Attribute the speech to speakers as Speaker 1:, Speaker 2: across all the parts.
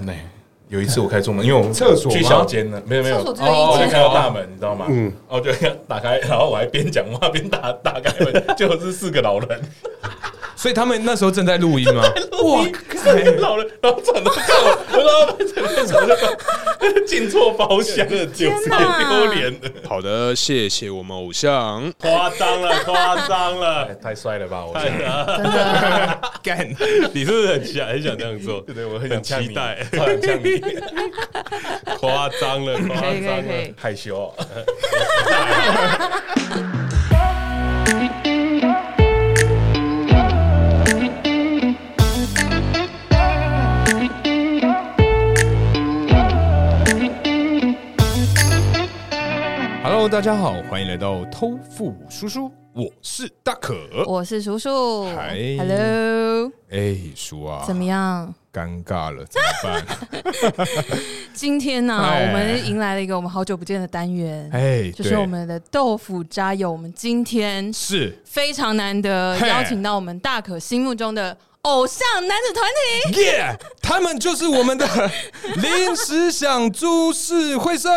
Speaker 1: 呢、有一次我开中门，因为我们
Speaker 2: 厕所吗
Speaker 1: 去小间呢，没有没有，
Speaker 3: 厕所只有一
Speaker 1: 哦，我就
Speaker 3: 间
Speaker 1: 看到大门，你知道吗？嗯，哦，就打开，然后我还边讲话边打打开门， 就是四个老人，
Speaker 2: 所以他们那时候正 在录音吗？
Speaker 1: 哇， 四个老人，然后转头看我，我说这个什么进错包厢了，
Speaker 3: 天哪
Speaker 1: 太丢脸了，
Speaker 4: 好的，谢谢我们偶像，
Speaker 5: 夸张了，夸张了，
Speaker 1: 太帅了吧！我
Speaker 5: 太 了，
Speaker 3: 真的，
Speaker 2: 干，
Speaker 5: 你是不是很想很想这样做？
Speaker 1: 对，我很
Speaker 5: 很
Speaker 1: 像
Speaker 5: 期
Speaker 1: 你
Speaker 5: 待，
Speaker 1: 我很 像你，
Speaker 5: 夸张了，夸
Speaker 3: 可以可以
Speaker 5: 张
Speaker 3: 可
Speaker 5: 了。
Speaker 3: 以，
Speaker 1: 害羞哦。
Speaker 2: Hello，大家好，欢迎来到偷富叔叔，我是大可。
Speaker 3: 我是叔叔
Speaker 2: 嗨
Speaker 3: ，Hello，
Speaker 2: 哎、叔啊，
Speaker 3: 怎么样？
Speaker 2: 尴尬了，怎么办？
Speaker 3: 今天呢，
Speaker 2: 哎
Speaker 3: 我们迎来了一个我们好久不见的单元，
Speaker 2: 哎，
Speaker 3: 就是
Speaker 2: 对
Speaker 3: 我们的豆腐渣友。我们今天
Speaker 2: 是
Speaker 3: 非常难得
Speaker 2: 嘿
Speaker 3: 邀请到我们大可心目中的偶像男子团体。
Speaker 2: 耶他们就是我 们的临时想株式会社。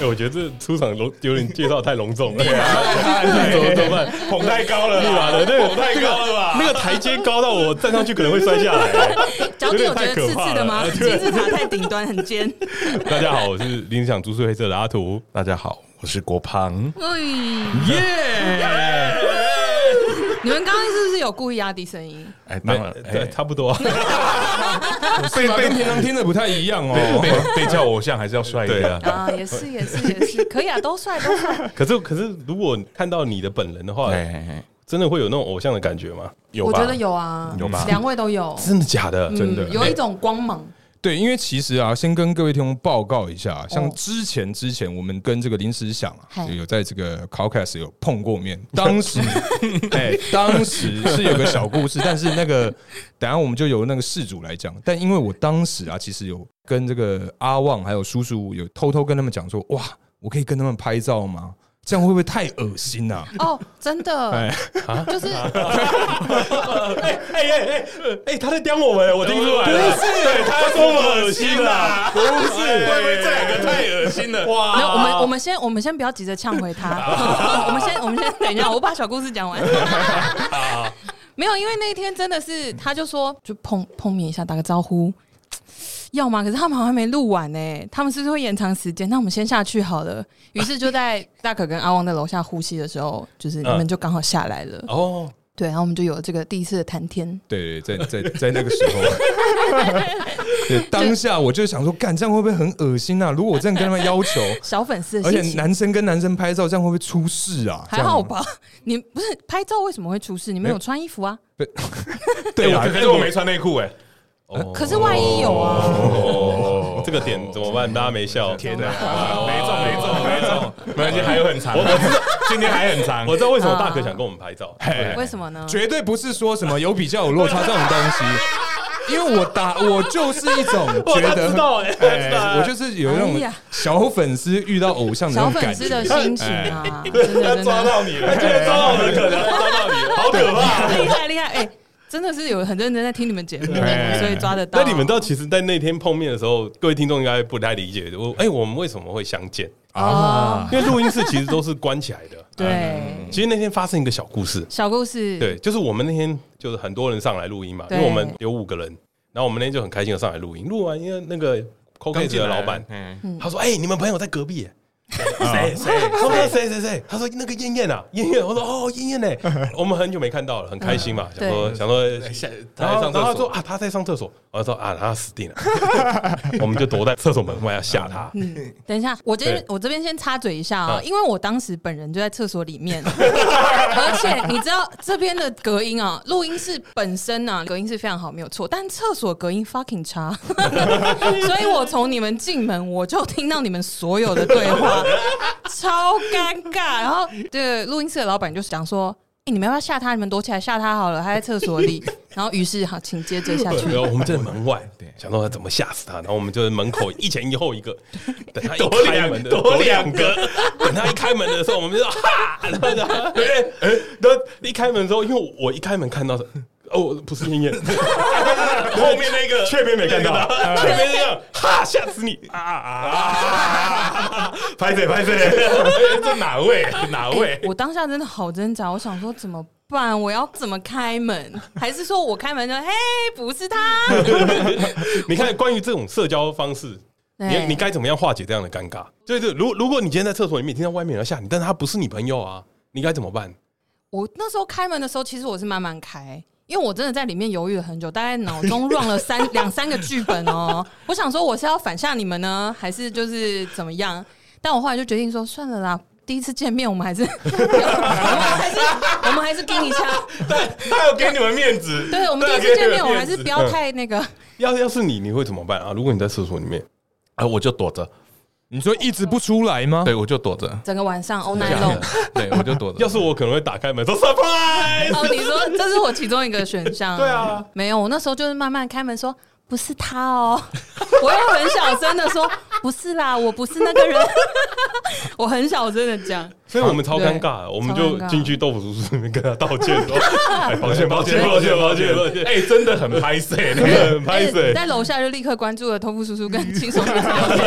Speaker 5: 哎，我觉得这出场隆有点介绍太隆重了，怎么怎么办？
Speaker 1: 捧太高了啦，
Speaker 5: 立马的那个
Speaker 1: 捧太高了吧？
Speaker 5: 那个台阶高到我站上去可能会摔下来。
Speaker 3: 脚底有觉得
Speaker 5: 有点太可
Speaker 3: 刺
Speaker 5: 怕
Speaker 3: 刺的吗？
Speaker 5: 了
Speaker 3: 金字塔太顶端，很尖。
Speaker 5: 大家好，我是林想株式会社的阿图。
Speaker 1: 大家好，我是国庞，
Speaker 3: 哎，
Speaker 2: 耶、
Speaker 3: 你们刚刚是不是有故意压低声音？
Speaker 1: 哎，当
Speaker 5: 没
Speaker 1: 然，，
Speaker 5: 对，
Speaker 1: 哎
Speaker 5: 差不多。
Speaker 2: 被跟平常听的不太一样
Speaker 1: 被
Speaker 2: 哦。
Speaker 1: 被被叫偶像还是要帅一
Speaker 5: 对
Speaker 1: 点
Speaker 5: 啊。
Speaker 3: 啊，也是，也是，也是，可以啊，都帅，都帅。
Speaker 5: 可是可是，如果看到你的本人的话，
Speaker 1: 哎哎，哎
Speaker 5: 真的会有那种偶像的感觉吗？
Speaker 1: 有
Speaker 3: 我
Speaker 1: 吧？
Speaker 3: 觉得有啊，
Speaker 1: 有吧
Speaker 3: 两位都有，
Speaker 5: 真的假的？
Speaker 3: 嗯有一种光芒。
Speaker 2: 对，因为其实啊，先跟各位听众报告一下，啊像
Speaker 3: 哦
Speaker 2: 之前之前我们跟这个临时想啊，
Speaker 3: 嗨
Speaker 2: 有在这个 c o c a s 有碰过面，当 时哎，当时是有个小故事，但是那个等一下我们就由那个事主来讲，但因为我当时啊，其实有跟这个阿旺还有叔叔有偷偷跟他们讲说，哇，我可以跟他们拍照吗？这样会不会太恶心呐、啊？
Speaker 3: 哦，真的
Speaker 2: 哎，
Speaker 3: 就是
Speaker 5: 哎哎哎哎哎，他在刁我们，我听出来了。
Speaker 2: 不是
Speaker 5: 对，他说我们恶心啦，不是，
Speaker 1: 会不会这两个太恶心了？哇！
Speaker 3: 没有，我们我们先我们先不要急着呛回 他，我们先我们先等一下，我把小故事讲完。 没有，因为那一天真的是，他就说就碰碰面一下，打个招呼，要吗？可是他们好像还没录完呢、他们是不是会延长时间？那我们先下去好了。于是就在大可跟阿旺在楼下呼吸的时候，就是你们就刚好下来了，
Speaker 5: 哦，
Speaker 3: 对，然后我们就有这个第一次的谈天。
Speaker 2: 对，在在在那个时候，啊 对，当下我就想说，干这样会不会很恶心啊？如果我这样跟他们要求，
Speaker 3: 小粉丝的
Speaker 2: 而
Speaker 3: 心
Speaker 2: 且
Speaker 3: 情，
Speaker 2: 男生跟男生拍照，这样会不会出事啊？
Speaker 3: 还好吧？你不是拍照为什么会出事？你们有穿衣服啊？
Speaker 2: 这样？对
Speaker 1: 我
Speaker 6: 哎
Speaker 2: 啊，
Speaker 1: 可是我没穿内裤哎，
Speaker 3: 可是万一有啊？
Speaker 5: 哦，这个点怎么办？大家 没笑。
Speaker 1: 天哪，
Speaker 5: 哦
Speaker 1: 没中没中没中，没关系，还有很长，我今天还很长
Speaker 5: 啊我。知道为什么大可想跟我们拍照，哎
Speaker 3: 为什么呢？
Speaker 2: 绝对不是说什么有比较有落差这种东西，因为我打我就是一种觉
Speaker 5: 他
Speaker 2: 得
Speaker 5: 知，道哎，他知道
Speaker 2: 哎，我就是有那
Speaker 3: 哎
Speaker 2: 种
Speaker 3: 呀
Speaker 2: 小粉丝遇到偶像的
Speaker 3: 小
Speaker 2: 那种
Speaker 3: 粉
Speaker 2: 感
Speaker 3: 丝
Speaker 2: 觉。
Speaker 3: 的心情啊，真的真的
Speaker 1: 到你了，
Speaker 5: 居然抓到我们可能，抓到你，好可怕。
Speaker 3: 厉害厉害！哎，真的是有很认真在听你们节目，所以抓得到。
Speaker 5: 那你们知道，其实，在那天碰面的时候，各位听众应该不太理解我，哎、我们为什么会 相见？
Speaker 2: 啊
Speaker 3: 哦，
Speaker 5: 因为录音室其实都是关起来的。
Speaker 3: 对，
Speaker 5: 其实那天发生一个小故事，
Speaker 3: 小故事，
Speaker 5: 嗯对，就是我们那天就是很多人上来录音嘛，因
Speaker 3: 对
Speaker 5: 为我们有五个人，然后我们那天就很开心的上来录音，录完因为那个 c o c a s 的老板，
Speaker 1: 嗯，
Speaker 5: 他说：“哎、你们朋友在隔壁耶。”
Speaker 1: 谁哎谁？
Speaker 5: 他说谁谁谁？他说那个燕燕啊，燕燕。我说哦，燕燕呢？我们很久没看到了，很开心嘛，想说想说
Speaker 1: 下
Speaker 5: 然后，然后他说
Speaker 1: 所，
Speaker 5: 啊，他在上厕所。我说啊，他死定了， 我们就躲在厕所门外要吓他。
Speaker 3: 嗯，等一下，我这边
Speaker 5: 对
Speaker 3: 我这边先插嘴一下啊，
Speaker 5: 嗯
Speaker 3: 因为我当时本人就在厕所里 面，而且你知道这边的隔音啊，录音室本身啊，隔音是非常好，没有错，但厕所隔音 fucking 差，所以我从你们进门我就听到你们所有的对话，超尴尬。然后对录音室的老板就想说。哎，你们要不要吓他？你们躲起来吓他好了，他在厕所里。然后于是好，请接着下去。
Speaker 5: 然后我们在门外，对，想到怎么吓死他。然后我们就是门口一前一后一个，等他一开门的
Speaker 1: 躲两
Speaker 5: 躲两个，等他一开门的时 候，我们就啊哈，然后就哎哎，然后一开门之后，因为我一开门看到是哦，不 是燕燕，
Speaker 1: 后面那个
Speaker 5: 雀边没看到，雀边这样，哈，吓死你啊啊 啊！拍谁拍谁，这哪位哪位
Speaker 3: 欸？我当下真的好挣扎，我想说怎么办？我要怎么开门？还是说我开门就嘿，不是他？
Speaker 5: 你看，关于这种社交方式，你
Speaker 3: 对
Speaker 5: 你该怎么样化解这样的尴尬？对对，如如果你今天在厕所里面听到外面有人吓你，但是他不是你朋友啊，你该怎么办？
Speaker 3: 我那时候开门的时候，其实我是慢慢开，因为我真的在里面犹豫了很久，大概脑中乱了三两三个剧本哦。我想说我是要反吓你们呢，还是就是怎么样？但我后来就决定说，算了啦。第一次见面，我们还是 我们还是我们还是盯一下。
Speaker 1: 但 他要给你们面子，
Speaker 3: 对，我们
Speaker 1: 他要
Speaker 3: 第一
Speaker 1: 给
Speaker 3: 次
Speaker 1: 你
Speaker 3: 见
Speaker 1: 面
Speaker 3: 面，
Speaker 1: 子
Speaker 3: 我还是不要太那个。
Speaker 5: 要要是你，你会怎么办啊？如果你在厕所里面，啊，我就躲着，
Speaker 2: 你说一直不出来吗？
Speaker 6: 对，我就躲着。
Speaker 3: 整个晚上
Speaker 5: 啊
Speaker 3: all
Speaker 6: 这
Speaker 3: night
Speaker 6: 样
Speaker 3: long，
Speaker 6: 对，我就躲 着。
Speaker 5: 要是我可能会打开门说 surprise，
Speaker 3: 哦，你说这是我其中一个选项？
Speaker 5: 对啊，
Speaker 3: 没有，我那时候就是慢慢开门说不是他哦， 我也很小声的说不是啦，我不是那个人， 我很小声的讲，
Speaker 5: 所以我们超
Speaker 3: 对
Speaker 5: 尴尬的，我们
Speaker 3: 超
Speaker 5: 就
Speaker 3: 尴尬
Speaker 5: 进去豆腐叔叔那边跟他道歉 说，哎抱歉抱歉
Speaker 1: 对
Speaker 5: 抱歉抱歉抱歉，
Speaker 1: 哎，真的很拍摄，
Speaker 5: 真的很拍
Speaker 3: 但是
Speaker 5: 谁
Speaker 1: 哎
Speaker 3: 在楼下就立刻关注了头部叔叔跟轻松的小姐，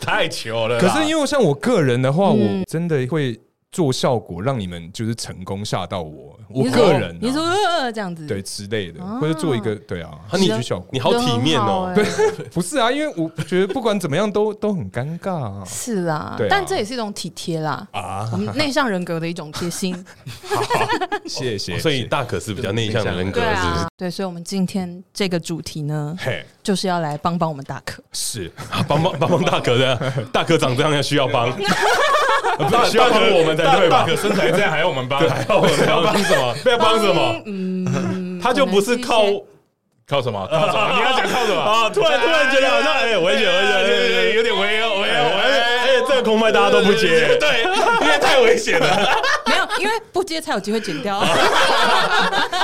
Speaker 1: 太糗了啦。
Speaker 2: 可
Speaker 6: 啊
Speaker 2: 是因为像我个人的话，
Speaker 3: 嗯
Speaker 2: 我真的会做效果让你们就是成功吓到我，我
Speaker 3: 你说
Speaker 2: 个人啊、
Speaker 3: 你说呃这样子，
Speaker 2: 对之类的，
Speaker 3: 啊
Speaker 2: 或者做一个对啊，
Speaker 5: 啊你
Speaker 2: 戏剧效果
Speaker 5: 你好体面哦
Speaker 3: 觉得很好欸，
Speaker 2: 不是啊，因为我觉得不管怎么样都 都很尴尬啊。
Speaker 3: 是啦
Speaker 2: 对啊，
Speaker 3: 但这也是一种体贴啦，
Speaker 5: 啊
Speaker 3: 我们内向人格的一种贴 心，
Speaker 2: 谢谢，
Speaker 5: 哦所以大可是比较内向的人格，
Speaker 3: 对
Speaker 5: 是不是
Speaker 3: 啊？，对，所以我们今天这个主题呢，
Speaker 2: 嘿
Speaker 3: 就是要来帮帮我们大可。
Speaker 2: 是
Speaker 5: 啊帮帮帮帮大可的，大可长这样要需要 帮，大需要帮我们才对
Speaker 1: 大
Speaker 5: 吧？
Speaker 1: 可身材这样还要我们帮，还要
Speaker 5: 要 帮什么？要帮什么？
Speaker 3: 嗯，
Speaker 5: 他就不是靠呃
Speaker 3: 可能一些
Speaker 6: 靠什么？
Speaker 1: 靠什么？你要讲靠什么？
Speaker 5: 啊，突然突然觉得好像哎，危险危
Speaker 1: 对
Speaker 5: 险
Speaker 1: 对对，有
Speaker 5: 危险，
Speaker 1: 点危险，危险，
Speaker 5: 哎
Speaker 1: 危
Speaker 5: 哎，这个空麦大家都不接，
Speaker 1: 对，因为太危险了。
Speaker 3: 没有，因为不接才有机会剪掉。啊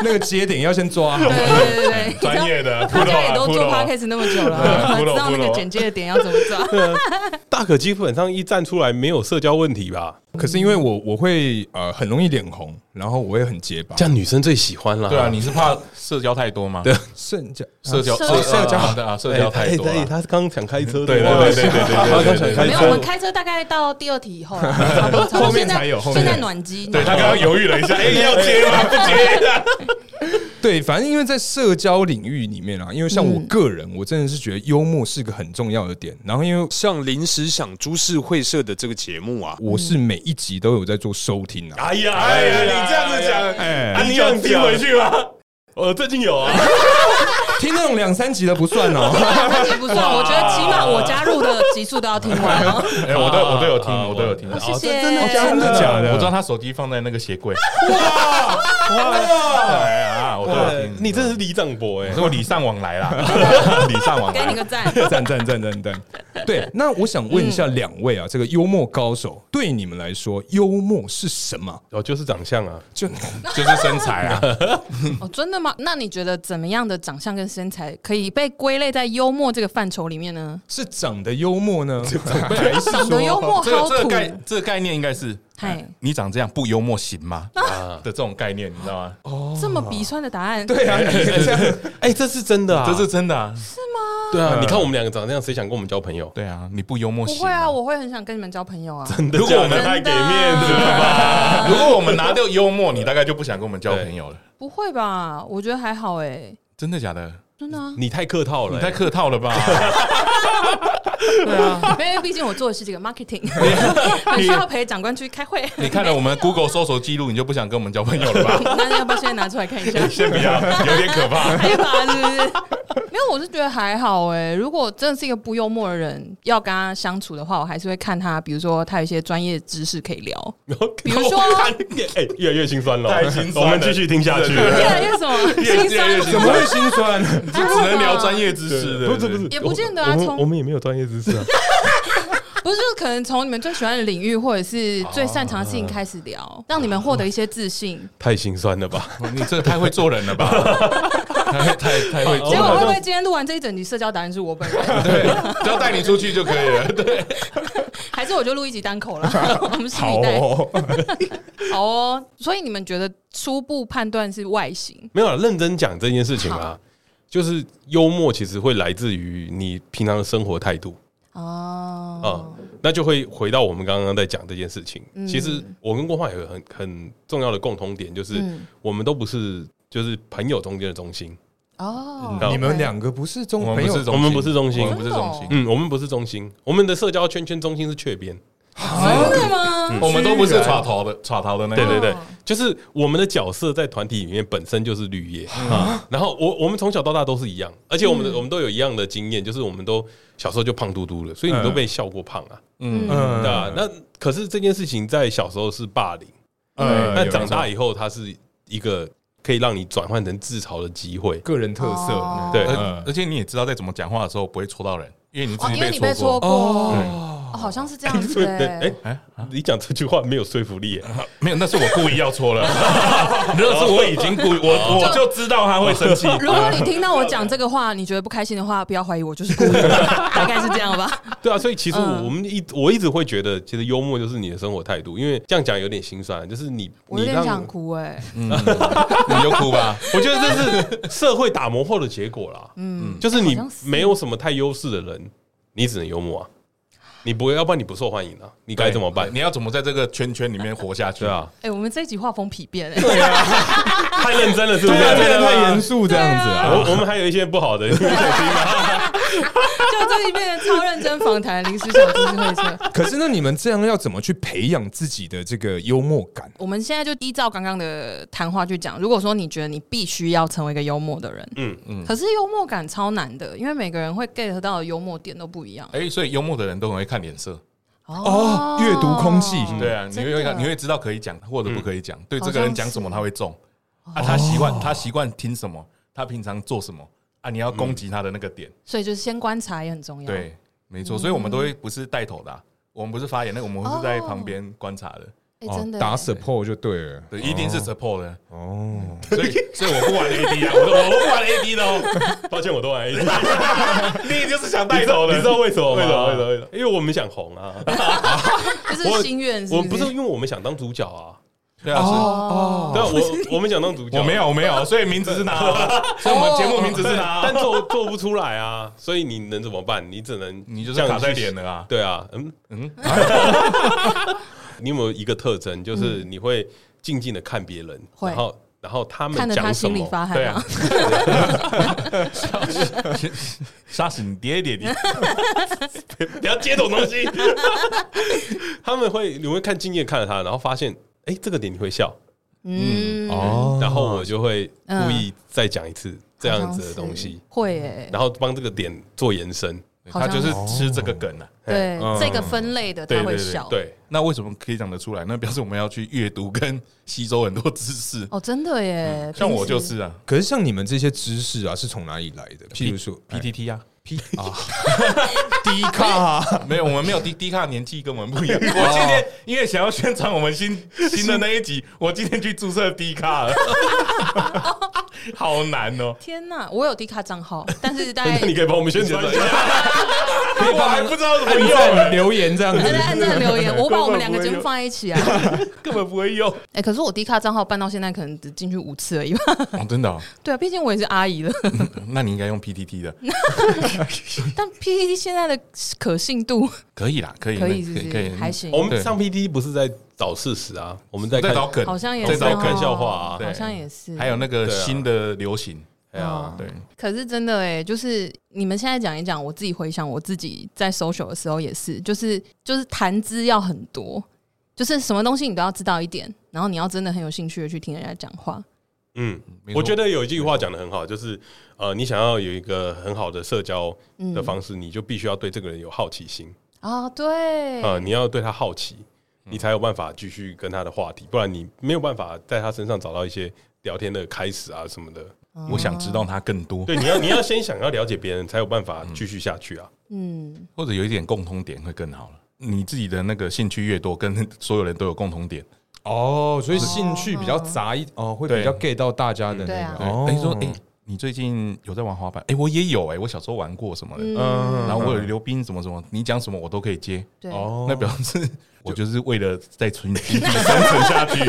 Speaker 2: 那个节点要先抓好
Speaker 3: 对。对对对，
Speaker 1: 专业的
Speaker 3: 大
Speaker 1: 骷髅
Speaker 3: 家
Speaker 1: 啊
Speaker 3: 也都做
Speaker 1: 骷髅啊
Speaker 3: podcast 那么久
Speaker 1: 啊
Speaker 3: 了，
Speaker 1: 骷髅
Speaker 3: 知道那
Speaker 1: 骷
Speaker 3: 个
Speaker 1: 髅
Speaker 3: 剪接的点要怎么抓。
Speaker 5: 啊 大可基本上一站出来没有社交问题吧？
Speaker 2: 可是因为我我会呃很容易脸红，然后我会很结巴
Speaker 5: 这，样女生最喜欢啦。哎
Speaker 6: 对啊，你是怕社交太多吗？
Speaker 5: 对
Speaker 2: 剩下
Speaker 6: 社交
Speaker 3: 社
Speaker 6: 社交好的啊，社交太多
Speaker 5: 哎哎哎
Speaker 6: 了。
Speaker 5: 他是刚想开车的，
Speaker 1: 对对对对对对对
Speaker 5: 他刚想开
Speaker 3: 没有，我们
Speaker 5: 车。
Speaker 3: 开车大概到第二题以后啦，差不多差不多
Speaker 2: 后面
Speaker 3: 现
Speaker 2: 才
Speaker 3: 在
Speaker 2: 有后面
Speaker 3: 现
Speaker 2: 才有
Speaker 3: 在暖机，
Speaker 1: 对他刚刚犹豫了一下，哎，要接吗？不接。
Speaker 2: 对，反正因为在社交领域里面啊，因为像我个人，我真的是觉得幽默是个很重要的点。然后因为
Speaker 4: 上临时想株式会社的这个节目啊，
Speaker 2: 我是每一集都有在做收听啊，
Speaker 5: 哎呀
Speaker 1: 哎呀，你这样子讲，
Speaker 2: 哎、
Speaker 5: 啊，
Speaker 1: 你
Speaker 5: 你
Speaker 1: 想
Speaker 5: 想
Speaker 1: 听
Speaker 5: 听
Speaker 1: 回
Speaker 5: 回去？
Speaker 1: 去吗？
Speaker 5: 我最近有啊，
Speaker 2: 听那种两三集的不算哦、
Speaker 3: 那集不算，我觉得起码我加入的集数都要听完哦。
Speaker 1: 哎，我都我都有听，我都有听。
Speaker 6: 哦
Speaker 3: 谢谢，
Speaker 5: 真的
Speaker 2: 真的假的？
Speaker 6: 我知道他手机放在那个鞋柜。哎啊，我都有听。
Speaker 5: 你真的是李长博哎
Speaker 6: 我是，我礼尚往来啦，礼尚往
Speaker 3: 给你
Speaker 6: 来。
Speaker 3: 个赞。
Speaker 2: 赞赞赞赞赞！对，那我想问一
Speaker 3: 嗯
Speaker 2: 下两位啊，这个幽默高手对你们来说，幽默是什么？
Speaker 5: 哦，就是长相啊，
Speaker 2: 就？
Speaker 6: 就是身材啊，
Speaker 3: 哦，真的吗？那你觉得怎么样的长相跟身材可以被归类在幽默这个范畴里面呢
Speaker 2: 是长得幽默呢？
Speaker 3: 长得幽默
Speaker 6: 这个
Speaker 3: 好
Speaker 6: 这个
Speaker 3: 土，
Speaker 6: 概这个概念应该是哎
Speaker 3: 嗨，
Speaker 6: 你长这样不幽默行吗？
Speaker 3: 啊
Speaker 5: 啊
Speaker 6: 的这种概念，你知道吗？
Speaker 3: 这么鼻酸的答案，
Speaker 2: 对啊，你这样
Speaker 5: 哎，这是真的啊，
Speaker 6: 这是真的啊，
Speaker 5: 对啊。你看我们两个长这样，谁想跟我们交朋友？
Speaker 6: 对啊，你不幽默
Speaker 3: 不
Speaker 6: 行
Speaker 3: 会
Speaker 6: 吗。
Speaker 3: 啊，我会很想跟你们交朋友啊。
Speaker 5: 如果我
Speaker 3: 真
Speaker 5: 们
Speaker 3: 的
Speaker 5: 太给面子了吧？，
Speaker 6: 如果我们拿掉幽默，你大概就不想跟我们交朋友了。
Speaker 3: 不会吧？我觉得还好哎、
Speaker 6: 真的假的？
Speaker 3: 真的啊
Speaker 5: 你太客套了
Speaker 6: 你
Speaker 5: 欸，
Speaker 6: 太客套了吧？
Speaker 3: 啊 因为毕竟我做的是这个 marketing，很需要陪长官去开会。
Speaker 6: 你看了我们 Google 搜索记录，你就不想跟我们交朋友了吧？
Speaker 3: 那要不要现在拿出来看一下？
Speaker 6: 先不要，有点可怕。
Speaker 3: 害怕哎是不是？没有，我是觉得还好哎、如果真的是一个不幽默的人，要跟他相处的话，我还是会看他，比如说他有一些专业知识可以聊，比如说
Speaker 5: 哎，越来越心酸了，
Speaker 1: 太心酸了
Speaker 5: 我们继续听下 去。
Speaker 3: 越来越什 么心酸，
Speaker 2: 怎么会心酸？
Speaker 6: 就只能聊专业知识的，
Speaker 5: 不是不是，
Speaker 3: 也不见得啊
Speaker 5: 我们
Speaker 3: 从
Speaker 5: 我们也没有专业知识 啊。
Speaker 3: 不是就是可能从你们最喜欢的领域或者是最擅长的事情开始聊，让你们获得一些自信。
Speaker 5: 太心酸了吧？
Speaker 6: 不是，你这个太会做人了吧？ 太太太会做
Speaker 3: 结
Speaker 6: 人
Speaker 3: 果
Speaker 6: 了，
Speaker 3: 会不会今天录完这一整集社交达人是我本人？
Speaker 6: 对，只要带你出去就可以了。对，
Speaker 3: 还是是我就录一集单口了，我们
Speaker 5: 哦
Speaker 3: 是一代。好哦，所以你们觉得初步判断是外形？
Speaker 5: 没有啦啊认真讲这件事情啊，就是幽默其实会来自于你平常的生活态度啊、
Speaker 3: 哦，
Speaker 5: 那就会回到我们刚刚在讲这件事情。
Speaker 3: 嗯
Speaker 5: 其实我跟郭焕有个很很重要的共通点，就是
Speaker 3: 嗯
Speaker 5: 我们都不是就是朋友中间的中心，
Speaker 3: 哦
Speaker 5: 嗯
Speaker 2: 你们
Speaker 3: OK
Speaker 2: 两个不是中
Speaker 6: 我
Speaker 2: 朋
Speaker 6: 们不
Speaker 2: 友
Speaker 6: 是中心，
Speaker 5: 我们不是中心
Speaker 6: 我们
Speaker 3: 哦
Speaker 6: 不是中心，
Speaker 5: 嗯，我们不是中心，我们的社交圈圈中心是雀边，
Speaker 3: 真的吗？
Speaker 6: 嗯我们都不是耍头的耍头的那个。
Speaker 5: 对对对
Speaker 3: 哦，
Speaker 5: 就是我们的角色在团体里面本身就是绿叶啊。然后我我们从小到大都是一样，而且我们
Speaker 3: 嗯
Speaker 5: 的我们都有一样的经验，就是我们都小时候就胖嘟嘟了，所以
Speaker 6: 嗯
Speaker 5: 你都被笑过胖啊，
Speaker 3: 嗯，
Speaker 5: 对
Speaker 2: 嗯
Speaker 5: 吧？那可是这件事情在小时候是霸凌，
Speaker 2: 呃
Speaker 5: 那
Speaker 2: 有
Speaker 5: 长大以后它是一个可以让你转换成自嘲的机会。
Speaker 2: 个人特色，嗯
Speaker 3: 哦
Speaker 5: 对
Speaker 6: 而而且你也知道，在怎么讲话的时候不会戳到人，因为你自
Speaker 3: 哦，
Speaker 6: 己
Speaker 3: 因为你
Speaker 6: 被
Speaker 3: 被
Speaker 6: 戳
Speaker 3: 戳
Speaker 6: 过。
Speaker 3: 过，哦，好像是这 样子
Speaker 5: 对对，
Speaker 3: 欸。
Speaker 5: 哎，
Speaker 6: 啊
Speaker 5: 你讲这句话没有说服力耶，
Speaker 6: 没有，那是我故意要戳 了。啊那是我已经 故意，
Speaker 5: 哦
Speaker 6: 我我就知道他会生气。
Speaker 3: 如果你听到我讲这个话，你觉得不开心的话，不要怀疑我就是故意的，大概是这样吧。
Speaker 5: 对啊，所以其实
Speaker 3: 嗯
Speaker 5: 我们一我一直会觉得，其实幽默就是你的生活态度，因为这样讲有点心酸，就是你
Speaker 3: 我
Speaker 5: 你
Speaker 3: 有点
Speaker 5: 让
Speaker 3: 想哭哎、
Speaker 6: 你就哭 吧。
Speaker 5: 我觉得这是社会打磨后的结 果啦。嗯，就是
Speaker 3: 好
Speaker 5: 你
Speaker 3: 像是
Speaker 5: 没有什么太优势的人，你只能幽默啊。你不会，要不然你不受欢迎啊。你该怎么办
Speaker 6: 你？要怎么在这个圈圈里面活下去？
Speaker 5: 对啊，
Speaker 3: 哎、我们这一集画风疲变哎、
Speaker 5: 太认真了，是不
Speaker 2: 对
Speaker 5: 是？
Speaker 2: 啊，变
Speaker 5: 对
Speaker 2: 得
Speaker 5: 啊
Speaker 2: 太严肃这样子啊。
Speaker 5: 我我们还有一些不 好的，
Speaker 3: 就这里变成超认真访谈临时小知识会社。
Speaker 2: 可是那你们这样要怎么去培养自己的这个幽默感？
Speaker 3: 我们现在就依照刚刚的谈话去讲，如果说你觉得你必须要成为一个幽默的人，
Speaker 5: 嗯
Speaker 3: 可是幽默感超难的，因为每个人会 get 到的幽默点都不一样。
Speaker 6: 哎，所以幽默的人都很会看脸色。
Speaker 2: 哦阅读空气
Speaker 6: 对啊，你
Speaker 3: 嗯真的
Speaker 6: 会看你会知道可以讲或者不可以讲，对这个人讲什么他会中啊，
Speaker 3: 好
Speaker 6: 他习惯他习惯听什么，他平常做什么啊，你要攻击他的那个点，
Speaker 3: 所以就是先观察也很重要。，
Speaker 6: 对，没错，所以我们都
Speaker 3: 嗯
Speaker 6: 会不是带头的啊，我们不是发言，那个我们是在
Speaker 3: 哦
Speaker 6: 旁边观察的，
Speaker 3: 哎、真的、
Speaker 2: 嗯哦打 support 就对了。
Speaker 6: 对，一定是 support 的，嗯
Speaker 2: 哦，
Speaker 6: 所以所以我不玩 AD 啊，
Speaker 5: 我都我不玩 AD 的哦，抱歉，我都玩 AD。
Speaker 6: 你就是想
Speaker 5: 带头的，你知道为什么吗？
Speaker 6: 为什么为什么为什？
Speaker 5: 因为我们想红啊，
Speaker 3: 这
Speaker 5: 我
Speaker 3: 是心愿，
Speaker 5: 我们不是因为我们想当主角啊。
Speaker 6: 对啊，是
Speaker 3: 哦，
Speaker 5: 对啊，我我们想当主角，啊
Speaker 6: 我没有我没有，所以名字是拿 好，所以
Speaker 3: 哦
Speaker 6: 我们节目名字
Speaker 5: 对
Speaker 6: 是拿啊
Speaker 5: 但
Speaker 6: 好，
Speaker 5: 做做不出来啊，所以你能怎么办？你只能
Speaker 6: 你就是
Speaker 5: 这样
Speaker 6: 卡在
Speaker 5: 去
Speaker 6: 脸了 啊，
Speaker 5: 对啊，嗯嗯
Speaker 6: 嗯，
Speaker 5: 你有没有一个特征，就是你会静静的看别人，
Speaker 3: 会
Speaker 5: 然后然后他
Speaker 3: 看
Speaker 5: 们
Speaker 3: 得他
Speaker 5: 讲什
Speaker 3: 心里
Speaker 5: 么？
Speaker 3: 发汗
Speaker 6: 对啊
Speaker 3: 啊。，
Speaker 6: 杀死你爹爹爹，
Speaker 5: 不要接这种东西。 他们会你会看静静地看着他，然后发现哎、这个点你会笑，
Speaker 3: 嗯，
Speaker 2: 哦
Speaker 5: 然后我就会
Speaker 3: 嗯
Speaker 5: 故意再讲一次这样子的东
Speaker 3: 好像
Speaker 5: 西嗯
Speaker 3: 是，会哎、
Speaker 5: 然后帮这个点做延伸。
Speaker 3: 好
Speaker 6: 他就
Speaker 3: 像
Speaker 6: 是吃这个梗啊。
Speaker 3: 对、
Speaker 2: 嗯
Speaker 3: 这个分类的他
Speaker 6: 对
Speaker 3: 会
Speaker 6: 对对
Speaker 3: 笑，
Speaker 5: 对，
Speaker 6: 那为什么可以讲得出来？那表示我们要去阅读跟吸收很多知识。
Speaker 3: 哦，真的耶，
Speaker 6: 像我就
Speaker 3: 平时
Speaker 6: 是啊
Speaker 2: 可是像你们这些知识啊，是从哪里来的？譬如说
Speaker 6: ，PTT 啊，
Speaker 2: P 啊，低卡啊
Speaker 6: 没有，我们没有低低卡，年纪跟我们不一样。我今天因为想要宣传我们 新哦新的那一集，我今天去注册低卡了， 好难 哦。
Speaker 3: 天呐，我有迪卡账号，但是大概
Speaker 5: 你可以帮我们宣传一
Speaker 3: 哎
Speaker 5: 下。
Speaker 2: 可以
Speaker 6: 我还
Speaker 2: 帮
Speaker 6: 不知道怎么
Speaker 2: 按
Speaker 6: 用，
Speaker 2: 赞留言这样
Speaker 3: 大
Speaker 2: 子
Speaker 3: 家。按赞留言，我把我们两个节目放在一起啊。
Speaker 6: 根本不会用。
Speaker 3: 哎、可是我迪卡账号办到现在，可能只进去五次而已吧。
Speaker 6: 哦，真的哦？
Speaker 3: 对啊，毕竟我也是阿姨了。
Speaker 6: 那你应该用 PTT 的，
Speaker 3: 但 PPT 现在的可信度
Speaker 6: 可以啦，可以，
Speaker 3: 可以，
Speaker 6: 那
Speaker 3: 是不
Speaker 6: 可
Speaker 3: 是
Speaker 6: 以，
Speaker 3: 还行？
Speaker 5: 我们
Speaker 6: 对
Speaker 5: 上 PT 不是在找事实啊，我们在
Speaker 6: 在
Speaker 5: 看
Speaker 6: 找梗，
Speaker 3: 好像也
Speaker 6: 在
Speaker 3: 是
Speaker 6: 找
Speaker 3: 哦
Speaker 5: 看
Speaker 6: 梗，
Speaker 5: 笑话啊
Speaker 6: 对
Speaker 3: 好像也是。
Speaker 6: 还有那个
Speaker 5: 对啊
Speaker 6: 新的流行，
Speaker 5: 哎
Speaker 3: 哦
Speaker 5: 呀，
Speaker 6: 对，
Speaker 3: 可是真的哎、就是你们现在讲一讲，我自己回想我自己在 social 的时候也是，就是就是谈资要很多，就是什么东西你都要知道一点，然后你要真的很有兴趣的去听人家讲话。
Speaker 5: 嗯。
Speaker 6: 没错
Speaker 5: 我觉得有一句话讲的很好，就是呃，你想要有一个很好的社交的方式，你就必须要对这个人有好奇心，
Speaker 3: 啊，对，
Speaker 5: 呃，你要对他好奇，你才有办法继续跟他的话题，不然你没有办法在他身上找到一些聊天的开始啊什么的。
Speaker 6: 我想知道它更多，
Speaker 5: 对，你要你要先想要了解别人，才有办法继续下去啊。
Speaker 3: 嗯，
Speaker 6: 或者有一点共通点会更好了。你自己的那个兴趣越多，跟所有人都有共同点。
Speaker 2: 哦，所以兴趣比较杂一哦，会比较 get 到大家的
Speaker 3: 对
Speaker 2: 那
Speaker 3: 啊
Speaker 2: 个。哦
Speaker 6: 等于说，哎、你最近有在玩滑板？哎、我也有哎、我小时候玩过什么的。
Speaker 2: 哦
Speaker 3: 嗯，
Speaker 6: 然后我有溜冰什么什么，你讲什么我都可以接。
Speaker 3: 对，
Speaker 5: 哦
Speaker 6: 那表 示我就是为了在存经 济生存下去，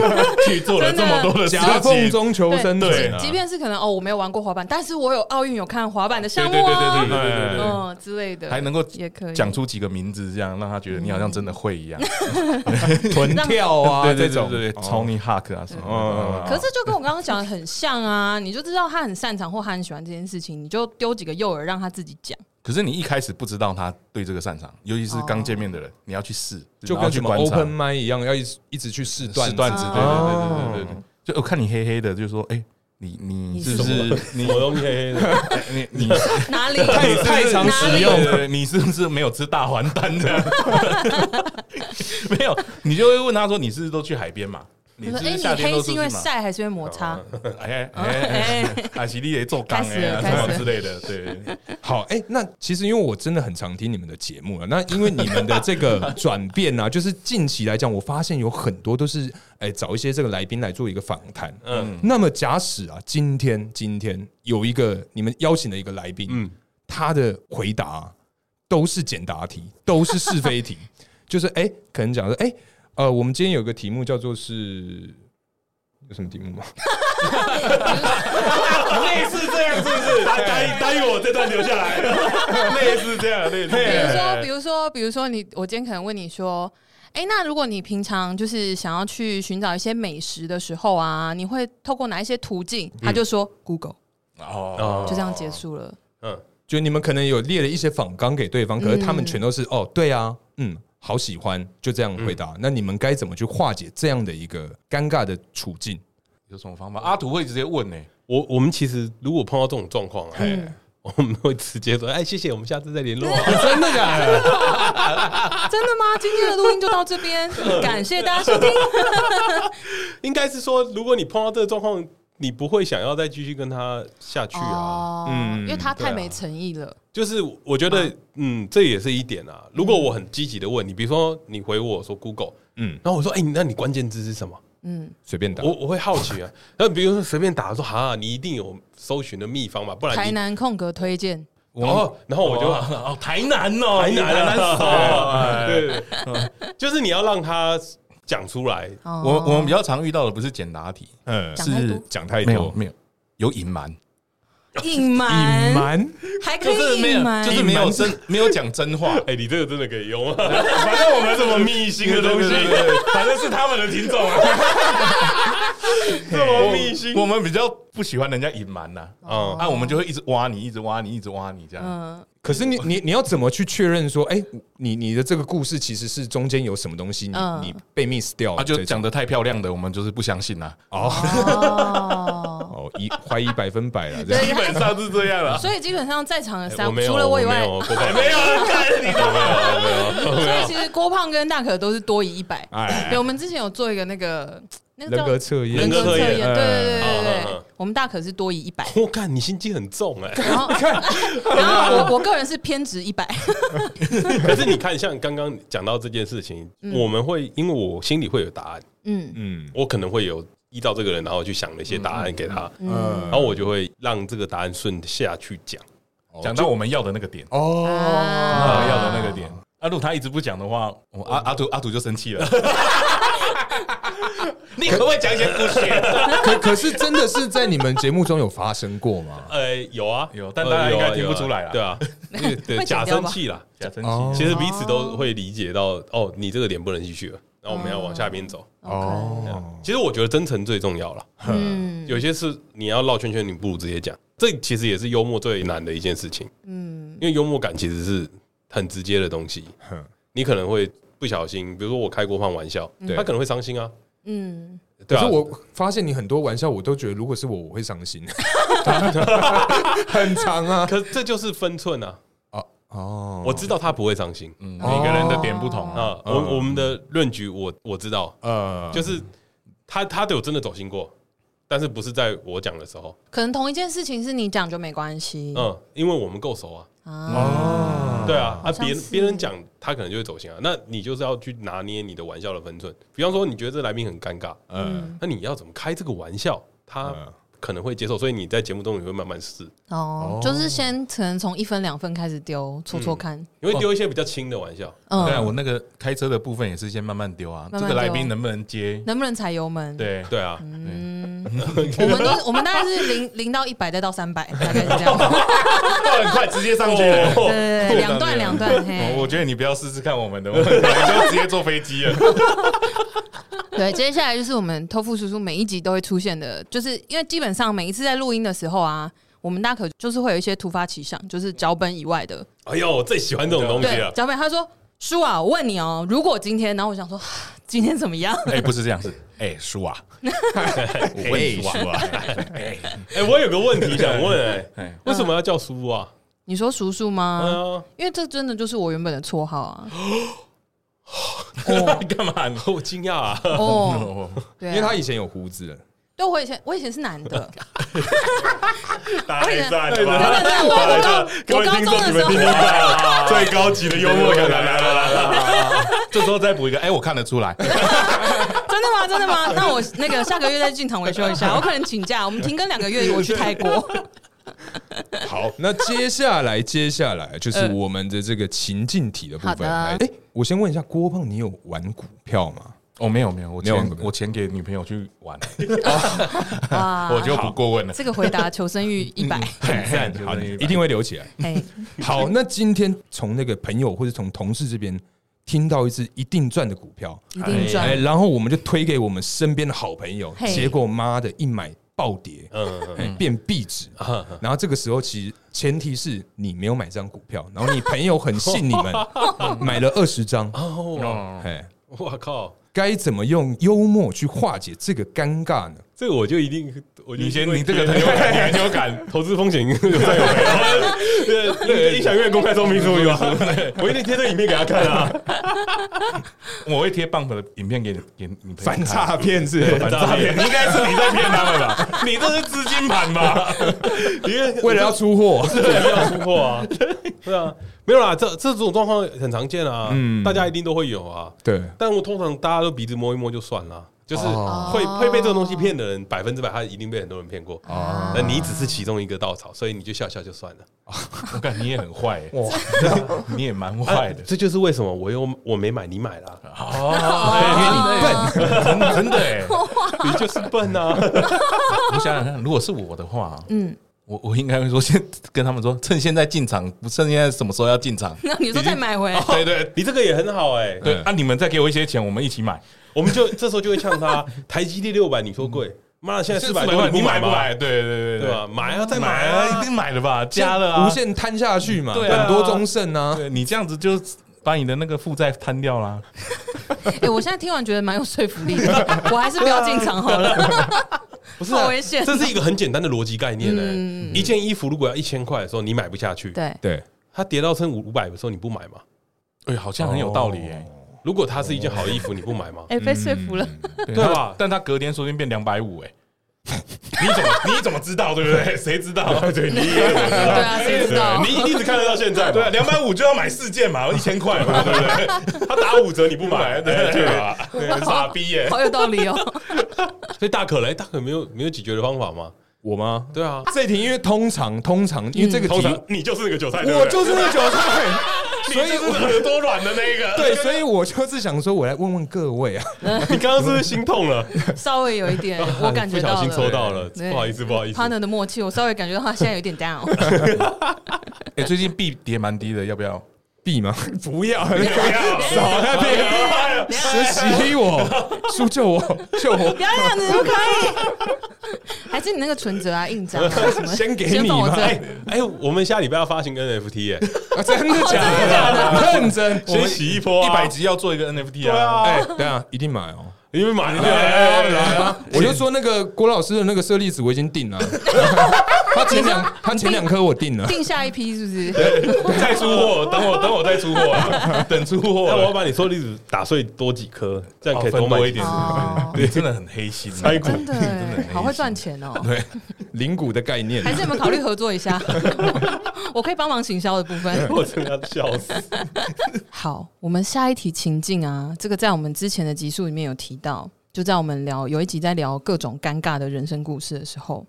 Speaker 6: 去做了这么多的事
Speaker 2: 夹缝
Speaker 6: 情。
Speaker 2: 中求生
Speaker 6: 对
Speaker 2: 存
Speaker 3: 即
Speaker 2: 啊
Speaker 3: 即！便是可能哦，我没有玩过滑板，但是我有奥运有看滑板的项
Speaker 6: 对
Speaker 3: 目
Speaker 6: 对对对对对
Speaker 3: 啊，
Speaker 6: 对对对，
Speaker 3: 嗯之类的，
Speaker 6: 还能够
Speaker 3: 也可以
Speaker 6: 讲出几个名字，这样让他觉得你好像真的会一样。
Speaker 2: 臀跳啊
Speaker 6: 对对
Speaker 2: 这
Speaker 6: 对
Speaker 2: 种，
Speaker 6: 嗯对，
Speaker 2: 哦
Speaker 6: 超你 hack 啊什么
Speaker 3: 可是就跟我刚刚讲的很像啊， 你就知道他很擅长或他很喜欢这件事情，你就丢几个诱饵让他自己 讲。
Speaker 6: 可是你一开始不知道他对这个擅长，尤其是刚见面的人，你要去试，
Speaker 2: 就
Speaker 6: 然后
Speaker 2: 跟
Speaker 6: 去
Speaker 2: 什么
Speaker 6: 观察
Speaker 2: open m i 一样，要一直一直去试段
Speaker 6: 试段子，对对对对对对
Speaker 2: 哦
Speaker 6: 对。就我看你黑黑的，就说哎，你你是不
Speaker 3: 你
Speaker 6: 是
Speaker 5: 什么东西黑黑的？
Speaker 6: 你你
Speaker 3: 哪里
Speaker 2: 太太常使
Speaker 3: 哪
Speaker 2: 用
Speaker 3: 里
Speaker 2: 了。
Speaker 6: 对对你是不是没有吃大还丹 这样？没有，你就会问他说你是不是都去海边嘛？你
Speaker 3: 我
Speaker 6: 是
Speaker 3: 说
Speaker 6: 不
Speaker 3: 哎，
Speaker 6: 是
Speaker 3: 你
Speaker 6: 夏天
Speaker 3: 黑
Speaker 6: 都
Speaker 3: 是
Speaker 6: 出
Speaker 3: 因
Speaker 6: 去
Speaker 3: 为
Speaker 6: 嘛？
Speaker 3: 晒还是因为摩擦？ 哦
Speaker 6: 哎哎哎哎，阿西利也做缸
Speaker 3: 开始
Speaker 6: 哎
Speaker 3: 了
Speaker 6: 什
Speaker 3: 开
Speaker 6: 么
Speaker 3: 始
Speaker 6: 之类的，对，
Speaker 2: 好，哎、那其实因为我真的很常听你们的节目了， 那因为你们的这个转变啊， 就是近期来讲，我发现有很多都是哎、找一些这个来宾来做一个访谈。嗯
Speaker 5: 嗯，
Speaker 2: 那么假使啊，今天今天有一个你们邀请的一个来宾，嗯，他的回答、啊都是简答题，都是是非题， 就是哎、可能讲说哎、呃，我们今天有个题目叫做是。有什么题目吗？
Speaker 3: 哎
Speaker 6: 类似这样是不是？答答答应我这段留下来，类似这样，类似
Speaker 3: 比如说，比如说，比如说你，我今天可能问你说，哎，那如果你平常就是想要去寻找一些美食的时候啊，你会透过哪一些途径？他就说 Google，
Speaker 6: 哦
Speaker 3: 就这样结束了。
Speaker 5: 嗯，
Speaker 2: 就你们可能有列了一些仿纲给对方，可是他们
Speaker 3: 嗯
Speaker 2: 全都是、哦，对啊，嗯，好喜欢，就这样回
Speaker 3: 嗯
Speaker 2: 答。那你们该怎么去化解这样的一个尴尬的处境？
Speaker 6: 有什么方法？阿土会直接问呢、
Speaker 5: 我我们其实如果碰到这种状况啊，我们会直接说，哎，谢谢，我们下次再联络啊。
Speaker 2: 真的假的？
Speaker 3: 真的吗？今天的录音就到这边，感谢大家收听。
Speaker 5: 应该是说，如果你碰到这个状况，你不会想要再继续跟他下去啊。
Speaker 3: 哦，因为他太没诚意了。
Speaker 5: 就是我觉得，嗯，这也是一点啊。如果我很积极的问你，比如说你回我说 Google，
Speaker 2: 嗯
Speaker 5: 嗯，然后我说，哎，那你关键字是什么？
Speaker 3: 嗯，
Speaker 2: 随便答
Speaker 5: 我。我会好奇啊。 那比如说随便打说，哈，你一定有搜寻的秘方吧？不然
Speaker 3: 台
Speaker 5: 啊你，
Speaker 3: 南空格推荐，
Speaker 5: 然后然后我就
Speaker 6: 哦，台南哦，
Speaker 5: 台南啊
Speaker 6: 台南熟哦。
Speaker 5: 对 对，对就是你要让他讲出来，
Speaker 3: 哦
Speaker 6: 我我们比较常遇到的不是简答题，
Speaker 2: 嗯，
Speaker 3: 讲太多
Speaker 6: 是
Speaker 2: 讲太
Speaker 6: 没有
Speaker 2: 多，
Speaker 6: 没有有隐瞒，
Speaker 3: 隐瞒
Speaker 2: 隐瞒
Speaker 3: 还可
Speaker 6: 就是
Speaker 3: 以
Speaker 6: 没
Speaker 3: 隐
Speaker 6: 有
Speaker 3: 瞒，
Speaker 6: 就是没有真 没有讲真话。
Speaker 5: 哎，你这个真的可以 用啊。
Speaker 6: 反正我们什么秘辛
Speaker 5: 的东西
Speaker 6: 反正是他们的听 众啊。
Speaker 5: 这么密心，
Speaker 6: 我们比较不喜欢人家隐瞒呐，
Speaker 5: 嗯
Speaker 6: 啊，我们就会一直挖你，一直挖你，一直挖你这样。啊
Speaker 3: 嗯，
Speaker 2: 可是你你你要怎么去确认说，哎、你你的这个故事其实是中间有什么东西你、
Speaker 3: 嗯
Speaker 2: 你被 miss 掉
Speaker 6: 啊，
Speaker 2: 了这
Speaker 6: 就
Speaker 2: 种？
Speaker 6: 讲的太漂亮的，我们就是不相信啦。
Speaker 2: 哦
Speaker 3: 哦，
Speaker 2: 哦，疑怀疑百分百了，这样
Speaker 3: 对
Speaker 6: 基本上是这样啦。 啊
Speaker 3: 所以基本上在场的三
Speaker 5: 哎我，没有，
Speaker 3: 除了我以
Speaker 5: 没
Speaker 3: 外
Speaker 5: 有，，我没有
Speaker 6: 没有啊，看你都没有。
Speaker 3: 所以其实郭胖跟大可都是多一一百。
Speaker 2: 哎
Speaker 3: 对，，我们之前有做一个那个那个
Speaker 2: 人
Speaker 3: 叫
Speaker 2: 格测验，
Speaker 3: 人格测验，对对对对对
Speaker 5: 嗯嗯
Speaker 3: 对
Speaker 5: 嗯，
Speaker 3: 我们大可是多一 一百。
Speaker 5: 我看你心机很重哎、
Speaker 3: 然后，然后我我 个人是偏执一百，
Speaker 5: 可是你看，像刚刚讲到这件事情，我们会因为我心里会有答案，
Speaker 3: 嗯
Speaker 2: 嗯
Speaker 5: 我可能会有依照这个人，然后去想了一些答案给他，
Speaker 2: 嗯
Speaker 5: 然后我就会让这个答案顺下去讲。
Speaker 6: 讲到我们要的那个点，
Speaker 2: 哦，
Speaker 6: 啊，要的那个点。阿鲁他一直不讲的话，我啊阿阿土阿土就生 气了。你可不可以讲一些故事？
Speaker 2: 可可是真的是在你们节目中有发生过 吗？
Speaker 5: 呃，有啊，
Speaker 6: 哎有但大家应该听不出来啦嗯
Speaker 5: 了，对啊，对
Speaker 3: 会
Speaker 5: 对，
Speaker 3: 剪
Speaker 5: 假
Speaker 3: 掉
Speaker 5: 生
Speaker 3: 吧
Speaker 5: 气啦，
Speaker 6: 假生
Speaker 2: 哦
Speaker 6: 气，
Speaker 5: 其实彼此都会理解到，哦，你这个点不能继续了，那我们要往下边
Speaker 6: 哦
Speaker 5: 走。
Speaker 3: ，OK，
Speaker 2: 哦
Speaker 5: 其实我觉得真诚最重要了，
Speaker 3: 嗯
Speaker 5: 有些事你要绕圈圈，你不如直接讲。这其实也是幽默最难的一件事情。
Speaker 3: 嗯
Speaker 5: 因为幽默感其实是很直接的东西，
Speaker 2: 嗯
Speaker 5: 你可能会不小心，比如说我开郭胖玩笑，
Speaker 2: 对
Speaker 5: 他可能会伤心啊，
Speaker 3: 嗯，
Speaker 5: 对
Speaker 2: 可
Speaker 5: 啊，
Speaker 2: 是我发现你很多玩笑，我都觉得如果是我，我会伤心， 很长啊。
Speaker 5: 可这就是分寸啊，
Speaker 2: 哦哦，嗯
Speaker 5: 我知道他不会伤心
Speaker 6: 嗯每个人的点不同啊。
Speaker 5: 啊，我我们的论局我我知道，
Speaker 2: 呃，
Speaker 5: 就是他他有真的走心过，但是不是在我讲的时候，
Speaker 3: 可能同一件事情是你讲就没关系
Speaker 5: 嗯，因为我们够熟啊，
Speaker 6: 哦
Speaker 3: 啊，
Speaker 5: 对啊，啊别
Speaker 3: 像
Speaker 5: 人
Speaker 3: 是
Speaker 5: 别人讲他可能就会走心啊，那你就是要去拿捏你的玩笑的分寸，比方说你觉得这来宾很尴尬，
Speaker 2: 嗯
Speaker 6: 嗯
Speaker 5: 那你要怎么开这个玩笑，他可能会接受，所以你在节目中你会慢慢试，
Speaker 3: 哦，就是先可能从一分两分开始丢，戳戳看。
Speaker 5: 你会丢一些比较轻的玩笑。
Speaker 3: 嗯，
Speaker 6: 对啊，我那个开车的部分也是先慢慢丢啊，
Speaker 3: 慢慢
Speaker 6: 这个来
Speaker 3: 丢
Speaker 6: 宾能不能接？
Speaker 3: 能不能踩油门？，
Speaker 6: 对，
Speaker 5: 对啊，
Speaker 3: 嗯，我们都是我们大概是 零零到一百，再到三 百，大概是这样。
Speaker 6: 很快直接上去了。
Speaker 3: 对哦对对，哦两段两段，
Speaker 6: 我
Speaker 3: 嘿，
Speaker 6: 我觉得你不要试试看我们的，我们可能就直接坐飞机了。
Speaker 3: 对，接下来就是我们偷富叔叔每一集都会出现的，就是因为基本上每一次在录音的时候啊，我们大可就是会有一些突发奇想，就是脚本以外的，
Speaker 5: 哎呦，我最喜欢这种东
Speaker 3: 哦
Speaker 5: 西啊
Speaker 3: 对啊
Speaker 5: 了，。
Speaker 3: 脚本他说。叔啊，我问你哦，如果今天，然后我想说，啊今天怎么样？
Speaker 6: 哎，不是这样，是哎叔啊，我问你叔啊，哎，
Speaker 5: 哎，我有个问题 想问，哎
Speaker 6: 哎，
Speaker 5: 为什么要叫叔啊？
Speaker 3: 你说叔叔
Speaker 5: 哎
Speaker 3: 吗？
Speaker 6: 嗯
Speaker 5: 呀，
Speaker 3: 因为这真的就是我原本的绰号啊。
Speaker 6: 你干嘛？你
Speaker 5: 我惊讶啊！
Speaker 3: 哦，
Speaker 2: 呃因
Speaker 3: 对
Speaker 2: 为
Speaker 3: 啊
Speaker 2: 他，以前有胡子了，
Speaker 3: 对我以前我以前是男的，
Speaker 6: 打黑战了
Speaker 3: 对
Speaker 6: 吧？
Speaker 3: 对对，我高我高中的时候，
Speaker 6: 到最高级的幽默感来来来来，这时候再补一个，哎，我看得出来，
Speaker 3: 真的吗？真的吗？那我那个下个月再进场维修一下，我可能请假，我们停 更两个月，我去泰国。
Speaker 2: 好，那接下来接下来就是
Speaker 3: 呃
Speaker 2: 我们的这个情境题的部
Speaker 3: 好的
Speaker 2: 分。哎、我先问一下郭胖，你有玩股票吗？
Speaker 6: 哦，没有没有，我
Speaker 2: 没有
Speaker 6: 钱我钱给女朋友去玩，
Speaker 3: 哇
Speaker 6: 我就不过问了。
Speaker 3: 这个回答求生欲一百，
Speaker 6: 很赞
Speaker 2: 好，你一定会留起来。
Speaker 3: 哎，
Speaker 2: 好，那今天从那个朋友或者从同事这边听到一只一定赚的股票，
Speaker 3: 一定
Speaker 2: 哎，
Speaker 3: 赚。
Speaker 2: 然后我们就推给我们身边的好朋友，
Speaker 3: 嘿
Speaker 2: 结果妈的一买暴跌，
Speaker 5: 嗯，
Speaker 2: 哎变壁纸。然后这个时候，其实前提是你没有买这张股票，然后你朋友很信你们，买了二十张，
Speaker 5: 哦，
Speaker 2: 哎，
Speaker 5: 我靠，
Speaker 2: 该怎么用幽默去化解这个尴尬呢？
Speaker 5: 这个我就一定，我就
Speaker 6: 你先，
Speaker 5: 一定会
Speaker 6: 你这个很有 感，你很有感。
Speaker 5: 投资风险 有在有回，对对，音响院公开说明书有啊，我一定贴这影片给他看啊，
Speaker 6: 我会贴 bump 的影片给你，给你朋友
Speaker 2: 反
Speaker 6: 看
Speaker 2: 诈骗是
Speaker 6: 反诈骗，应该是你在骗他们吧？ 你这是资金盘吧？
Speaker 5: 因为
Speaker 2: 为了要出货，
Speaker 5: 要出货啊，对啊，没有啦，这这种状况很常见啊，大家一定都会有啊，
Speaker 2: 对，
Speaker 5: 但我通常大家都鼻子摸一摸就算了，就是
Speaker 2: 哦
Speaker 5: 会会被这种东西骗的人，百分之百他一定被很多人骗过，那你只是其中一个稻草，所以你就笑笑就 算了。
Speaker 6: 我感觉你也很坏耶，
Speaker 2: 哇，
Speaker 6: 你也蛮
Speaker 5: 啊
Speaker 6: 坏的。
Speaker 5: 这就是为什么我有我没买，你买了，
Speaker 6: 哦，因为你笨，真的真的 哎！
Speaker 5: 你就是笨 啊！
Speaker 6: 你想想看，如果是我的话，
Speaker 3: 嗯
Speaker 6: 嗯，我我应该会说先跟他们说，趁现在进场，不趁现在什么时候要进场？
Speaker 3: 那你说再买回来，
Speaker 6: 对对
Speaker 5: 你这个也很好哎，
Speaker 6: 对，
Speaker 2: 嗯
Speaker 6: 啊，你们再给我一些钱，我们一起买。
Speaker 5: 我们就这时候就会呛 他，台积电六百你说贵，妈嗯的现在四百多
Speaker 6: 块，你
Speaker 5: 不
Speaker 6: 买不
Speaker 5: 吗？
Speaker 6: 买？对对对
Speaker 5: 对吧？？买啊，再
Speaker 6: 买
Speaker 5: 买
Speaker 6: 啊，
Speaker 5: 啊，
Speaker 6: 一定买的吧？加了啊，
Speaker 2: 无。限摊下去嘛，
Speaker 6: 对啊
Speaker 2: 本多中胜啊，
Speaker 6: 对你这样子就把你的那个负债摊掉啦。
Speaker 3: 哎，我现在听完觉得蛮有说服力的，我还是不要进场好了。
Speaker 5: 不是啊
Speaker 3: 好危险
Speaker 5: 这是一个很简单的逻辑概念呢。欸
Speaker 3: 嗯
Speaker 5: 一件衣服如果要一千块的时候，你买不下去，
Speaker 3: 对，
Speaker 2: 对，
Speaker 5: 它跌到剩五五百的时候你不买吗？
Speaker 6: 哎，好像很有道理耶，
Speaker 5: 如果它是一件好衣服，你不买吗？
Speaker 3: 哎，被说服了。
Speaker 6: 哦对
Speaker 5: 对吧
Speaker 6: 哦啊但他隔天说不定变两百五哎。你怎么 你怎么知道对不对？谁知道？对，你也怎么知
Speaker 3: 对啊，谁知道？
Speaker 5: 你一直看得到现在
Speaker 6: 对，啊两百五就要买四件嘛，一千块嘛，对不对？
Speaker 5: 它打五折你不买，
Speaker 6: 对对吧？对傻逼耶！
Speaker 3: 好有道理哦。
Speaker 5: 所以大可嘞，大可没有没有解决的方法吗？嗯
Speaker 2: 我吗？
Speaker 5: 对啊，
Speaker 2: 这题因为通常通常因为这个题，
Speaker 5: 你就是那个韭菜
Speaker 2: 我就是那个韭菜，所以我
Speaker 6: 耳朵软的那个，
Speaker 2: 对，所以我就是想说，我来问问各位啊，
Speaker 5: 你刚刚是不是心痛了？
Speaker 3: 稍微有一点， 我感觉
Speaker 5: 不小
Speaker 3: 到
Speaker 5: 心抽
Speaker 3: 了
Speaker 5: 到了，
Speaker 3: 对
Speaker 5: 不好意思，不好意思。
Speaker 3: partner 的默契，我稍微感觉到他现在有 点 down。
Speaker 6: 哎，最近币跌蛮低的，要不要？
Speaker 2: B 吗？ 不要，不要，少在那边实习我，叔救我， 救我
Speaker 3: 不，要这样子，不可以。 还是你那个存折啊、印章啊什么，
Speaker 2: 先给你
Speaker 3: 放我
Speaker 2: 嘛，
Speaker 3: 这。
Speaker 2: 哎
Speaker 5: 哎，我们下礼拜要发行 NFT 哎，
Speaker 2: 啊真的假的？认真，我
Speaker 5: 先
Speaker 2: 们
Speaker 5: 洗一波
Speaker 6: 一
Speaker 5: 啊
Speaker 6: 百集要做一个 NFT
Speaker 5: 对
Speaker 6: 啊？
Speaker 5: 啊，
Speaker 2: 哎，等一下一定买哦。
Speaker 5: 你们买
Speaker 6: 哎
Speaker 2: 来
Speaker 5: 了，
Speaker 2: 来啊！我就说那个郭老师的那个舍利子我已经定 了，他前两他前两颗我定了，
Speaker 3: 定下一批是不是？
Speaker 6: 再出货，等我等我再出货啊，等出货了。
Speaker 5: 那哎我要把你说例子打碎多几颗，这样可
Speaker 6: 哦
Speaker 5: 以
Speaker 6: 分
Speaker 5: 多买
Speaker 6: 多一
Speaker 5: 几
Speaker 6: 点
Speaker 3: 哦，
Speaker 6: 对，真的很黑心，
Speaker 5: 猜股
Speaker 3: 真的耶，好会赚钱哦。
Speaker 2: 对，灵骨的概念
Speaker 3: 还是你们考虑合作一下？ 我可以帮忙行销的部分。
Speaker 5: 我真的要笑死。
Speaker 3: 好，我们下一题情境啊，这个在我们之前的集数里面有提到，就在我们聊有一集在聊各种尴尬的人生故事的时候，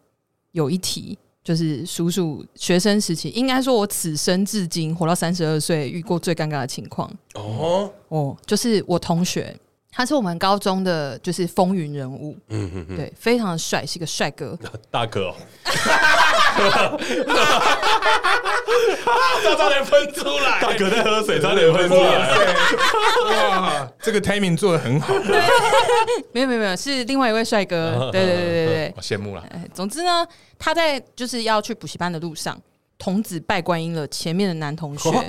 Speaker 3: 有一题。就是叔叔学生时期，应该说我此生至今活到三十二岁遇过最尴尬的情况
Speaker 5: 哦，
Speaker 3: 哦，就是我同学，他是我们高中的就是风云人物，
Speaker 5: 嗯嗯嗯，
Speaker 3: 对，非常的帅，是一个帅哥，
Speaker 5: 大可哦，
Speaker 1: 差点喷出来，
Speaker 5: 大可在喝水，差点喷出来。
Speaker 2: 哇，这个 timing 做的很好，
Speaker 3: 没有没有没有，是另外一位帅哥，对对对对对
Speaker 6: 我羡慕了。
Speaker 3: 哎，总之呢，他在就是要去补习班的路上，童子拜观音了前面的男同学，
Speaker 5: 哦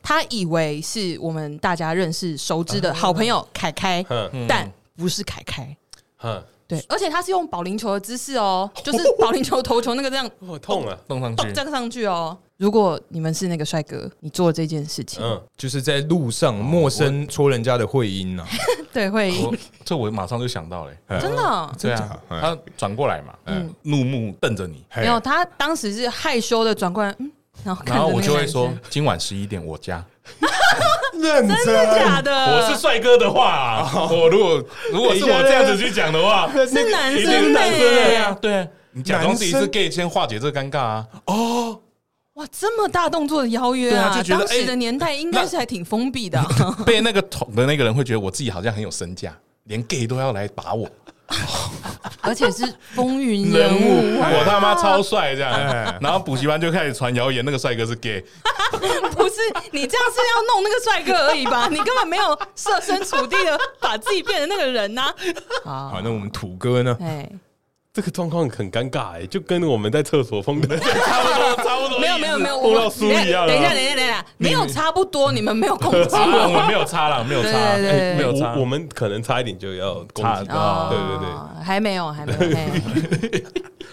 Speaker 3: 他以为是我们大家认识熟知的好朋友凯凯，
Speaker 5: 嗯
Speaker 3: 但不是凯凯。
Speaker 5: 嗯，
Speaker 3: 对，而且他是用保龄球的姿势哦，就是保龄球投球那 个这样
Speaker 5: 我痛啊，
Speaker 6: 弄上
Speaker 3: 咚
Speaker 6: 去
Speaker 3: 这，样上去哦。如果你们是那个帅哥，你做这件事情，
Speaker 5: 嗯，
Speaker 2: 就是在路上陌生戳人家的会阴呐，
Speaker 3: 对，会
Speaker 6: 我这我马上就想到了、欸，
Speaker 3: 真的。哦
Speaker 6: 对
Speaker 2: 真假
Speaker 6: 啊，
Speaker 2: 哎
Speaker 6: 他转过来嘛，
Speaker 3: 嗯
Speaker 6: 怒目瞪着你，
Speaker 3: 没有，他当时是害羞的转过来，嗯，然后看
Speaker 6: 然
Speaker 3: 着
Speaker 6: 后我
Speaker 3: 那个
Speaker 6: 就会
Speaker 3: 男
Speaker 6: 说
Speaker 3: 生，
Speaker 6: 今晚十一点我家。
Speaker 2: 认真
Speaker 3: 真的假的？
Speaker 6: 我是帅哥的话啊、我如果如果是我这样子去讲的话，
Speaker 3: 是男
Speaker 6: 一定
Speaker 3: 生
Speaker 6: 是男生的
Speaker 3: 欸
Speaker 6: 呀、对。你假装自己是 gay，先化解这个尴尬啊！
Speaker 3: 哇，这么大动作的邀约
Speaker 6: 对
Speaker 3: 啊！
Speaker 6: 啊就觉得
Speaker 3: 当时的年代应该是还挺封闭的啊、
Speaker 6: 被那个捅的那个人会觉得我自己好像很有身价，连 gay 都要来把我
Speaker 3: 而且是风云
Speaker 6: 人
Speaker 3: 人
Speaker 6: 物，
Speaker 3: 物，
Speaker 6: 我他妈超帅这样。然后补习班就开始传谣言，那个帅哥是 gay，
Speaker 3: 不是你这样是要弄那个帅哥而已吧？ 你根本没有设身处地的把自己变成那个人呐、啊！
Speaker 2: 好，那我们土哥呢？
Speaker 3: 哎，
Speaker 5: 这个状况很尴尬哎，就跟我们在厕所碰 的
Speaker 6: 差不多
Speaker 3: 没有没有没有，
Speaker 5: 碰到
Speaker 3: 我
Speaker 5: 书一样啊
Speaker 3: 等一下等一下等一下，没有差不多，你们没有攻 击
Speaker 6: 差啦，我
Speaker 3: 我。
Speaker 6: 们没有差啦，没有差，
Speaker 3: 对对对
Speaker 6: 嗯哎没有差
Speaker 5: 我我，们可能差一点就要攻
Speaker 6: 差
Speaker 5: 击。
Speaker 3: 哦
Speaker 5: 对对对，
Speaker 3: 还没有，还没有，还没有。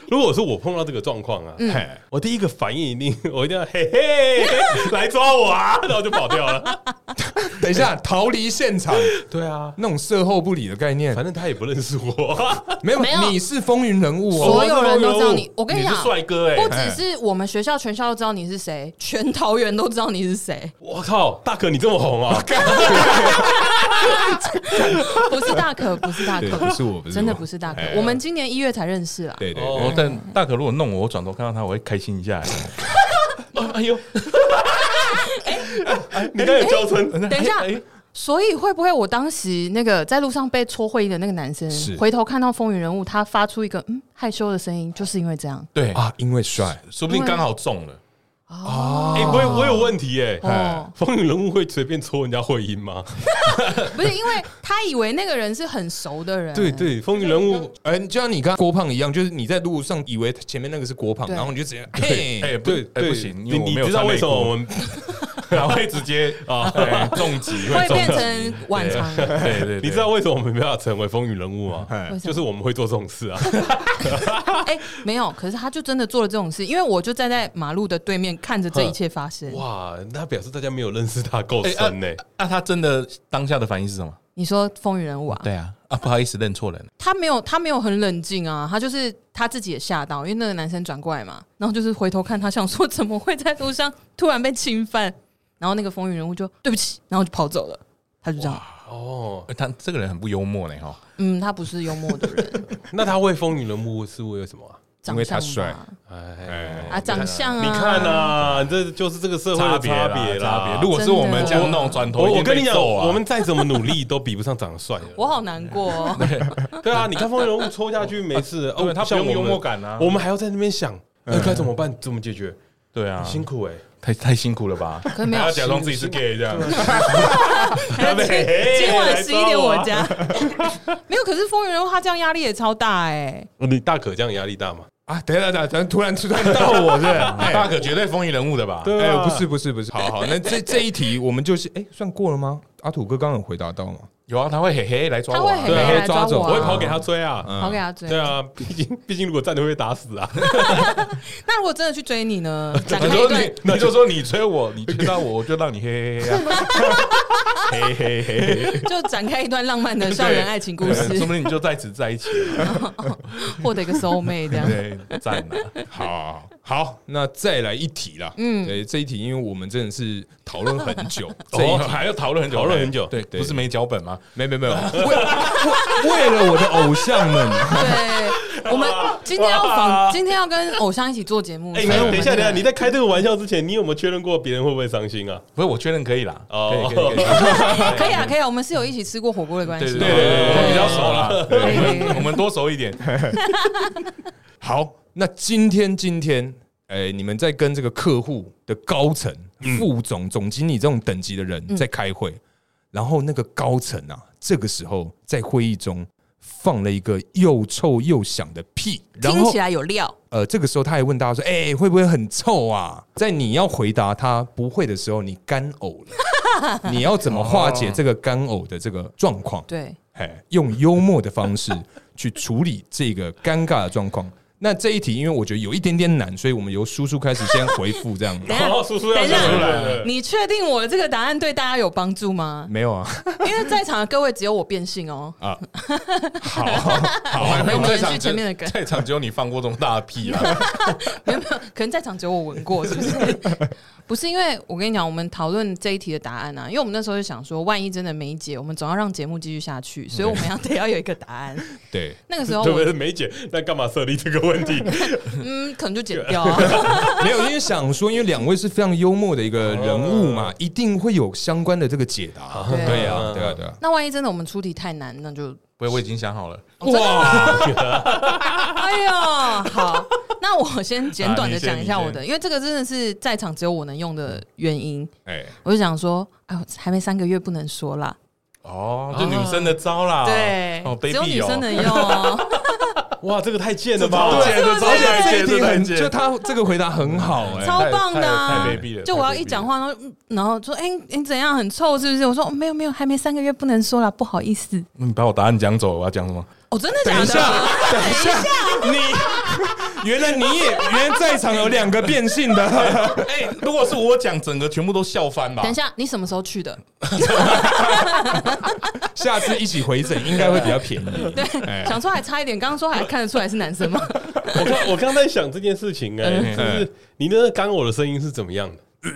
Speaker 5: 如果是我碰到这个状况啊，
Speaker 3: 嗯
Speaker 6: 嘿
Speaker 5: 我第一个反应一定，我一定要嘿嘿嘿来抓我啊， 然后就跑掉了。
Speaker 2: 等一下，逃离现 场，
Speaker 5: 对啊，
Speaker 2: 那种售后不理的概念
Speaker 5: 反，正他也不认识 我。哦
Speaker 2: 没有
Speaker 3: 没，有
Speaker 2: 你是风云人物
Speaker 3: 所
Speaker 2: 哦，
Speaker 3: 有人都知道你，我跟
Speaker 6: 你
Speaker 3: 讲
Speaker 6: 是，帅哥
Speaker 5: 欸
Speaker 6: 哎、
Speaker 3: 不只是我们学校全校都知道你是谁，全桃园都知道你是谁。
Speaker 5: 我靠，大可你这么红啊！
Speaker 3: 不是大可，不是大
Speaker 2: 对
Speaker 3: 可，
Speaker 2: 不是我不是我
Speaker 3: 真的不是大
Speaker 5: 哎
Speaker 3: 可。我们今年一月才认识啦。
Speaker 2: 对对
Speaker 5: 哦
Speaker 6: 哦，但大可如果弄我，我转头看到他，我会开心一下、
Speaker 5: 哎 呦，
Speaker 3: 哎
Speaker 5: 啊你刚有娇嗔，
Speaker 3: 等一下，
Speaker 6: 哎
Speaker 3: 所以会不会我当时那个在路上被戳会议的那个男生
Speaker 2: 是，
Speaker 3: 回头看到风云人物，他发出一个嗯害羞的声音，就是因为这样。
Speaker 6: 对，
Speaker 2: 啊，因为帅，
Speaker 6: 说不定刚好中了。
Speaker 2: 啊
Speaker 5: 哎，我有我有问题哎、
Speaker 3: 哦，
Speaker 5: 风云人物会随便戳人家会 阴吗？
Speaker 3: 不是因为他以为那个人是很熟的人，
Speaker 5: 对对，风云人物
Speaker 2: 哎，就像你跟郭胖一样，就是你在路上以为前面那个是郭胖，
Speaker 3: 对
Speaker 2: 然后你就直接
Speaker 6: 哎、
Speaker 2: 嘿，
Speaker 6: 不，
Speaker 5: 对
Speaker 6: 哎、
Speaker 5: 对
Speaker 6: 不行，因
Speaker 5: 你
Speaker 6: 为我
Speaker 5: 你
Speaker 6: 没有
Speaker 5: 知道
Speaker 6: 穿内
Speaker 5: 为什么
Speaker 6: 裤
Speaker 5: 我们
Speaker 6: 然后会直 接啊、哎重击，
Speaker 3: 会
Speaker 6: 重
Speaker 3: 变
Speaker 6: 击。
Speaker 3: 成晚餐。
Speaker 6: 对对对，哎
Speaker 5: 你知道为什么我们没办法成为风云人物吗？
Speaker 3: 为什
Speaker 5: 就
Speaker 3: 么
Speaker 5: 是我们会做这种事啊！
Speaker 3: 哎，没有，可是他就真的做了这种事，因为我就站在马路的对面看着这一切发生。
Speaker 5: 哇，那表示大家没有认识他够
Speaker 6: 哎
Speaker 5: 深呢、欸
Speaker 6: 啊，他真的当下的反应是什么？
Speaker 3: 你说风云人物啊，
Speaker 6: 对啊，啊，不好意思，认错人。
Speaker 3: 他没有，他没有很冷静啊，他就是他自己也吓到，因为那个男生转过来嘛，然后就是回头看他，想说怎么会在路上突然被侵犯，然后那个风云人物就对不起，然后就跑走了，他就这样，
Speaker 5: 哦，
Speaker 6: 哎他这个人很不幽默呢，哈。
Speaker 3: 嗯，他不是幽默的 人，
Speaker 5: 那他会风云人物是为什么啊？
Speaker 2: 因
Speaker 3: 长
Speaker 2: 为他
Speaker 3: 相
Speaker 2: 帅
Speaker 3: 吧
Speaker 5: 哎，
Speaker 3: 啊，长相啊，
Speaker 5: 你看啊，这就是这个社会的差别
Speaker 6: 差
Speaker 5: 啦
Speaker 6: 别。。如果是我们这样弄，转头
Speaker 5: 我
Speaker 6: 一
Speaker 5: 我
Speaker 6: 定
Speaker 5: 跟你
Speaker 6: 被
Speaker 5: 讲，
Speaker 6: 揍啊！
Speaker 5: 我们再怎么努力都比不上长得帅
Speaker 3: 我
Speaker 5: 的。
Speaker 3: 好难过、 哦，
Speaker 5: 对啊，你看风云人物戳下去没事，哦
Speaker 6: 对，他不
Speaker 5: 像
Speaker 6: 用
Speaker 5: 我
Speaker 6: 幽
Speaker 5: 们
Speaker 6: 默感啊
Speaker 5: 我们还要在那边想，那该怎么办？怎么解决？
Speaker 6: 对啊，
Speaker 5: 辛苦哎，
Speaker 6: 太太辛苦了吧？
Speaker 3: 可是没有
Speaker 6: 还要假装自己是 gay 这样，
Speaker 3: 还有今今晚
Speaker 5: 来
Speaker 3: 十
Speaker 5: 抓
Speaker 3: 一点
Speaker 5: 我
Speaker 3: 我
Speaker 5: 啊
Speaker 3: 家， 没有，可是风云人物他这样压力也超大哎、
Speaker 5: 哦你大可这样压力大吗？
Speaker 2: 啊，等一下等一下，突然突然到我是不是， 哎
Speaker 6: 大可绝对风云人物的吧？
Speaker 5: 对
Speaker 2: 哎、
Speaker 5: 啊
Speaker 2: 不是不是不是，好好，那这 这一题我们就是，哎、算过了吗？阿土哥刚刚有回答到吗？
Speaker 6: 有啊，他会嘿嘿来抓我
Speaker 3: 他会
Speaker 6: 啊，
Speaker 3: 嘿
Speaker 5: 对啊
Speaker 3: 嘿来抓
Speaker 2: 抓走
Speaker 3: 我、啊，
Speaker 5: 我会跑给他追啊。
Speaker 3: 跑给他追。
Speaker 5: 对啊，毕竟毕竟如果站着会被打死啊。
Speaker 3: 那如果真的去追你呢？展开
Speaker 6: 你
Speaker 3: 一
Speaker 6: 说
Speaker 3: 段
Speaker 6: 你，你就说你追我，你追到我，我就让你嘿嘿嘿啊，嘿嘿 嘿嘿，
Speaker 3: 就展开一段浪漫的校园爱情故
Speaker 6: 对说
Speaker 3: 事，
Speaker 6: 不定你就在此在一起了，
Speaker 3: 获得一个 soul mate 这样。
Speaker 5: 哦
Speaker 6: 对，赞啊！
Speaker 2: 好好好好，那再来一题啦。嗯，对这一题，因为我们真的是讨论很 久，这一
Speaker 6: 哦，
Speaker 2: 题
Speaker 6: 还要讨论很久，
Speaker 5: 讨论很久
Speaker 2: 对对
Speaker 6: 不是没脚本吗？
Speaker 2: 没没没有，为为为了我的偶像们，
Speaker 3: 对，我们今天要访，今天要跟偶像一起做节目。
Speaker 5: 哎，
Speaker 3: 所以我们
Speaker 5: 等一下，等一下，
Speaker 3: 那个
Speaker 5: 你在开这个玩笑之前，你有没有确认过别人会不会伤心啊？
Speaker 6: 不是，我确认可以啦。
Speaker 5: 哦
Speaker 6: 可以可以可以，
Speaker 3: 可以啊，可以啊，我们是有一起吃过火锅的关系。
Speaker 6: 对对对，我比较熟啦，
Speaker 3: 可以可以可以
Speaker 6: 我们多熟一点。
Speaker 2: 好，那今天今天，哎、你们在跟这个客户的高层、
Speaker 3: 嗯
Speaker 2: 副总、总经理这种等级的人在开会，然后那个高层啊，这个时候在会议中放了一个又臭又响的屁，然
Speaker 3: 听
Speaker 2: 后
Speaker 3: 起来有料，
Speaker 2: 呃，这个时候他还问大家说：“哎、会不会很臭啊？”在你要回答他不会的时候，你干呕了， 你要怎么化解这个干呕的这个状况？
Speaker 3: 对，
Speaker 2: 哎，用幽默的方式去处理这个尴尬的状况。那这一题，因为我觉得有一点点难，所以我们由叔叔开始先回复这样。
Speaker 3: 等一下
Speaker 5: 哦，叔叔要
Speaker 3: 哎等一
Speaker 5: 说出来
Speaker 3: 下，
Speaker 5: 了。
Speaker 3: 你确定我的这个答案对大家有帮助吗？
Speaker 2: 没有啊，
Speaker 3: 因为在场的各位只有我变性哦，
Speaker 5: 啊
Speaker 2: 好，
Speaker 6: 好，还没有
Speaker 3: 我们
Speaker 6: 在
Speaker 3: 去
Speaker 6: 场，
Speaker 3: 前面的梗
Speaker 6: 在场只有你放过这么大的屁啦。
Speaker 3: 没有没有，可能在场只有我闻过，是不是？ 不是，因为我跟你讲，我们讨论这一题的答案啊，因为我们那时候就想说，万一真的没解，我们总要让节目继续下去，所以我们要得要有一个答案。
Speaker 2: 对，
Speaker 3: 那个时候
Speaker 5: 对不
Speaker 3: 我，
Speaker 5: 对？梅姐，那干嘛设立这个问题？
Speaker 3: 嗯，可能就剪掉啊。
Speaker 2: 没有，因为想说，因为两位是非常幽默的一个人物 嘛，一定会有相关的这个解答。
Speaker 3: 对
Speaker 2: 对啊，对啊，对啊。
Speaker 3: 那万一真的我们出题太难，那就哦
Speaker 6: 不是，我已经想好了。
Speaker 2: 哇，
Speaker 3: 哎呦，好，那我先简短的讲一下 我
Speaker 6: 啊你
Speaker 3: 的，
Speaker 6: 先
Speaker 3: 因为这个真的是在场只有我能用的原因，
Speaker 2: 哎，
Speaker 3: 我就想说，哎呦，还没三个月不能说啦，
Speaker 6: 哦，这女生的招啦。
Speaker 3: 对，
Speaker 6: 哦，
Speaker 3: 只有女
Speaker 6: baby
Speaker 3: 生能
Speaker 6: 哦，
Speaker 3: 用哦。
Speaker 5: 哇，这个太贱了吧！
Speaker 6: 对
Speaker 3: 是不是
Speaker 6: 而且
Speaker 2: 这一题很，
Speaker 6: 这
Speaker 2: 就他这个回答很好 哎。
Speaker 3: 超棒的、啊
Speaker 6: 太太太卑鄙了
Speaker 3: 就我要
Speaker 6: 太
Speaker 3: 一
Speaker 6: 卑鄙
Speaker 3: 讲话，然后嗯然后说，哎、你怎样很臭是不是？我说、哦、没有没有，还没三个月不能说啦，不好意思。
Speaker 6: 你把我答案讲走，我要讲什么？
Speaker 3: 哦，真的假的？等一下，
Speaker 2: 你原来你也原来在场有两个变性的，
Speaker 6: 哎，如果是我讲，整个全部都笑翻吧
Speaker 3: 等一。下，你什么时候去的？
Speaker 2: 下次一起回诊应该会比较便宜。
Speaker 3: 对，想说还差一点，刚刚说还看得出来是男生吗？
Speaker 5: 我刚我刚在想这件事情哎，就是你那个干呕的声音是怎么样的？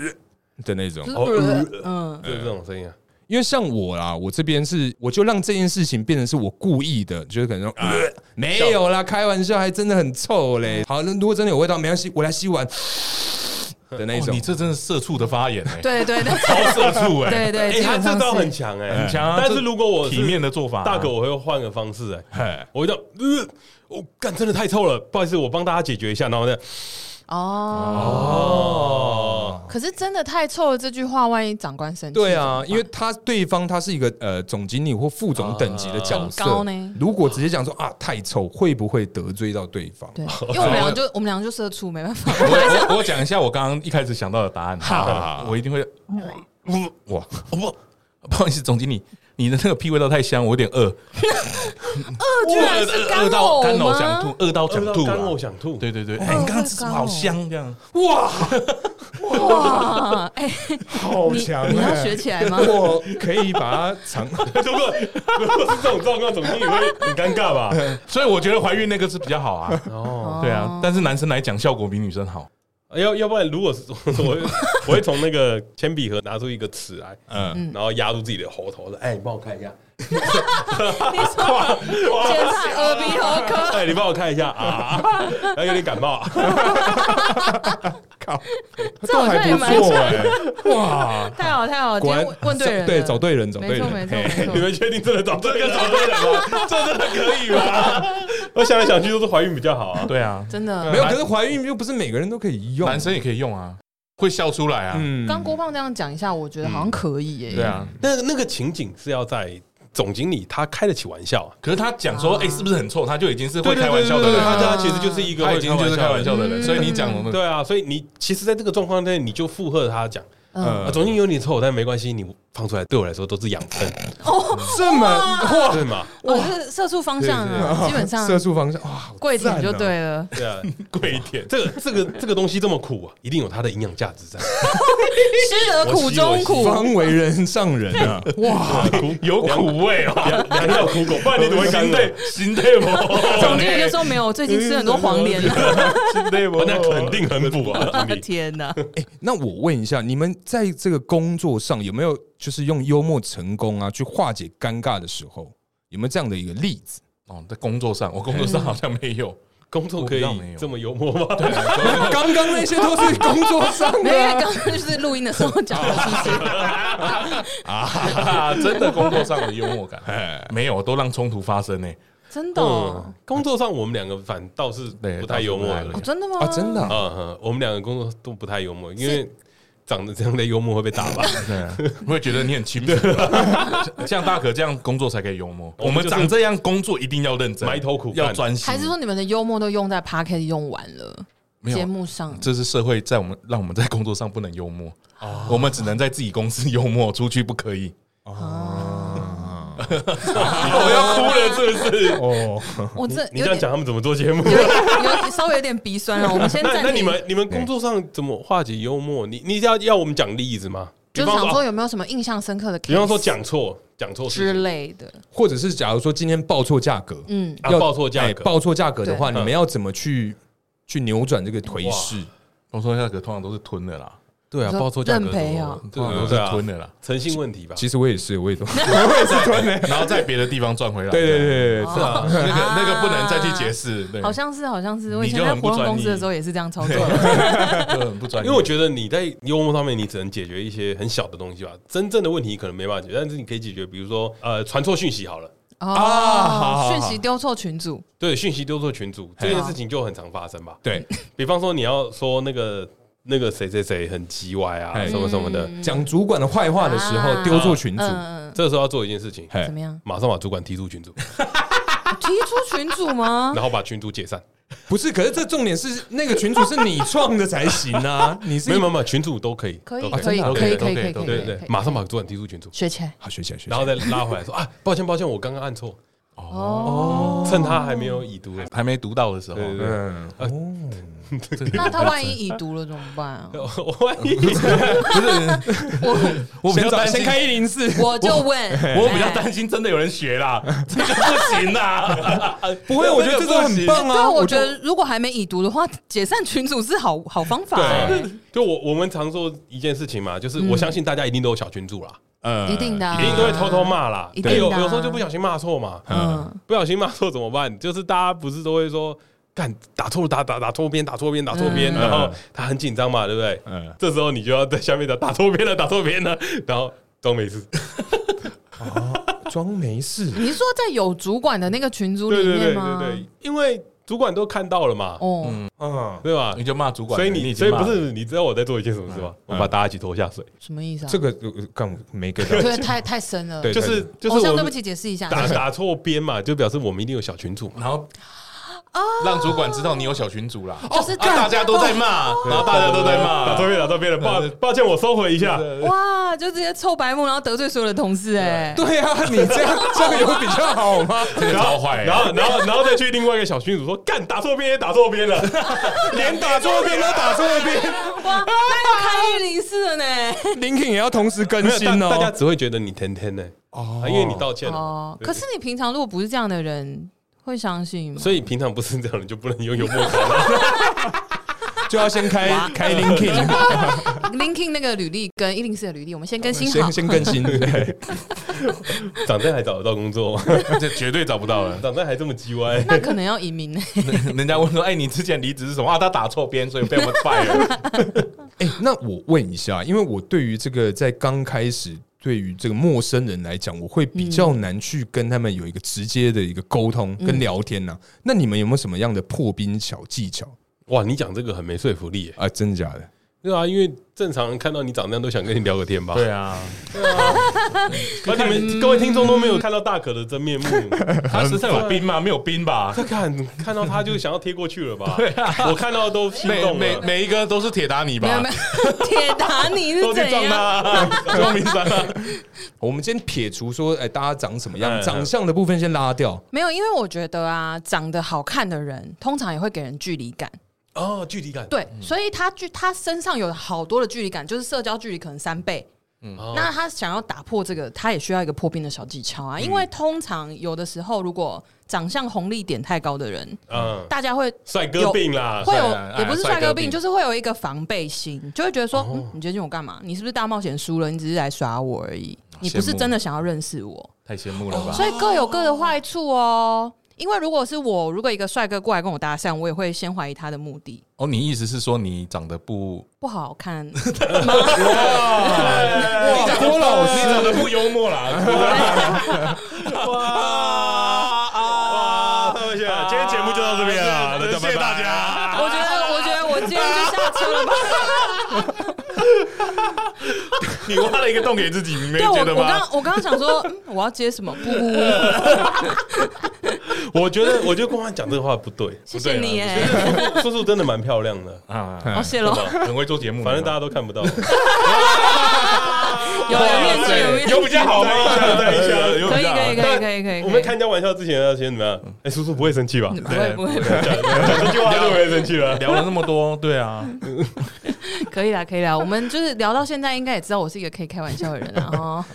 Speaker 2: 的那种
Speaker 3: 就是
Speaker 5: 哦呃
Speaker 3: 嗯，
Speaker 5: 就是这种声音啊，
Speaker 2: 因为像我啦，我这边是我就让这件事情变成是我故意的，就是可能说、呃没有啦，开玩笑，还真的很臭嘞。好，那如果真的有味道，没关系，我来吸 完的那
Speaker 6: 哦
Speaker 2: 种。
Speaker 6: 你这真是社畜的发言哎，
Speaker 3: 对对对
Speaker 6: 超社畜哎，
Speaker 3: 对对，
Speaker 5: 哎，
Speaker 3: 基
Speaker 5: 他
Speaker 3: 本上
Speaker 5: 这招
Speaker 3: 是
Speaker 5: 很强哎，
Speaker 6: 很强啊
Speaker 5: 但是如果我
Speaker 6: 体面的做法啊。
Speaker 5: 大哥，我会换个方式哎
Speaker 6: 嘿，
Speaker 5: 我会叫呃，我干真的太臭了，不好意思，我帮大家解决一下，然后呢，
Speaker 3: 哦。
Speaker 5: 哦，
Speaker 3: 可是真的太臭了，这句话万一长官生气，
Speaker 2: 对啊，因为他对方他是一个呃总经理或副总等级的角色，
Speaker 3: 很高呢
Speaker 2: 如果直接讲说啊太臭，会不会得罪到对方？
Speaker 3: 对，因为我们两个就我们两个就社畜，没办法。
Speaker 6: 我我我讲一下我刚刚一开始想到的答案，我一定会，
Speaker 3: 嗯
Speaker 6: 哇，哦不，不好意思，总经理，你的那个屁味道太香，我有点饿，
Speaker 3: 这居然是干
Speaker 6: 饿到干呕想
Speaker 3: 吗？
Speaker 6: 吐，饿到想
Speaker 5: 想
Speaker 6: 吐
Speaker 5: 吐，干呕
Speaker 6: 啊，
Speaker 5: 想吐，
Speaker 6: 对对
Speaker 3: 哦
Speaker 6: 对，哎，你刚刚吃什么好香这样？
Speaker 3: 哇，哎，
Speaker 2: 好欸
Speaker 3: 你你要学起来吗？
Speaker 2: 我可以把它藏。
Speaker 5: 如果如果是这种状况，总经理会很尴尬吧？
Speaker 6: 所以我觉得怀孕那个是比较好啊，
Speaker 5: 哦，
Speaker 6: 对啊，但是男生来讲效果比女生好，
Speaker 5: 要要不然，如果是我会 我会从那个铅笔盒拿出一个尺来，嗯，然后压住自己的喉头，说：“哎，你帮我看一下。
Speaker 3: 你说检查耳鼻喉科，
Speaker 5: 哎，你帮我看一下 啊，然后有点感冒。 啊
Speaker 3: 这好 像也蛮
Speaker 2: 这还不
Speaker 3: 强
Speaker 2: 错欸
Speaker 3: 的。哇，太好太好，今天问问对人了，
Speaker 2: 对找对人，找对
Speaker 3: 没错
Speaker 2: 人，
Speaker 3: 没错
Speaker 2: 嘿
Speaker 3: 没
Speaker 5: 你
Speaker 3: 错。
Speaker 5: 们确定真的找这个找对人吗？这真的可以吗？我想来想去都是怀孕比较好啊。
Speaker 6: 对啊，
Speaker 3: 真的
Speaker 2: 没有，可是怀孕又不是每个人都可以用。
Speaker 6: 男生也可以用啊，会笑出来啊，
Speaker 2: 嗯
Speaker 3: 刚郭胖这样讲一下，我觉得好像可以耶。
Speaker 6: 对啊，
Speaker 5: 那那个情景是要在总经理他开得起玩笑，啊
Speaker 6: 可是他讲说，哎，是不是很臭？他就已经是会
Speaker 5: 对
Speaker 6: 开玩笑的
Speaker 5: 对对
Speaker 6: 人
Speaker 5: 对对
Speaker 6: 啊，
Speaker 5: 对他他其实就是一个
Speaker 6: 他
Speaker 5: 会
Speaker 6: 已经就是开玩笑的人，
Speaker 3: 嗯
Speaker 6: 所以你讲我们
Speaker 5: 对啊，所以你其实在这个状况内，你就附和他讲，
Speaker 2: 呃
Speaker 6: 嗯
Speaker 5: 啊，总经有你臭，但没关系，你放出来对我来说都是养分，
Speaker 2: 这么
Speaker 5: 对吗？
Speaker 3: 哦，就是射出方向
Speaker 2: 哦
Speaker 3: 啊，基本上
Speaker 2: 射出方向哇，
Speaker 3: 跪舔
Speaker 2: 赞
Speaker 3: 就
Speaker 2: 哦
Speaker 3: 对了。
Speaker 5: 对啊，
Speaker 6: 贵一点，
Speaker 5: 这个这个这个东西这么苦啊，一定有它的营养价值 在。
Speaker 3: 吃得苦中 苦，
Speaker 2: 方为人上人啊！哇，
Speaker 6: 有苦味 哦。
Speaker 5: 良药苦口，不然
Speaker 6: 你怎么心态心态 不？
Speaker 3: 总经理就说没有，我最近吃很多黄连 啊了。
Speaker 6: 心态不？
Speaker 5: 那肯定很补啊，经理
Speaker 3: 天哪！
Speaker 2: 那我问一下，你们在这个工作上有没有就是用幽默成功啊去化解尴尬的时候，有没有这样的一个例子？
Speaker 6: 哦，在工作上，我工作上好像没有。
Speaker 5: 工作可以
Speaker 6: 我不知道没有
Speaker 5: 这么幽默吗？
Speaker 2: 刚刚那些都是工作 上
Speaker 3: 因为
Speaker 2: 的啊、
Speaker 3: 刚刚就是录音的时候讲的，是不是？
Speaker 6: 啊，真的工作上的幽 默感，没有，都让冲突发生呢、欸
Speaker 3: 真的哦？
Speaker 5: 嗯，工作上我们两个反倒是
Speaker 6: 对
Speaker 5: 不太幽默
Speaker 6: 倒是
Speaker 5: 了
Speaker 3: 哦，真的吗？
Speaker 2: 啊，真的啊、
Speaker 5: 啊，嗯我们两个工作都不太幽默，因为长得这样的幽默会被打 吧？
Speaker 6: 对、啊，我会觉得你很轻浮。啊 像大可这样工作才可以幽默，我
Speaker 5: 我们
Speaker 6: 们
Speaker 5: 就是
Speaker 6: 长这样工作一定要认真，
Speaker 5: 埋头苦干
Speaker 6: 要专心。
Speaker 3: 还是说你们的幽默都用在 p a r k e t 用完了，
Speaker 6: 没有
Speaker 3: 节目上
Speaker 6: 这是社会在我们让我们在工作上不能幽默，我们只能在自己公司幽默，出去不可以。
Speaker 5: 哦我要哭了，是不是？
Speaker 2: 哦，
Speaker 3: 我这
Speaker 5: 你
Speaker 3: 有
Speaker 5: 这样
Speaker 3: 点
Speaker 5: 讲，他们怎么做节目？
Speaker 3: 有 有稍微有点鼻酸啊了。我们先
Speaker 5: 那那
Speaker 3: 暂
Speaker 5: 你
Speaker 3: 停，
Speaker 5: 们你们工作上怎么化解幽默？你你要要我们讲例子吗？比
Speaker 3: 就是
Speaker 5: 方
Speaker 3: 想
Speaker 5: 说，
Speaker 3: 说
Speaker 5: 啊
Speaker 3: 有没有什么印象深刻的 case，
Speaker 5: 比方说讲错讲错事
Speaker 3: 之
Speaker 5: 情
Speaker 3: 类的，
Speaker 2: 或者是假如说今天报错价格，
Speaker 3: 嗯，
Speaker 5: 啊，报错价
Speaker 2: 哎
Speaker 5: 格，
Speaker 2: 报错价格的话，
Speaker 5: 对
Speaker 2: 你们要怎么去去扭转这个颓势？
Speaker 6: 我说价格通常都是吞的啦，
Speaker 5: 对
Speaker 3: 你说认赔啊，
Speaker 6: 通常都是
Speaker 5: 对啊
Speaker 6: 吞的啦，
Speaker 5: 诚信问题吧？
Speaker 2: 哦其实我也是，我也都
Speaker 6: 然后在别的地方赚回来。
Speaker 2: 对对对对，
Speaker 6: 是啊，那个那个不能再去解释，对，
Speaker 3: 哦好像是好像是。我以前
Speaker 6: 你就
Speaker 3: 在
Speaker 6: 很不
Speaker 3: 活动
Speaker 6: 专
Speaker 3: 公司
Speaker 6: 一
Speaker 3: 的时候也是这样操作的。
Speaker 6: 就很不专
Speaker 5: 因
Speaker 6: 业。
Speaker 5: 为我觉得你在幽默上面，你只能解决一些很小的东西吧。真正的问题可能没办法解决，但是你可以解决，比如说呃，传错讯息好了，
Speaker 3: 哦，讯息丢错群组，
Speaker 5: 对，讯息丢错群组这件事情就很常发生吧。
Speaker 2: 对，
Speaker 5: 比方说你要说那个那个谁谁谁很叽歪啊，
Speaker 2: 哎
Speaker 5: 什么什么的，
Speaker 3: 嗯
Speaker 2: 讲主管的坏话的时候
Speaker 3: 啊
Speaker 2: 丢错群组，
Speaker 3: 嗯，嗯
Speaker 5: 这个时候要做一件事情，
Speaker 2: 哎
Speaker 3: 怎么样？啊
Speaker 5: 马上把主管踢出群组，
Speaker 3: 哦提出群组 吗？
Speaker 5: 然后把群组 解散。
Speaker 2: 不是，可是这重点是那个群主是你创的才行 啊！你是
Speaker 5: 没有没有没有，群组都可以，
Speaker 3: 可以
Speaker 5: 都
Speaker 3: 可
Speaker 2: 真
Speaker 3: 以
Speaker 2: 的啊
Speaker 3: 可以可
Speaker 6: 可
Speaker 3: 以
Speaker 6: 以
Speaker 3: 可以
Speaker 6: 都
Speaker 3: 可
Speaker 5: 对
Speaker 3: 以
Speaker 5: 对
Speaker 3: 可
Speaker 5: 对，
Speaker 3: 以，
Speaker 5: 马上把主管踢出群组，
Speaker 3: 学起来
Speaker 2: 好学起来学起
Speaker 5: 然
Speaker 2: 来，
Speaker 5: 后再拉回来说啊，抱歉抱歉，我刚刚按错，
Speaker 3: 哦。
Speaker 5: 趁他还没有已读的时
Speaker 6: 还没读到的时候，
Speaker 5: 对对对
Speaker 2: 嗯，
Speaker 3: 那他万一已读了怎么办啊？
Speaker 5: 候，我万一
Speaker 3: 我
Speaker 6: 我比较担心
Speaker 2: 先开一零四，
Speaker 3: 我就问，哎
Speaker 6: 我比较担心真的有人学啦，这个不行啊 啦，
Speaker 2: 不会，我觉得这
Speaker 6: 这
Speaker 2: 个
Speaker 6: 个不
Speaker 2: 很
Speaker 6: 行
Speaker 2: 棒
Speaker 3: 哎。对，
Speaker 2: 啊！
Speaker 3: 我觉得如果还没已读的话，解散群组是好好方法哎，
Speaker 5: 就我我们常说一件事情嘛，就是我相信大家一定都有小群主啦，
Speaker 6: 嗯
Speaker 2: 呃
Speaker 3: 一定的嗯啊，
Speaker 5: 一定都会偷偷骂啦，
Speaker 3: 一定
Speaker 5: 但
Speaker 3: 的啊
Speaker 5: 有有时候就不小心骂错嘛，
Speaker 3: 嗯，
Speaker 5: 不小心骂错怎么办？就是大家不是都会说，干打错打打打错边打错边打错边，
Speaker 3: 嗯
Speaker 5: 然后他很紧张嘛，对不对？
Speaker 2: 嗯，
Speaker 5: 这时候你就要在下面打打错边了打错边了，然后装没事，
Speaker 2: 装没事，
Speaker 3: 你是说在有主管的那个群组里
Speaker 5: 对对对对
Speaker 3: 面吗？
Speaker 5: 对，因为主管都看到了嘛，
Speaker 3: 哦，
Speaker 2: 嗯，
Speaker 5: 对吧
Speaker 6: 你？就骂主管，
Speaker 5: 所以
Speaker 6: 已
Speaker 5: 你所
Speaker 6: 经
Speaker 5: 以
Speaker 6: 骂嗯
Speaker 5: 不是你知道我在做一件什么事吗？我把大家一起拖下水，
Speaker 3: 什么意思啊？
Speaker 2: 这个呃干我没 get 到，
Speaker 3: 对，太太深了。哦
Speaker 2: 对
Speaker 5: 就是就
Speaker 3: 偶
Speaker 5: 是
Speaker 3: 像，
Speaker 5: 我
Speaker 3: 对不
Speaker 5: 们
Speaker 3: 起，啊解释一下。
Speaker 5: 打打错边嘛，就表示我们一定有小群组嘛。
Speaker 6: 然后让主管知道你有小群组啦，
Speaker 3: 哦就是哦
Speaker 6: 啊大家都在骂，然后大家都在
Speaker 5: 打
Speaker 6: 骂，嗯
Speaker 5: 错边打错边了，抱抱歉，我收回一下。
Speaker 3: 哇，就直接臭白目，然后得罪所有的同事哎。
Speaker 2: 对啊，你这样这样有比较好吗？
Speaker 6: 这个超坏欸，
Speaker 5: 然后，然后，然后再去另外一个小群组说，干打错边也打错边了，
Speaker 2: 连打错边都打错 边
Speaker 3: 哇，那要开一零四了呢。
Speaker 2: ，Linkin 也要同时更新
Speaker 5: 大大家
Speaker 2: 哦。
Speaker 5: 只会觉得你甜甜呢，
Speaker 2: 哦
Speaker 5: 啊因为你道歉了，
Speaker 3: 哦，可是你平常如果不是这样的人，会相信吗？
Speaker 5: 所以平常不是这样的，你就不能用幽默感了。
Speaker 2: 就要先开开 Linkin，
Speaker 3: Linking 那个履历跟一零四的履历，我 们先更新好
Speaker 2: 先。先更新，对，
Speaker 5: 长大还找得到工 作吗？
Speaker 6: 这绝对找不到了。
Speaker 5: 长大还这么叽歪，
Speaker 3: 那可能要移民呢。
Speaker 6: 人家问说：“哎，你之前离职是什么啊？他打错边，所以被我们 fire。
Speaker 2: 哎、那我问一下，因为我对于这个在刚开始，对于这个陌生人来讲，我会比较难去跟他们有一个直接的一个沟通跟聊天呐、那你们有没有什么样的破冰小技巧
Speaker 5: 哇，你讲这个很没说服力耶。
Speaker 2: 啊？真的假的？
Speaker 5: 对啊，因为正常人看到你长那样都想跟你聊个天吧？
Speaker 6: 对啊，
Speaker 5: 而你嗯们各位听众都没有看到大可的真面 目，
Speaker 6: 他身上有冰吗？没有冰吧？
Speaker 5: 看看到他就想要贴过去了吧？我看到都心
Speaker 6: 每
Speaker 5: 动啊
Speaker 6: 每
Speaker 5: 了。
Speaker 6: 每一个都是铁达尼
Speaker 3: 没有
Speaker 6: 吧
Speaker 3: 没？有，铁达尼 是
Speaker 6: 都去
Speaker 3: 怎
Speaker 6: 撞他
Speaker 3: 样？
Speaker 6: 啊， 撞冰山啊！
Speaker 2: 我们先撇除说，哎，大家长什么
Speaker 5: 嗯
Speaker 2: 样，
Speaker 5: 嗯
Speaker 2: 长相的部分先拉掉。
Speaker 3: 没有，因为我觉得啊，长得好看的人通常也会给人距离感。
Speaker 5: 哦，距离感。
Speaker 3: 对，所以他距他身上有好多的距离感，就是社交距离可能三倍。
Speaker 5: 哦
Speaker 3: 那他想要打破这个，他也需要一个破冰的小技巧啊。因为通常有的时候，如果长相红利点太高的人，
Speaker 5: 嗯，
Speaker 3: 大家会
Speaker 5: 帅哥病啦，
Speaker 3: 会
Speaker 6: 帅啊
Speaker 3: 有，也不是
Speaker 6: 帅
Speaker 3: 帅
Speaker 6: 哥
Speaker 3: 哥
Speaker 6: 病
Speaker 3: 病，就是会有一个防备心，就会觉得说，嗯，你今天我干嘛？你是不是大冒险输了？你只是来耍我而已，你不是真的想要认识我。
Speaker 6: 太羡慕了吧？
Speaker 3: 哦所以各有各的坏处哦。因为如果是我，如果一个帅哥过来跟我搭讪，我也会先怀疑他的目的，
Speaker 6: 哦，你意思是说你长得不
Speaker 3: 不好看。
Speaker 2: 哇，郭老
Speaker 5: 哦
Speaker 2: 师，
Speaker 6: 长得不幽默 啦？啊
Speaker 5: 哇！今天节目就到这边了，那
Speaker 6: 谢谢大家。
Speaker 3: 我觉得，我觉得我今天就下车了吧。
Speaker 6: 你挖了一个洞给自己，你没
Speaker 3: 对
Speaker 6: 有
Speaker 3: 我，
Speaker 6: 觉得
Speaker 3: 我
Speaker 6: 吗
Speaker 3: 刚？我刚刚想说，嗯我要接什么？不，
Speaker 5: 我觉得，我觉得光汉讲这个话不对。
Speaker 3: 谢谢你耶，
Speaker 5: 叔叔真的蛮漂亮的，
Speaker 6: 啊，
Speaker 3: 好谢喽，
Speaker 6: 很会做节目，
Speaker 5: 反正大家都看不到。
Speaker 3: 有有面具，有面具，
Speaker 6: 有比较好吗？对一下，有
Speaker 3: 可
Speaker 6: 比
Speaker 3: 以
Speaker 6: 较
Speaker 3: 可
Speaker 6: 好。
Speaker 3: 以可以可以可以，
Speaker 5: 啊我们开人家玩笑之前要先怎么样？哎，叔叔不会生 气吧？
Speaker 3: 不会不会，
Speaker 5: 讲这句话就不会生气了。
Speaker 6: 聊了那么多，对啊，
Speaker 3: 可以啦可以啦，我们就是聊到现在，应该也知道我是一个可以开玩笑的人了哦。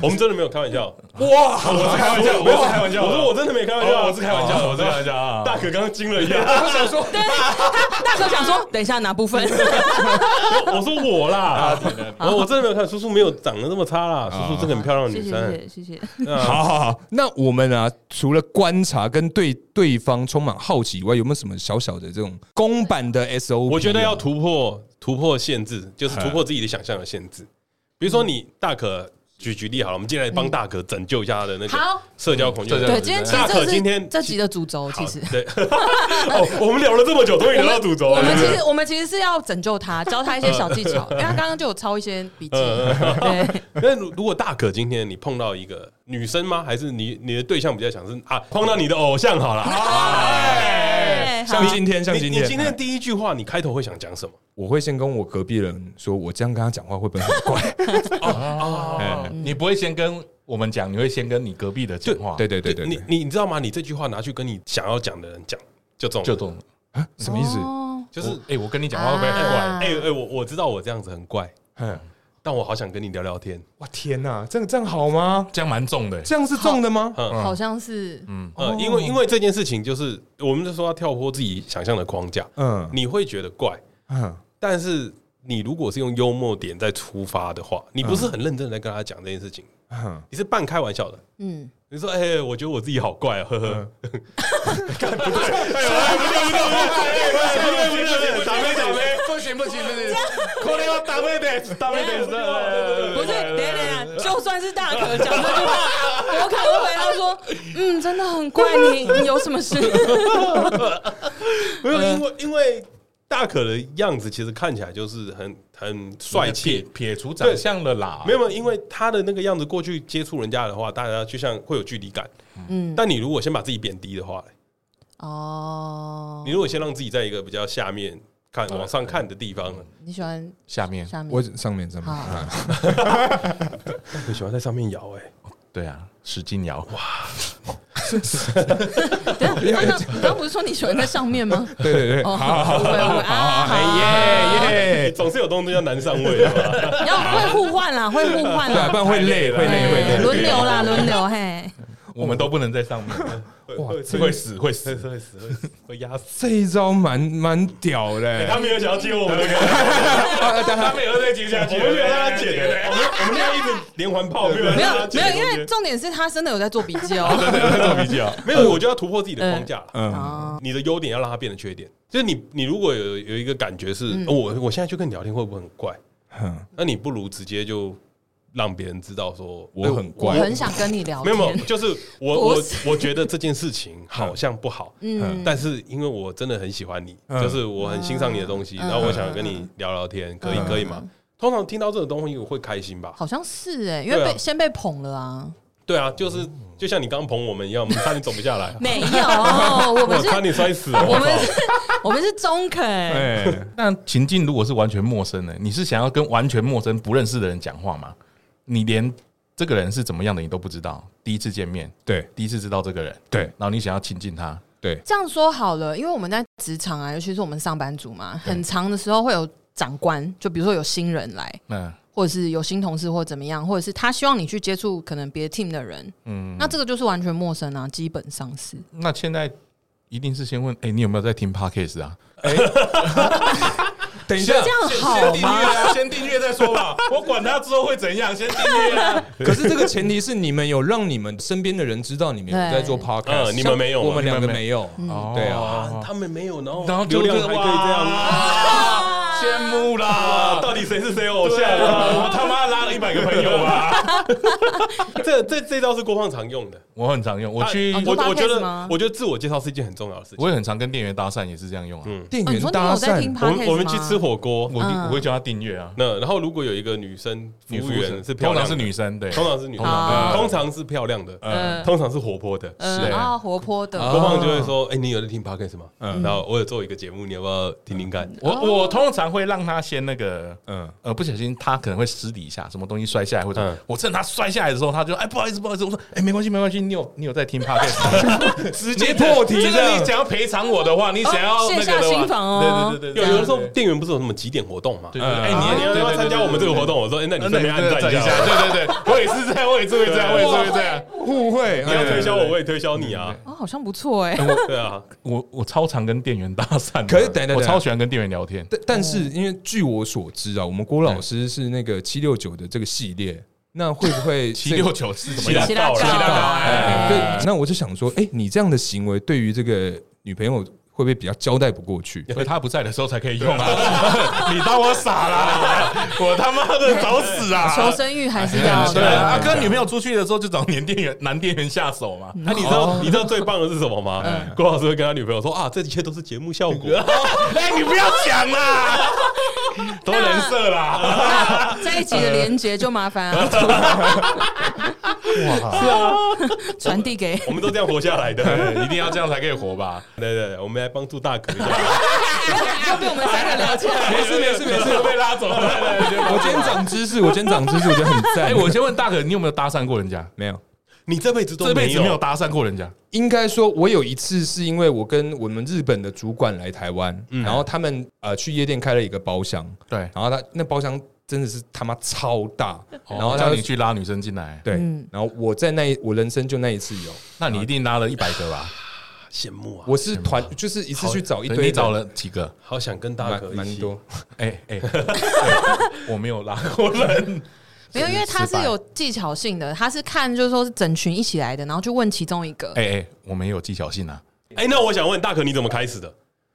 Speaker 5: 我们真的没有开玩笑，
Speaker 6: 我是开玩笑，我是开玩笑，哦
Speaker 5: 我说我真的没开玩笑，哦
Speaker 6: 我是开玩笑，我是开玩笑啊。
Speaker 5: 大可刚刚惊了一 下，
Speaker 3: 大哥想说，等一下哪部分？
Speaker 5: 我说我
Speaker 6: 啊
Speaker 5: 啦，我我真的没有看，叔叔没有长得那么差啦，叔叔真的很漂亮的
Speaker 3: 谢
Speaker 5: 女
Speaker 3: 谢
Speaker 5: 生，
Speaker 3: 谢谢谢谢。
Speaker 2: 好好好，那我们啊，除了观察跟对对方充满好奇以外，有没有什么小小的这种公版的 SOP？
Speaker 5: 我觉得要突破突破限制，就是突破自己的想象的限制。比如说你大可举举例好了，我们接下来帮大可拯救一下他的那个
Speaker 3: 好
Speaker 5: 社交恐惧。
Speaker 6: 对
Speaker 3: 对，今天其实
Speaker 5: 大可
Speaker 3: 这
Speaker 5: 今天嗯
Speaker 3: 是这集的主轴，其实。
Speaker 5: 对， 哦，我们聊了这么久，终于聊到主轴
Speaker 3: 我们其
Speaker 5: 了。
Speaker 3: 实我们其实是要拯救他，教他一些小技巧，因为他刚刚就有抄一些笔记。
Speaker 5: 嗯
Speaker 3: 对，
Speaker 5: 那如如果大可今天你碰到一个女生吗？还是你你的对象比较想是啊，碰到你的偶像 好了。
Speaker 3: 哎好
Speaker 2: 像今天，像
Speaker 5: 你
Speaker 2: 今
Speaker 5: 你
Speaker 2: 天，
Speaker 5: 今天第一句话，你开头会想讲什么？
Speaker 2: 我会先跟我隔壁人说，我这样跟他讲话会不会很 怪？
Speaker 6: 哦你不会先跟我们讲，你会先跟你隔壁的讲
Speaker 3: 哦
Speaker 6: 话，
Speaker 2: 哎对对对对，
Speaker 5: 你
Speaker 2: 对
Speaker 5: 你你知道吗？你这句话拿去跟你想要讲的人讲，就中了
Speaker 6: 就懂。
Speaker 2: 什么意思？
Speaker 3: 哦
Speaker 5: 就
Speaker 6: 就是
Speaker 5: 是
Speaker 6: 哎，我跟你讲话会不会很
Speaker 3: 啊
Speaker 6: 怪？
Speaker 5: 哎哎，我我知道我这样子很怪，
Speaker 2: 嗯，
Speaker 5: 但我好想跟你聊聊天。
Speaker 2: 哇天哪，这样这样好吗？
Speaker 6: 这样蛮重的，
Speaker 2: 这样是中的吗？
Speaker 3: 好像是，
Speaker 5: 呃，因为因为这件事情，就是我们就说要跳脱自己想象的框架，
Speaker 2: 嗯
Speaker 5: 你会觉得怪，
Speaker 2: 嗯，
Speaker 5: 但是你如果是用幽默点在出发的话，你不是很认真的在跟他讲这件事情，
Speaker 2: 嗯
Speaker 5: 你是半开玩笑的。
Speaker 3: 嗯，
Speaker 5: 你说，哎，我觉得我自己好怪啊，呵呵。
Speaker 2: 哎
Speaker 6: 打妹打妹，不行不行不行，可能要打妹的，打妹的，
Speaker 3: 不是，等一下等一下，就算是大可讲这句话，我可能会回他说，嗯，真的很怪你，你有什么事？
Speaker 5: 没有，因为因为大可的样子其实看起来就是很很帅气，
Speaker 6: 撇除长相了啦，
Speaker 5: 没有，没有，因为他的那个样子过去接触人家的话，大家就像会有距离感。
Speaker 3: 嗯，
Speaker 5: 但你如果先把自己贬低的话，
Speaker 3: 哦
Speaker 5: 你，如果先让自己在一个比较下面看往上看的地方，
Speaker 3: 你喜欢
Speaker 6: 下面
Speaker 3: 下面
Speaker 2: 我？上面上面
Speaker 3: 好
Speaker 2: 嗯
Speaker 5: 很喜欢在上面摇哎，
Speaker 6: 对啊，使劲摇，
Speaker 3: 等一下，刚刚刚不是 说你喜欢在上面吗？
Speaker 2: 对对对，
Speaker 3: 哦，
Speaker 2: 好
Speaker 3: 好，会会啊，好，
Speaker 5: 耶哎 耶，总是有东西叫难上位的嘛。
Speaker 3: 要会互换啦，会互换
Speaker 2: 对啊，
Speaker 3: 啦
Speaker 2: 不，然会累会累会
Speaker 3: 哎
Speaker 2: 累。
Speaker 3: 轮流啦，轮流嘿。
Speaker 6: 我们都不能在上面，
Speaker 2: 哇
Speaker 5: 会
Speaker 2: 这
Speaker 5: 会
Speaker 6: 会死会死。
Speaker 5: 会死会死会压死。
Speaker 2: 这一招蛮蛮屌的欸，
Speaker 5: 他没有想要接我们的梗，
Speaker 6: 他们也会再接下
Speaker 5: 我们没有让他剪的，我们我们要一直连环炮，没有
Speaker 3: 没有
Speaker 5: 让他
Speaker 3: 没
Speaker 5: 剪
Speaker 3: 有，因为重点是他真的有在做笔记哦。
Speaker 6: 做比较，
Speaker 5: 没有，我就要突破自己的框架了。
Speaker 2: 嗯，
Speaker 3: 哦，
Speaker 5: 你的优点要让它变成缺点。就是你，你如果有有一个感觉是，
Speaker 3: 嗯
Speaker 5: 哦我我现在去跟你聊天会不会很怪？
Speaker 2: 嗯
Speaker 5: 那你不如直接就让别人知道说
Speaker 2: 我很
Speaker 3: 我
Speaker 2: 怪，
Speaker 3: 很想跟你聊
Speaker 5: 没有
Speaker 3: 天。
Speaker 5: 没有，就是我
Speaker 3: 不
Speaker 5: 我
Speaker 3: 是
Speaker 5: 我觉得这件事情好像不好，
Speaker 3: 嗯
Speaker 5: 但是因为我真的很喜欢你，
Speaker 2: 嗯
Speaker 5: 就是我很欣赏你的东西，
Speaker 3: 嗯
Speaker 5: 然后我想跟你聊聊天，可以
Speaker 3: 嗯
Speaker 5: 可以吗？通常听到这种东西我会开心吧？
Speaker 3: 好像是哎、因为
Speaker 5: 对
Speaker 3: 被、
Speaker 5: 啊
Speaker 3: 先被捧了啊，，
Speaker 5: 对啊，就是
Speaker 6: 嗯
Speaker 5: 就像你刚捧我们一样，我们差点走不下来
Speaker 3: 没有，我
Speaker 5: 我
Speaker 3: 们是，
Speaker 5: 差点摔死了。
Speaker 3: 我
Speaker 5: 我
Speaker 3: 们
Speaker 5: 操
Speaker 3: 是，我们是中肯，
Speaker 2: 哎，
Speaker 6: 那情境如果是完全陌生的，你是想要跟完全陌生、不认识的人讲话吗？你连这个人是怎么样的你都不知道，第一次见面，
Speaker 2: 对
Speaker 6: 第一次知道这个人，
Speaker 2: 对
Speaker 6: 然后你想要亲近他，
Speaker 2: 对，
Speaker 3: 这样说好了，因为我们在职场啊，尤其是我们上班族嘛，很长的时候会有长官，就比如说有新人来，
Speaker 6: 那
Speaker 3: 或者是有新同事或者怎么样，或者是他希望你去接触可能别 team 的人，嗯，那这个就是完全陌生啊，基本上是。
Speaker 6: 那现在一定是先问，哎、你有没有在听 podcast 啊？
Speaker 2: 等一下
Speaker 3: 这，样好吗？
Speaker 6: 啊，先订阅再说吧。我管他之后会怎样，先订阅啊。
Speaker 2: 可是这个前提是你们有让你们身边的人知道你们有在做
Speaker 3: 对嗯
Speaker 2: podcast，
Speaker 5: 嗯你们
Speaker 2: 像
Speaker 5: 没有啊
Speaker 2: 我们两个没有，
Speaker 6: 哦
Speaker 2: 对啊，
Speaker 5: 啊， 他们没有，然后
Speaker 6: 然后就
Speaker 5: 流量还可以这样啊，
Speaker 6: 哇羡慕啦
Speaker 5: 啊！到底谁是谁偶像
Speaker 6: 对
Speaker 5: 啊？
Speaker 6: 啊，我他妈拉了一百个朋友吧。
Speaker 5: 这这这招是郭胖常用的。
Speaker 6: 我很常用，我去
Speaker 3: 啊，
Speaker 5: 我
Speaker 3: 做 podcast
Speaker 5: 我觉
Speaker 3: 吗
Speaker 5: 得，我觉得自我介绍是一件很重要的事情。
Speaker 6: 我也很常跟店员搭讪，也是这样用啊。
Speaker 5: 嗯
Speaker 2: 店
Speaker 3: 哦你
Speaker 2: 员
Speaker 3: 说你
Speaker 2: 搭
Speaker 3: 有在
Speaker 2: 讪
Speaker 3: 听，
Speaker 5: 我
Speaker 3: podcast
Speaker 5: 们我们去吃
Speaker 3: 吗
Speaker 5: 火锅，
Speaker 6: 我
Speaker 3: 嗯
Speaker 6: 我会叫他订阅啊。
Speaker 5: 那然后如果有一个女生服务员是漂
Speaker 6: 通常
Speaker 5: 亮的，
Speaker 6: 是女生，哦对，
Speaker 5: 通常是女生，
Speaker 3: 啊
Speaker 5: 通常是漂亮的，
Speaker 3: 嗯
Speaker 5: 通常是活泼的。
Speaker 3: 嗯
Speaker 2: 是欸
Speaker 3: 啊，活泼的，
Speaker 5: 郭胖就会说：“哎，你有在听 podcast 吗？
Speaker 2: 嗯
Speaker 5: 然后我有做一个节目，你要不要听听看？
Speaker 6: 我我通常会让他先那个，
Speaker 2: 嗯，
Speaker 6: 呃，不小心他可能会私底下什么东西摔下来，或者
Speaker 5: 嗯
Speaker 6: 我趁他摔下来的时候，他就哎不好意思不好意思，我说哎没关系没关系，你有你有在听 podcast，直接破题。这个你想要赔偿我的话，你想要
Speaker 3: 哦
Speaker 6: 那
Speaker 3: 线下
Speaker 6: 个的
Speaker 3: 新
Speaker 6: 话，
Speaker 3: 房哦
Speaker 6: 对对对
Speaker 5: 有
Speaker 6: 对，
Speaker 5: 有的时候
Speaker 6: 对
Speaker 5: 店员不是有什么几点活动嘛？
Speaker 6: 对对
Speaker 5: 哎，
Speaker 6: 对，
Speaker 5: 你你要
Speaker 6: 对
Speaker 5: 不要
Speaker 6: 对
Speaker 5: 参加
Speaker 6: 对嗯
Speaker 5: 我们这个活动？”我说：“哎，那你顺便按
Speaker 6: 对
Speaker 5: 赞
Speaker 6: 对
Speaker 5: 一
Speaker 6: 一下，
Speaker 5: 下。”
Speaker 6: 对对对，我也是这样，我也是会这样，我也是会这样。
Speaker 2: 互惠，
Speaker 5: 你要
Speaker 2: 哎
Speaker 5: 推销我，我也推销你啊！
Speaker 3: 哦，好像不错
Speaker 6: 嗯
Speaker 3: 哎，
Speaker 5: 对啊，
Speaker 6: 我我超常跟店员搭讪的，
Speaker 2: 可是等一下
Speaker 6: 我
Speaker 2: 等一下
Speaker 6: 超喜欢跟店员聊天。
Speaker 2: 但但是因为据我所知啊，我们郭老师是那个七六九的这个系列，那会不 会
Speaker 6: 七六九是怎么
Speaker 5: 七
Speaker 6: 样
Speaker 5: 大？告
Speaker 3: 七大告
Speaker 5: 了，
Speaker 2: 哎，
Speaker 6: 哎
Speaker 2: 对，那我就想说，哎，你这样的行为对于这个女朋友会不会比较交代不过去？
Speaker 6: 因为他不在的时候才可以用啊！ 你当我傻啦？我他妈的找死啊！
Speaker 3: 求生欲还是要
Speaker 6: 对
Speaker 3: 的。
Speaker 6: 啊，跟女朋友出去的时候就找年店员、男店员下手嘛。
Speaker 5: 那、你知
Speaker 6: 哦
Speaker 5: 道、你知道最棒的是什么吗？
Speaker 6: 嗯
Speaker 5: 郭老师会跟他女朋友说啊，这一切都是节目 效果。
Speaker 6: 哎，你不要讲 啦，都人设啦。
Speaker 3: 那这一集的连接就麻烦啊， 传递给
Speaker 5: 我们都这样活下来的。
Speaker 6: 对一定要这样才可以活吧？
Speaker 5: 对对对，我们来帮助大可一下。
Speaker 3: 又被我们三个聊起来。
Speaker 2: 没事没事没事，
Speaker 6: 被拉走了。
Speaker 2: 我今天长知识，我今天长知识，我觉得很赞。
Speaker 6: 哎，我先问大可，你有没有搭讪过人家？
Speaker 2: 没有。
Speaker 5: 你这辈子都
Speaker 6: 这辈
Speaker 5: 没
Speaker 6: 子哦
Speaker 5: 有，
Speaker 6: 没有搭讪过人家，
Speaker 2: 应该说，我有一次是因为我跟我们日本的主管来台湾，
Speaker 6: 嗯
Speaker 2: 然后他们呃去夜店开了一个包厢，
Speaker 6: 对。
Speaker 2: 然后他那包厢真的是他妈超大，然
Speaker 6: 然
Speaker 2: 后
Speaker 6: 后
Speaker 2: 他
Speaker 6: 哦叫
Speaker 2: 就
Speaker 6: 你去拉女生进来，
Speaker 2: 对，然后我在那一我人生就那一次有，
Speaker 6: 那你一定拉了一百个吧？
Speaker 5: 羡慕啊！
Speaker 2: 我是团就是一次去找一堆
Speaker 6: 你
Speaker 2: 人，
Speaker 6: 找了几个？
Speaker 5: 好想跟大
Speaker 2: 蛮
Speaker 5: 可一
Speaker 2: 蛮
Speaker 5: 起。
Speaker 2: 多，
Speaker 6: 哎 哎，我没有拉过人。
Speaker 3: 没有，因为他
Speaker 6: 失
Speaker 3: 是
Speaker 6: 败
Speaker 3: 有技巧性的，他是看就是说是整群一起来的，然后就问其中一个。
Speaker 6: 哎哎，我们也有技巧性啊。
Speaker 5: 哎、那我想问大可，你怎么开始的？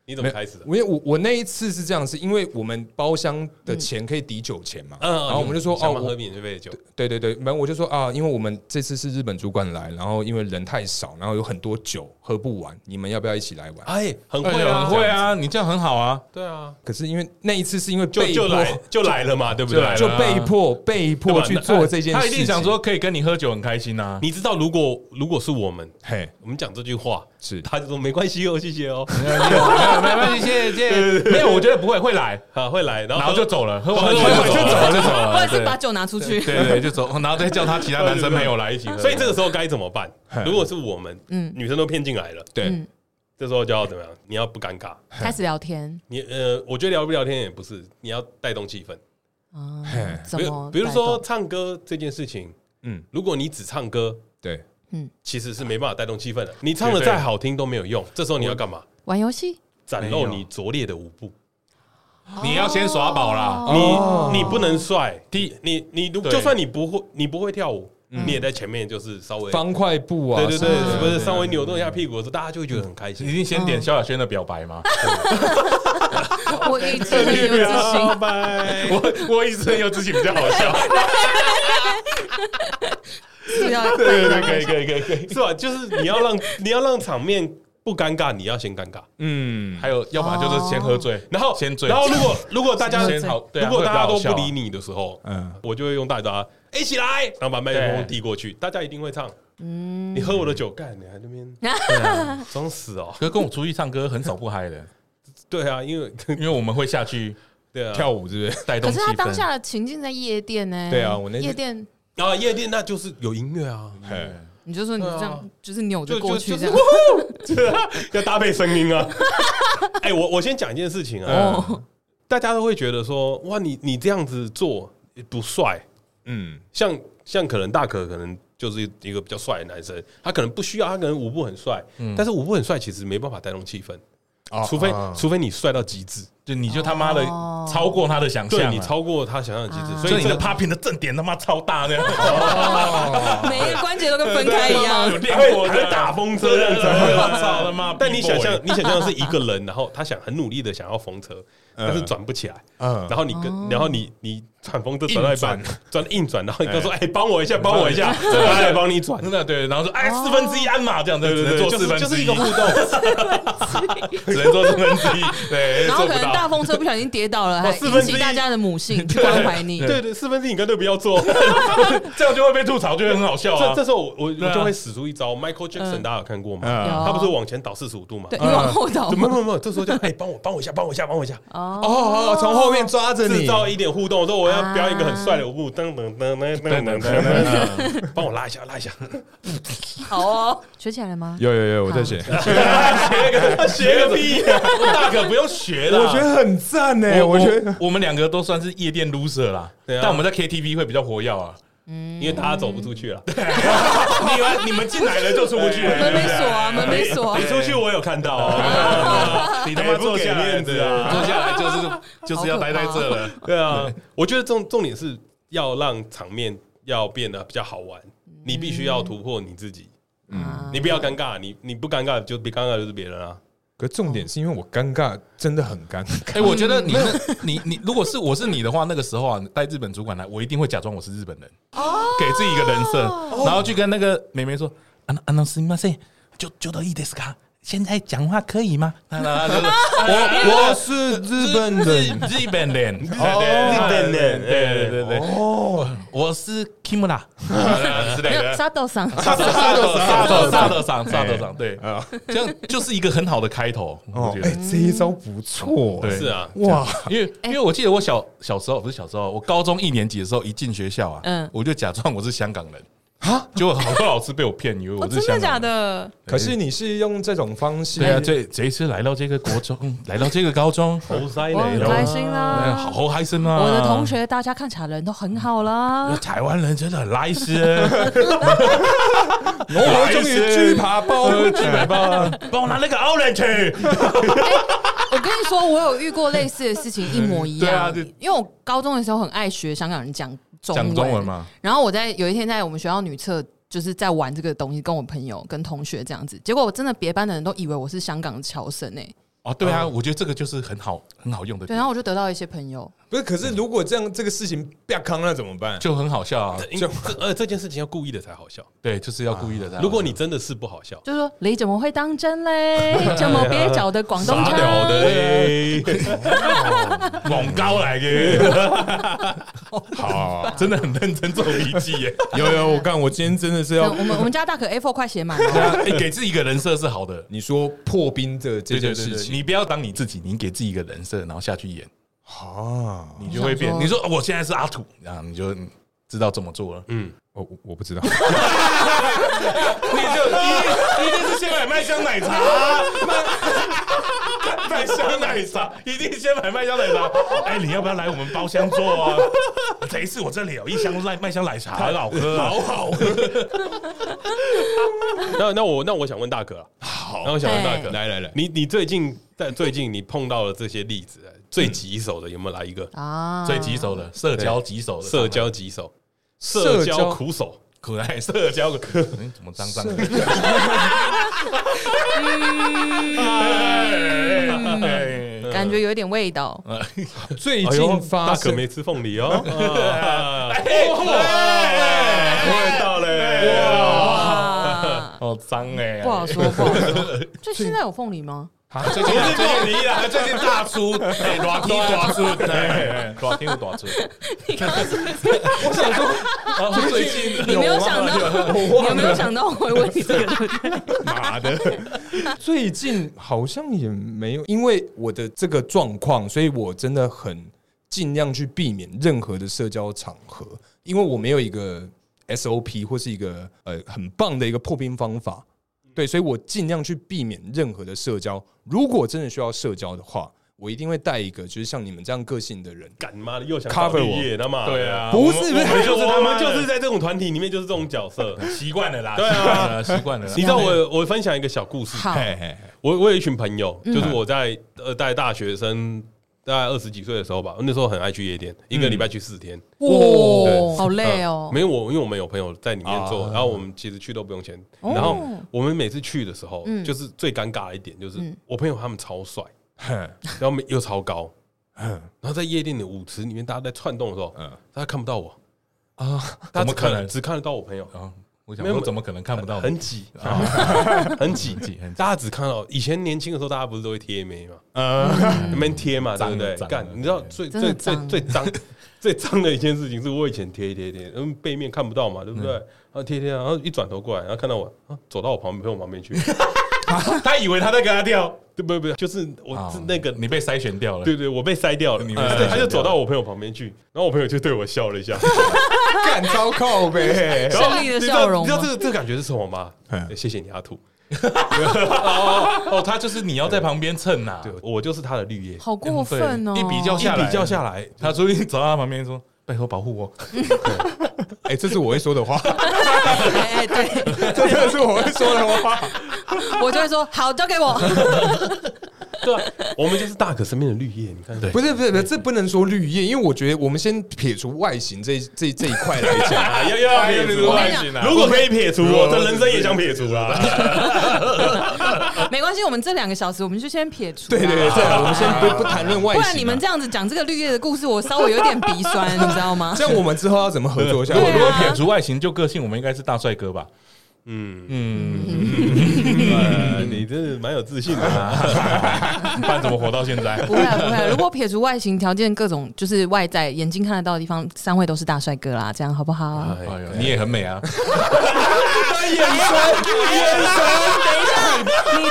Speaker 5: 你怎么开始的？
Speaker 2: 因为我我那一次是这样，是因为我们包厢的钱可以抵酒钱嘛，
Speaker 5: 嗯，
Speaker 2: 然后我们就说
Speaker 5: 你
Speaker 2: 哦，
Speaker 5: 想不想喝
Speaker 2: 我
Speaker 5: 免费的酒，
Speaker 2: 对对对，反正我就说啊，因为我们这次是日本主管来，然后因为人太少，然后有很多酒喝不完，你们要不要一起来玩？
Speaker 5: 哎，很
Speaker 6: 哎
Speaker 5: 会
Speaker 6: 呀
Speaker 5: 啊，
Speaker 6: 很会，啊，你这样很好啊。
Speaker 5: 对啊，
Speaker 2: 可是因为那一次是因为
Speaker 5: 就
Speaker 2: 被
Speaker 5: 就
Speaker 2: 迫
Speaker 5: 来就来了嘛，对不
Speaker 6: 就
Speaker 5: 对
Speaker 6: 来？了
Speaker 2: 就被迫被迫去做这件事
Speaker 5: 啊
Speaker 2: 情，
Speaker 6: 他一定想说可以跟你喝酒很开心呐、
Speaker 5: 你知道，如果如果是我们，
Speaker 2: 嘿
Speaker 5: 我们讲这句话，
Speaker 2: 是
Speaker 5: 他就说没关系哦，谢谢哦，
Speaker 6: 啊。没有没关系，谢谢谢谢。没有，我觉得不会，会来，
Speaker 5: 啊，会来，然
Speaker 6: 然
Speaker 5: 后
Speaker 6: 后就
Speaker 5: 就
Speaker 6: 走了，喝完
Speaker 5: 就
Speaker 6: 酒
Speaker 5: 走
Speaker 6: 就走
Speaker 5: 了
Speaker 6: 了，就走
Speaker 3: 或
Speaker 6: 了。
Speaker 3: 者是把
Speaker 6: 对
Speaker 3: 酒拿出去。
Speaker 6: 对对，就走，然后再叫他其他男生朋友来一起喝。
Speaker 5: 所以这个时候该怎么办
Speaker 2: 嘿？
Speaker 5: 如果是我们，
Speaker 3: 嗯
Speaker 5: 女生都骗进来了，
Speaker 2: 对，
Speaker 5: 这时候就要怎么样？你要不尴尬，
Speaker 3: 开始聊天
Speaker 5: 你呃，我觉得聊不聊天也不是，你要带动气氛。
Speaker 3: 啊
Speaker 2: 嘿，
Speaker 3: 怎
Speaker 5: 比
Speaker 3: 么
Speaker 5: 如比如说
Speaker 3: 带动
Speaker 5: 唱歌这件事情，
Speaker 2: 嗯
Speaker 5: 如果你只唱歌，
Speaker 2: 对，
Speaker 5: 其实是没办法带动气氛的。你唱的
Speaker 6: 绝对
Speaker 5: 再好听都没有用，这时候你要干嘛？
Speaker 3: 玩游戏，
Speaker 5: 展
Speaker 6: 没
Speaker 5: 露
Speaker 6: 有
Speaker 5: 你拙劣的舞步。
Speaker 6: 你要先耍宝啦。
Speaker 2: 哦
Speaker 5: 你你不能帅，第你你如
Speaker 6: 对
Speaker 5: 就算你不会你不会跳舞，你也在前面就是稍微
Speaker 2: 方块布啊，
Speaker 5: 对对
Speaker 2: 什么的
Speaker 5: 对，不是稍微扭动一下屁股的时候，大家就会觉得很开
Speaker 6: 你一
Speaker 5: 心。
Speaker 6: 定先点萧亚轩的表白吗？
Speaker 3: 我一直很有自信。
Speaker 5: 拜，
Speaker 6: 我我一直很有自己比较好笑。
Speaker 3: 是要
Speaker 5: 对对，可以可以可以可以，是吧？就是你要让你要让场面不尴尬，你要先尴尬。
Speaker 6: 嗯，
Speaker 1: 还有，要不然就是先喝醉，
Speaker 5: 然后
Speaker 6: 先醉
Speaker 5: 然后如果如果大家
Speaker 6: 先好对啊
Speaker 5: 如果大家都
Speaker 6: 会比较好笑
Speaker 5: 不
Speaker 6: 啊
Speaker 5: 理你的时候，
Speaker 2: 嗯，
Speaker 5: 我就会用大家一起来，然后把麦克风递过去，大家一定会唱。你喝我的酒干，你还那边装死哦？
Speaker 6: 哥跟我出去唱歌很少不嗨的，
Speaker 5: 对啊，因为
Speaker 6: 因为我们会下去
Speaker 5: 对啊，
Speaker 6: 跳舞，是不是带
Speaker 3: 可
Speaker 6: 动气
Speaker 3: 是他当
Speaker 6: 氛？
Speaker 3: 下的情境在夜店呢、
Speaker 2: 对啊我那天
Speaker 3: 夜店，
Speaker 5: 啊夜店那就是有音 乐啊，
Speaker 2: 嘿
Speaker 3: 你就说你这样、啊就是扭着
Speaker 5: 就
Speaker 3: 过
Speaker 5: 就
Speaker 3: 去
Speaker 5: 就
Speaker 3: 这
Speaker 5: 是
Speaker 3: 样，
Speaker 5: 要搭配声音啊。 哎，我我先讲一件事情啊，
Speaker 3: 哦，
Speaker 5: 大家都会觉得说哇，你你这样子做不帅，
Speaker 6: 嗯，
Speaker 5: 像像可能大可可能就是一个比较帅的男生，他可能不需要，他可能舞步很帅，
Speaker 6: 嗯
Speaker 5: 但是舞步很帅其实没办法带动气氛，
Speaker 6: 哦
Speaker 5: 除非除非你帅到极致，
Speaker 6: 就你就他妈的
Speaker 3: 哦
Speaker 6: 超过他的想
Speaker 5: 对
Speaker 6: 象，啊
Speaker 5: 你，超过他想象的极
Speaker 3: 啊
Speaker 5: 致，
Speaker 6: 所以
Speaker 5: 所以
Speaker 6: 你的
Speaker 5: 这
Speaker 6: popping 的正点他妈超大 那样，
Speaker 3: 每一个关节都跟分开一样
Speaker 6: 有。练
Speaker 5: 还
Speaker 6: 过
Speaker 5: 会还会打风车这样子，
Speaker 6: 我操他妈！
Speaker 5: 但你想象，你想象是一个人，然后他想很努力的想要风车，但是转不起来，
Speaker 2: 嗯
Speaker 5: 然后你跟，然后你你转风车转到一半
Speaker 2: 硬，
Speaker 5: 转硬转，然后你就
Speaker 6: 嗯
Speaker 5: 说：“哎，帮我一下，帮我一下，我来帮你转。”
Speaker 6: 真的对，然后说哎四分之一鞍马这样，对对对，
Speaker 5: 就
Speaker 6: 做
Speaker 5: 是
Speaker 6: 四分之
Speaker 5: 就是一个互动，
Speaker 6: 只能做四分 之一，对，
Speaker 3: 然后
Speaker 6: 做
Speaker 3: 可
Speaker 6: 不
Speaker 3: 能
Speaker 6: 到。
Speaker 3: 大风车不小心跌倒了，还
Speaker 5: 哦四分
Speaker 3: 引
Speaker 5: 之一
Speaker 3: 起大家的母性去关怀你。
Speaker 5: 对对，四分之一你干脆不要做。
Speaker 6: 这样就会被吐槽，就会很好笑
Speaker 5: 这
Speaker 6: 啊
Speaker 5: 这。时候我我
Speaker 6: 对啊
Speaker 5: 就会使出一招，Michael Jackson，
Speaker 3: 嗯
Speaker 5: 大家有看过吗？
Speaker 2: 嗯
Speaker 3: 有
Speaker 5: 啊他不是往前倒四十五度吗？
Speaker 3: 对你往后倒
Speaker 5: 怎么没有没有，这时候就哎，帮我帮我一下，帮我一下，帮我一下，
Speaker 3: 哦，
Speaker 2: 哦，从后面抓着
Speaker 5: 制
Speaker 2: 你，
Speaker 5: 造一点互动。我说我要表演一个很帅的舞步，噔噔噔噔噔噔噔，帮我拉一下，拉一下。
Speaker 3: 好哦，学起来了吗？
Speaker 2: 有有有，我在写，
Speaker 5: 学个学个屁！
Speaker 6: 啊大可不用学了，
Speaker 2: 我觉得很赞
Speaker 5: 哎
Speaker 2: 呢，
Speaker 6: 我
Speaker 2: 我觉
Speaker 6: 我
Speaker 2: 得
Speaker 6: 我们两个都算是夜店 loser 啦，
Speaker 5: 对啊
Speaker 6: 但我们在 KTV 会比较活跃啊。
Speaker 5: 因为大家走不出去了，
Speaker 6: 你们你们进来了就出不去了，
Speaker 3: 门
Speaker 6: 对
Speaker 3: 没
Speaker 6: 不对
Speaker 3: 锁啊，门没锁啊
Speaker 5: 你。出去我有 看到哦。
Speaker 6: 你他妈
Speaker 5: 哎不
Speaker 6: 坐
Speaker 5: 给
Speaker 6: 下来
Speaker 5: 面子啊
Speaker 6: 对坐下 来就是就是要待在这了。
Speaker 5: 对啊，我觉得重重点是要让场面要变得比较好玩，你必须要突破你自己，
Speaker 6: 嗯
Speaker 3: 啊
Speaker 5: 你不要尴尬，你你不尴尬就别尴尬就是别人啊。
Speaker 2: 可重点是因为我尴尬，真的很尴尬。
Speaker 6: 哎，我觉得你那你你如果是我是你的话，那个时候啊，带日本主管来，我一定会假装我是日本人，给自己一个人设，然后去跟那个妹妹说，啊那啊那すみません，就就得いいですか？现在讲话可以吗？那那就是 我
Speaker 2: 我是日本
Speaker 6: 日
Speaker 2: 人
Speaker 6: 日本人，日
Speaker 5: 本人
Speaker 6: 对对对对，
Speaker 2: 哦，
Speaker 6: 我是 Kimura 之类
Speaker 3: 没有
Speaker 6: 的。
Speaker 3: 沙豆上，
Speaker 6: 沙豆沙豆沙豆沙豆上沙豆上，对，这样就是一个很好的开头，我
Speaker 2: 哦
Speaker 6: 觉，
Speaker 2: 哎
Speaker 6: 得，，
Speaker 2: 这一招不错，
Speaker 6: 对
Speaker 5: 是啊，
Speaker 2: 哇，
Speaker 6: 因为
Speaker 3: 哎
Speaker 6: 因为我记得我小小时候不是小时候，我高中一年级的时候一进学校啊，
Speaker 3: 嗯
Speaker 6: 我就假装我是香港人，啊，结果好多老师被我骗，以为
Speaker 3: 哦，
Speaker 6: 我是
Speaker 3: 真的
Speaker 6: 香港
Speaker 3: 假
Speaker 6: 人。
Speaker 3: 的？
Speaker 2: 可是你是用这种方式，
Speaker 6: 对啊，这这一次来到这个国中，来到这个高中，
Speaker 5: 猴塞
Speaker 3: 我很
Speaker 5: 雷
Speaker 3: 开
Speaker 5: 了，
Speaker 3: 心啊
Speaker 6: 哎
Speaker 3: 啦！
Speaker 6: 好嗨森啊！
Speaker 3: 我的同学大家看起来人都很 好啦。
Speaker 6: 台湾人真的很来 事，
Speaker 2: 我终于巨爬
Speaker 6: 哎
Speaker 2: 包了，巨爬包了，
Speaker 6: 啊帮我拿那个奥人去。
Speaker 3: 我跟你说，我有遇过类似的事情，一模一
Speaker 6: 对啊
Speaker 3: 样
Speaker 6: 对。
Speaker 3: 因为我高中的时候很爱学香港人讲中
Speaker 6: 讲中文嘛，
Speaker 3: 然后我在有一天在我们学校女厕。就是在玩这个东西，跟我朋友、跟同学这样子，结果我真的别班的人都以为我是香港的乔生哎、
Speaker 6: 哦，对啊，我觉得这个就是很好很好用的
Speaker 3: 对，啊
Speaker 6: 点，
Speaker 3: 然后我就得到一些朋友，
Speaker 2: 不是？可是如果这样这个事情啪康了怎么办？
Speaker 6: 就很好笑啊。
Speaker 5: 这呃这件事情要故意的才好笑。
Speaker 6: 对，就是要故意的这样。
Speaker 5: 啊如果你真的是不好笑，
Speaker 3: 就说你怎么会当真 嘞？这么蹩脚的广东
Speaker 5: 傻
Speaker 3: 腔，
Speaker 5: 屌的哦嘞，
Speaker 6: 广告来的，
Speaker 2: 好，
Speaker 6: 啊真的很认真做笔记耶。
Speaker 2: 有有，我看我今天真的是
Speaker 3: 那
Speaker 2: 要
Speaker 3: 嗯我们我们家大 可 A4 快写满哦
Speaker 6: 对
Speaker 3: 了，
Speaker 6: 啊，哎给自己一个人设是好的。
Speaker 2: 你说破冰的这
Speaker 6: 对对
Speaker 2: 件
Speaker 6: 对
Speaker 2: 事
Speaker 6: 对，
Speaker 2: 情
Speaker 6: 你不要当你自己，你给自己一个人设，然后下去演，
Speaker 2: 啊，
Speaker 6: 你就会变
Speaker 3: 想。说
Speaker 6: 你说哦我现在是阿土，然后你就嗯知道怎么做了。
Speaker 5: 嗯，
Speaker 2: 哦我我我不知道，
Speaker 6: 你就一一定是先买麦香奶茶，麦香奶茶一定先买麦香奶茶。哎，你要不要来我们包厢做啊？这一次我这里有一箱麦麦香奶茶，很好喝，好好喝。
Speaker 5: 那那我那我想问大哥啊，好，那我想问大哥，
Speaker 3: 哎
Speaker 5: 来来来，你你最近在最近你碰到了这些例子，最棘手
Speaker 6: 嗯
Speaker 5: 的有没有来一个
Speaker 3: 啊，
Speaker 6: 最棘手的社交棘手的
Speaker 5: 社交棘手、
Speaker 2: 社
Speaker 5: 社
Speaker 2: 交
Speaker 5: 交苦手？
Speaker 6: 苦难社交苦，嗯怎么脏脏的？哎哎
Speaker 3: 感觉有一点味道。
Speaker 2: 最
Speaker 5: 哎呦
Speaker 2: 近发
Speaker 5: 大可
Speaker 2: 生，
Speaker 5: 没吃凤梨 哦，
Speaker 6: 哎味道嘞，
Speaker 3: 哇，
Speaker 6: 好脏哎
Speaker 3: 不，好说，不好说。就现在有凤梨吗？
Speaker 6: 最近凤梨啦，最近大出，哎，大出大出，哎，大出大出，
Speaker 5: 最近
Speaker 3: 你没有想到， 你有啊没有想到我会问你这个问题？
Speaker 6: 妈的，
Speaker 2: 最近好像也没有，因为我的这个状况，所以我真的很尽量去避免任何的社交场合，因为我没有一个 SOP 或是一个呃很棒的一个破冰方法，对，所以我尽量去避免任何的社交。如果真的需要社交的话，我一定会带一个就是像你们这样个性的人。
Speaker 5: 干妈的又想搞
Speaker 2: Cover
Speaker 5: 毕业，他妈的
Speaker 6: 对，啊，
Speaker 2: 不是
Speaker 6: 我们
Speaker 5: 就
Speaker 6: 就是是
Speaker 5: 我
Speaker 6: 他
Speaker 5: 们
Speaker 6: 们
Speaker 5: 就
Speaker 6: 就是是
Speaker 5: 在这种团体里面就是这种角 色。
Speaker 6: 习惯了啦，
Speaker 5: 对啊
Speaker 6: 习惯了，习惯了啦
Speaker 5: 你。知道我我分享一个小故 事，
Speaker 3: 好，
Speaker 6: 嘿嘿
Speaker 5: 我我有一群朋友，
Speaker 2: 嗯
Speaker 5: 就是我在呃在大学生大概二十几岁的时候吧，那时候很爱去夜店，一个礼拜去四天。
Speaker 3: 哇，好累哦
Speaker 5: 嗯。没有我，因为我们有朋友在里面做，
Speaker 6: 啊
Speaker 5: 然后我们其实去都不用钱。
Speaker 3: 哦
Speaker 5: 然后我们每次去的时候，
Speaker 3: 嗯
Speaker 5: 就是最尴尬的一点就是
Speaker 3: 嗯
Speaker 5: 我朋友他们超帅，
Speaker 2: 哼
Speaker 5: 然后又超高，
Speaker 2: 哼
Speaker 5: 然后在夜店的舞池里面，大家在窜动的时候，
Speaker 6: 嗯
Speaker 5: 大家看不到我，
Speaker 2: 啊，
Speaker 5: 大
Speaker 6: 怎
Speaker 5: 家
Speaker 6: 么
Speaker 5: 只
Speaker 6: 可
Speaker 5: 看
Speaker 6: 能
Speaker 5: 只看得到我朋友，
Speaker 6: 啊，我想说怎么可能看不到？
Speaker 5: 很挤，
Speaker 6: 啊
Speaker 5: 很挤
Speaker 6: 很挤很，挤
Speaker 5: 大家只看到以前年轻的时候，大家不是都会贴眉嘛，
Speaker 6: 呃，
Speaker 5: 你们贴嘛，对
Speaker 6: 脏
Speaker 5: 不对？
Speaker 6: 脏
Speaker 5: 干，
Speaker 6: 的
Speaker 5: 你知道
Speaker 6: 对
Speaker 5: 最
Speaker 3: 真
Speaker 5: 最
Speaker 3: 的
Speaker 5: 最
Speaker 3: 脏
Speaker 5: 最脏 最脏的一件事情是我以前贴一贴贴，嗯，背面看不到嘛，对不
Speaker 6: 嗯
Speaker 5: 对？然后贴一贴，然后一转头过来，然后看到我，啊，走到我旁边，陪我旁 边去，
Speaker 6: 他以为他在跟他掉，
Speaker 5: 对不对？不就是我是那个。
Speaker 6: 哦你被筛选掉了，
Speaker 5: 对对，我被塞掉了，
Speaker 6: 你被
Speaker 5: 他
Speaker 6: 筛
Speaker 5: 就
Speaker 6: 选
Speaker 5: 他就走
Speaker 6: 掉
Speaker 5: 到我朋友旁边去，然后我朋友就对我笑了一下，
Speaker 2: 干糟糕呗！
Speaker 5: 然 后
Speaker 3: 胜利的
Speaker 5: 你知道
Speaker 3: 笑容
Speaker 5: 你知道
Speaker 3: 吗
Speaker 5: 这个这个感觉是什么吗？
Speaker 2: 嗯
Speaker 5: 谢谢你阿土，
Speaker 6: 哦，他就是你要在旁边蹭呐，
Speaker 5: 对我就是他的绿叶，
Speaker 3: 好过分哦！
Speaker 6: 一比较下来，
Speaker 5: 一比较啊下来，
Speaker 6: 他注意走到他旁边说：“拜托保护我。
Speaker 2: 哎，这是我会说的话，
Speaker 3: 哎，哎，对，
Speaker 2: 这真的是我会说的话。
Speaker 3: 我就会说好，交给我。
Speaker 5: 对啊，我们就是大可身边的绿叶，你看，
Speaker 6: 对
Speaker 2: 不是不是，不是这不能说绿叶，因为我觉得我们先撇除外形这这这一块来 讲，
Speaker 5: 啊，要要
Speaker 6: 哎
Speaker 5: 撇
Speaker 6: 呦
Speaker 5: 除
Speaker 3: 我
Speaker 5: 啊
Speaker 3: 跟你讲
Speaker 5: 如果可以撇除，我的人生也想撇除啊啦。
Speaker 3: 没关系，我们这两个小时我们就先撇除啊。
Speaker 2: 对对对，这样我们先不不谈论外
Speaker 3: 不
Speaker 2: 形啊，
Speaker 3: 然你们这样子讲这个绿叶的故事，我稍微有点鼻酸，你知道吗？
Speaker 2: 这样我们之后要怎么合作一下？
Speaker 6: 如果如
Speaker 2: 我
Speaker 6: 果撇除外形就个性，我们应该是大帅哥吧？
Speaker 5: 嗯，
Speaker 6: 嗯，
Speaker 5: 呃 你真是蛮有自信的 啊。
Speaker 6: 不然怎么活到现在？
Speaker 3: 不会啊不会啊，如果撇除外形条件，各种就是外在眼睛看得到的地方，三位都是大帅哥啦，这样好不好？
Speaker 6: 哎呦，你也很美啊！
Speaker 3: 你这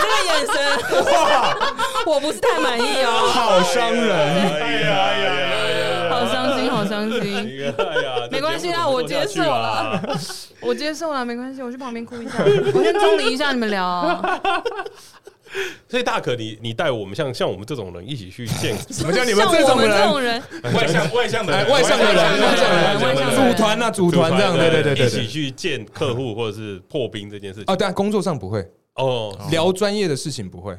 Speaker 3: 个眼神，我不是太满意哦，
Speaker 2: 好伤人，
Speaker 5: 哎呀哎呀哎呀！
Speaker 3: 好伤心，好伤心。
Speaker 5: 哎呀，
Speaker 3: 没关系啦
Speaker 5: 这节目
Speaker 3: 我接受了
Speaker 5: 怎么做下去啊。
Speaker 3: 我接受了，没关系，我去旁边 哭一下，我先中离一下你们聊啊。
Speaker 5: 所以大可，你你带我们像像我们这种人一起去 见，
Speaker 2: 怎么叫你们
Speaker 3: 像
Speaker 2: 这
Speaker 3: 我
Speaker 2: 种
Speaker 3: 们这
Speaker 2: 人？
Speaker 3: 种人，
Speaker 6: 外向外向的
Speaker 2: 哎
Speaker 6: 人，
Speaker 2: 外向的人，外向的
Speaker 3: 啊外向的
Speaker 2: 人，
Speaker 3: 人
Speaker 2: 组团啊，组团这样，对对对对
Speaker 5: 一起
Speaker 2: 对。
Speaker 5: 去见客户或者是破冰这件事情。
Speaker 2: 啊，但工作上不会
Speaker 5: 哦
Speaker 2: 聊专业的事情，不会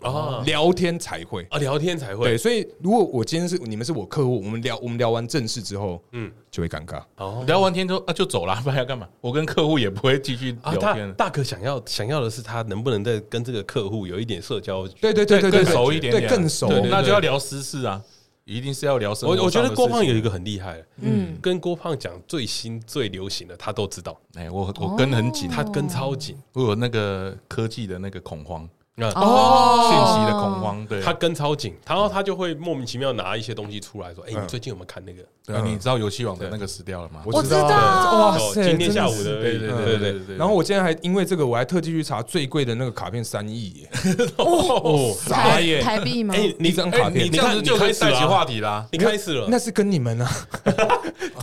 Speaker 5: 啊
Speaker 2: 聊天才会。
Speaker 5: 啊，聊天才
Speaker 2: 对，
Speaker 5: 会
Speaker 2: 所以如果我今天是你们是我客户，我们聊我们聊完正事之后，
Speaker 5: 嗯
Speaker 2: 嗯，就会尴尬。
Speaker 5: 哦。
Speaker 6: 聊完天之后啊就走了，不然要干嘛？我跟客户也不会继续
Speaker 5: 啊，
Speaker 6: 聊
Speaker 5: 大
Speaker 6: 天了。
Speaker 5: 大可想要想要的是，他能不能再跟这个客户有一点社交？
Speaker 2: 对对对对对，
Speaker 6: 更熟一点点
Speaker 2: 对
Speaker 6: 啊，
Speaker 2: 更熟
Speaker 6: 对。对对
Speaker 2: 那
Speaker 6: 那就要聊私事啊，一定是要聊生活
Speaker 5: 我我觉
Speaker 6: 上的
Speaker 5: 得郭胖
Speaker 6: 事情
Speaker 5: 有一个很厉害，
Speaker 3: 嗯，
Speaker 5: 跟郭胖讲最新最流行的，他都知道，
Speaker 6: 哎，我我跟很紧，
Speaker 5: 他跟超紧，
Speaker 6: 我有那个科技的那个恐慌，
Speaker 5: 啊，
Speaker 3: 哦
Speaker 6: 信息的恐。慌。对，
Speaker 5: 他跟超紧，然后他就会莫名其妙拿一些东西出来说，哎，你最近有没有看那个？
Speaker 6: 对啊，你知道游戏网的那个死掉了吗？
Speaker 3: 我知道
Speaker 2: 哇
Speaker 5: 哦
Speaker 2: 塞，
Speaker 5: 今天
Speaker 2: 真
Speaker 5: 下
Speaker 2: 的
Speaker 5: 午
Speaker 2: 是
Speaker 5: 的而
Speaker 6: 对
Speaker 5: 已，
Speaker 6: 对
Speaker 5: 对
Speaker 6: 对对
Speaker 5: 对对，
Speaker 6: 对。
Speaker 2: 然后我今天还因为这个，我还特地去查最贵的那个卡片三亿耶，
Speaker 5: 哦，
Speaker 6: 傻
Speaker 3: 台
Speaker 6: 眼
Speaker 3: 台币吗？
Speaker 5: 哎，你
Speaker 2: 一张卡
Speaker 5: 哎
Speaker 2: 片
Speaker 5: 你
Speaker 6: 这
Speaker 5: 这
Speaker 6: 样
Speaker 5: 样
Speaker 6: 子
Speaker 5: 子
Speaker 6: 就
Speaker 5: 就
Speaker 6: 可
Speaker 5: 开
Speaker 6: 以
Speaker 5: 始
Speaker 6: 带
Speaker 2: 啊
Speaker 6: 起
Speaker 5: 了，
Speaker 6: 话题啦。
Speaker 5: 你开始了，
Speaker 2: 那是跟你们啊，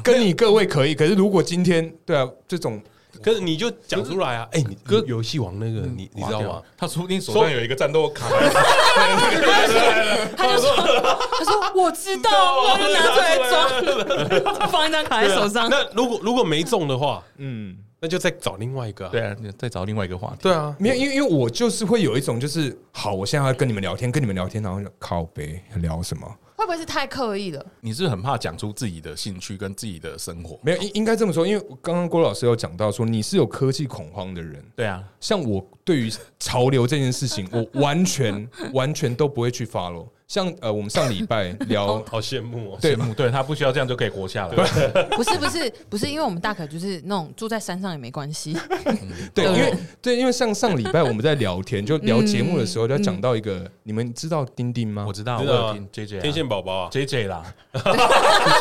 Speaker 2: 跟你各位可以。可是如果今天对啊，这种
Speaker 5: 可是你就讲出来啊，哎，你哥游戏王那个，你你知
Speaker 2: 啊
Speaker 5: 道吗？？
Speaker 6: 他说不定手上有一个战斗卡，
Speaker 3: 他就说：“他说我知道，
Speaker 2: 哦
Speaker 3: 我就拿出来装，放一张
Speaker 5: 啊
Speaker 3: 卡在手上。
Speaker 5: 那如果如果没中的话，
Speaker 2: 嗯，
Speaker 5: 那就再找另外一个啊。
Speaker 6: 对啊，你再找另外一个话题。
Speaker 5: 对啊，
Speaker 2: 没有，因为因为我就是会有一种就是好，我现在要跟你们聊天，跟你们聊天，然后就靠北聊什么？
Speaker 3: 会不会是太刻意了？
Speaker 6: 你是很怕讲出自己的兴趣跟自己的生活。
Speaker 2: 没有，应应该这么说，因为刚刚郭老师有讲到说你是有科技恐慌的人，
Speaker 6: 对啊，
Speaker 2: 像我对于潮流这件事情，我完全完全都不会去 follow。像呃，我们上礼拜聊
Speaker 5: 好羡慕哦。
Speaker 2: 对
Speaker 6: 嗯对他不需要这样就可以活下来。
Speaker 3: 不是不是不是，因为我们大可就是那种住在山上也没关系，
Speaker 2: 对，
Speaker 3: 对
Speaker 2: 因为对，因为像上礼拜我们在聊天，就聊节目的时候，
Speaker 3: 嗯
Speaker 2: 就讲到一个，你们知道丁丁吗
Speaker 6: 我？知道，我
Speaker 5: 知道啊
Speaker 6: 有听 J J
Speaker 5: 天线宝宝啊，
Speaker 6: J J 啦，J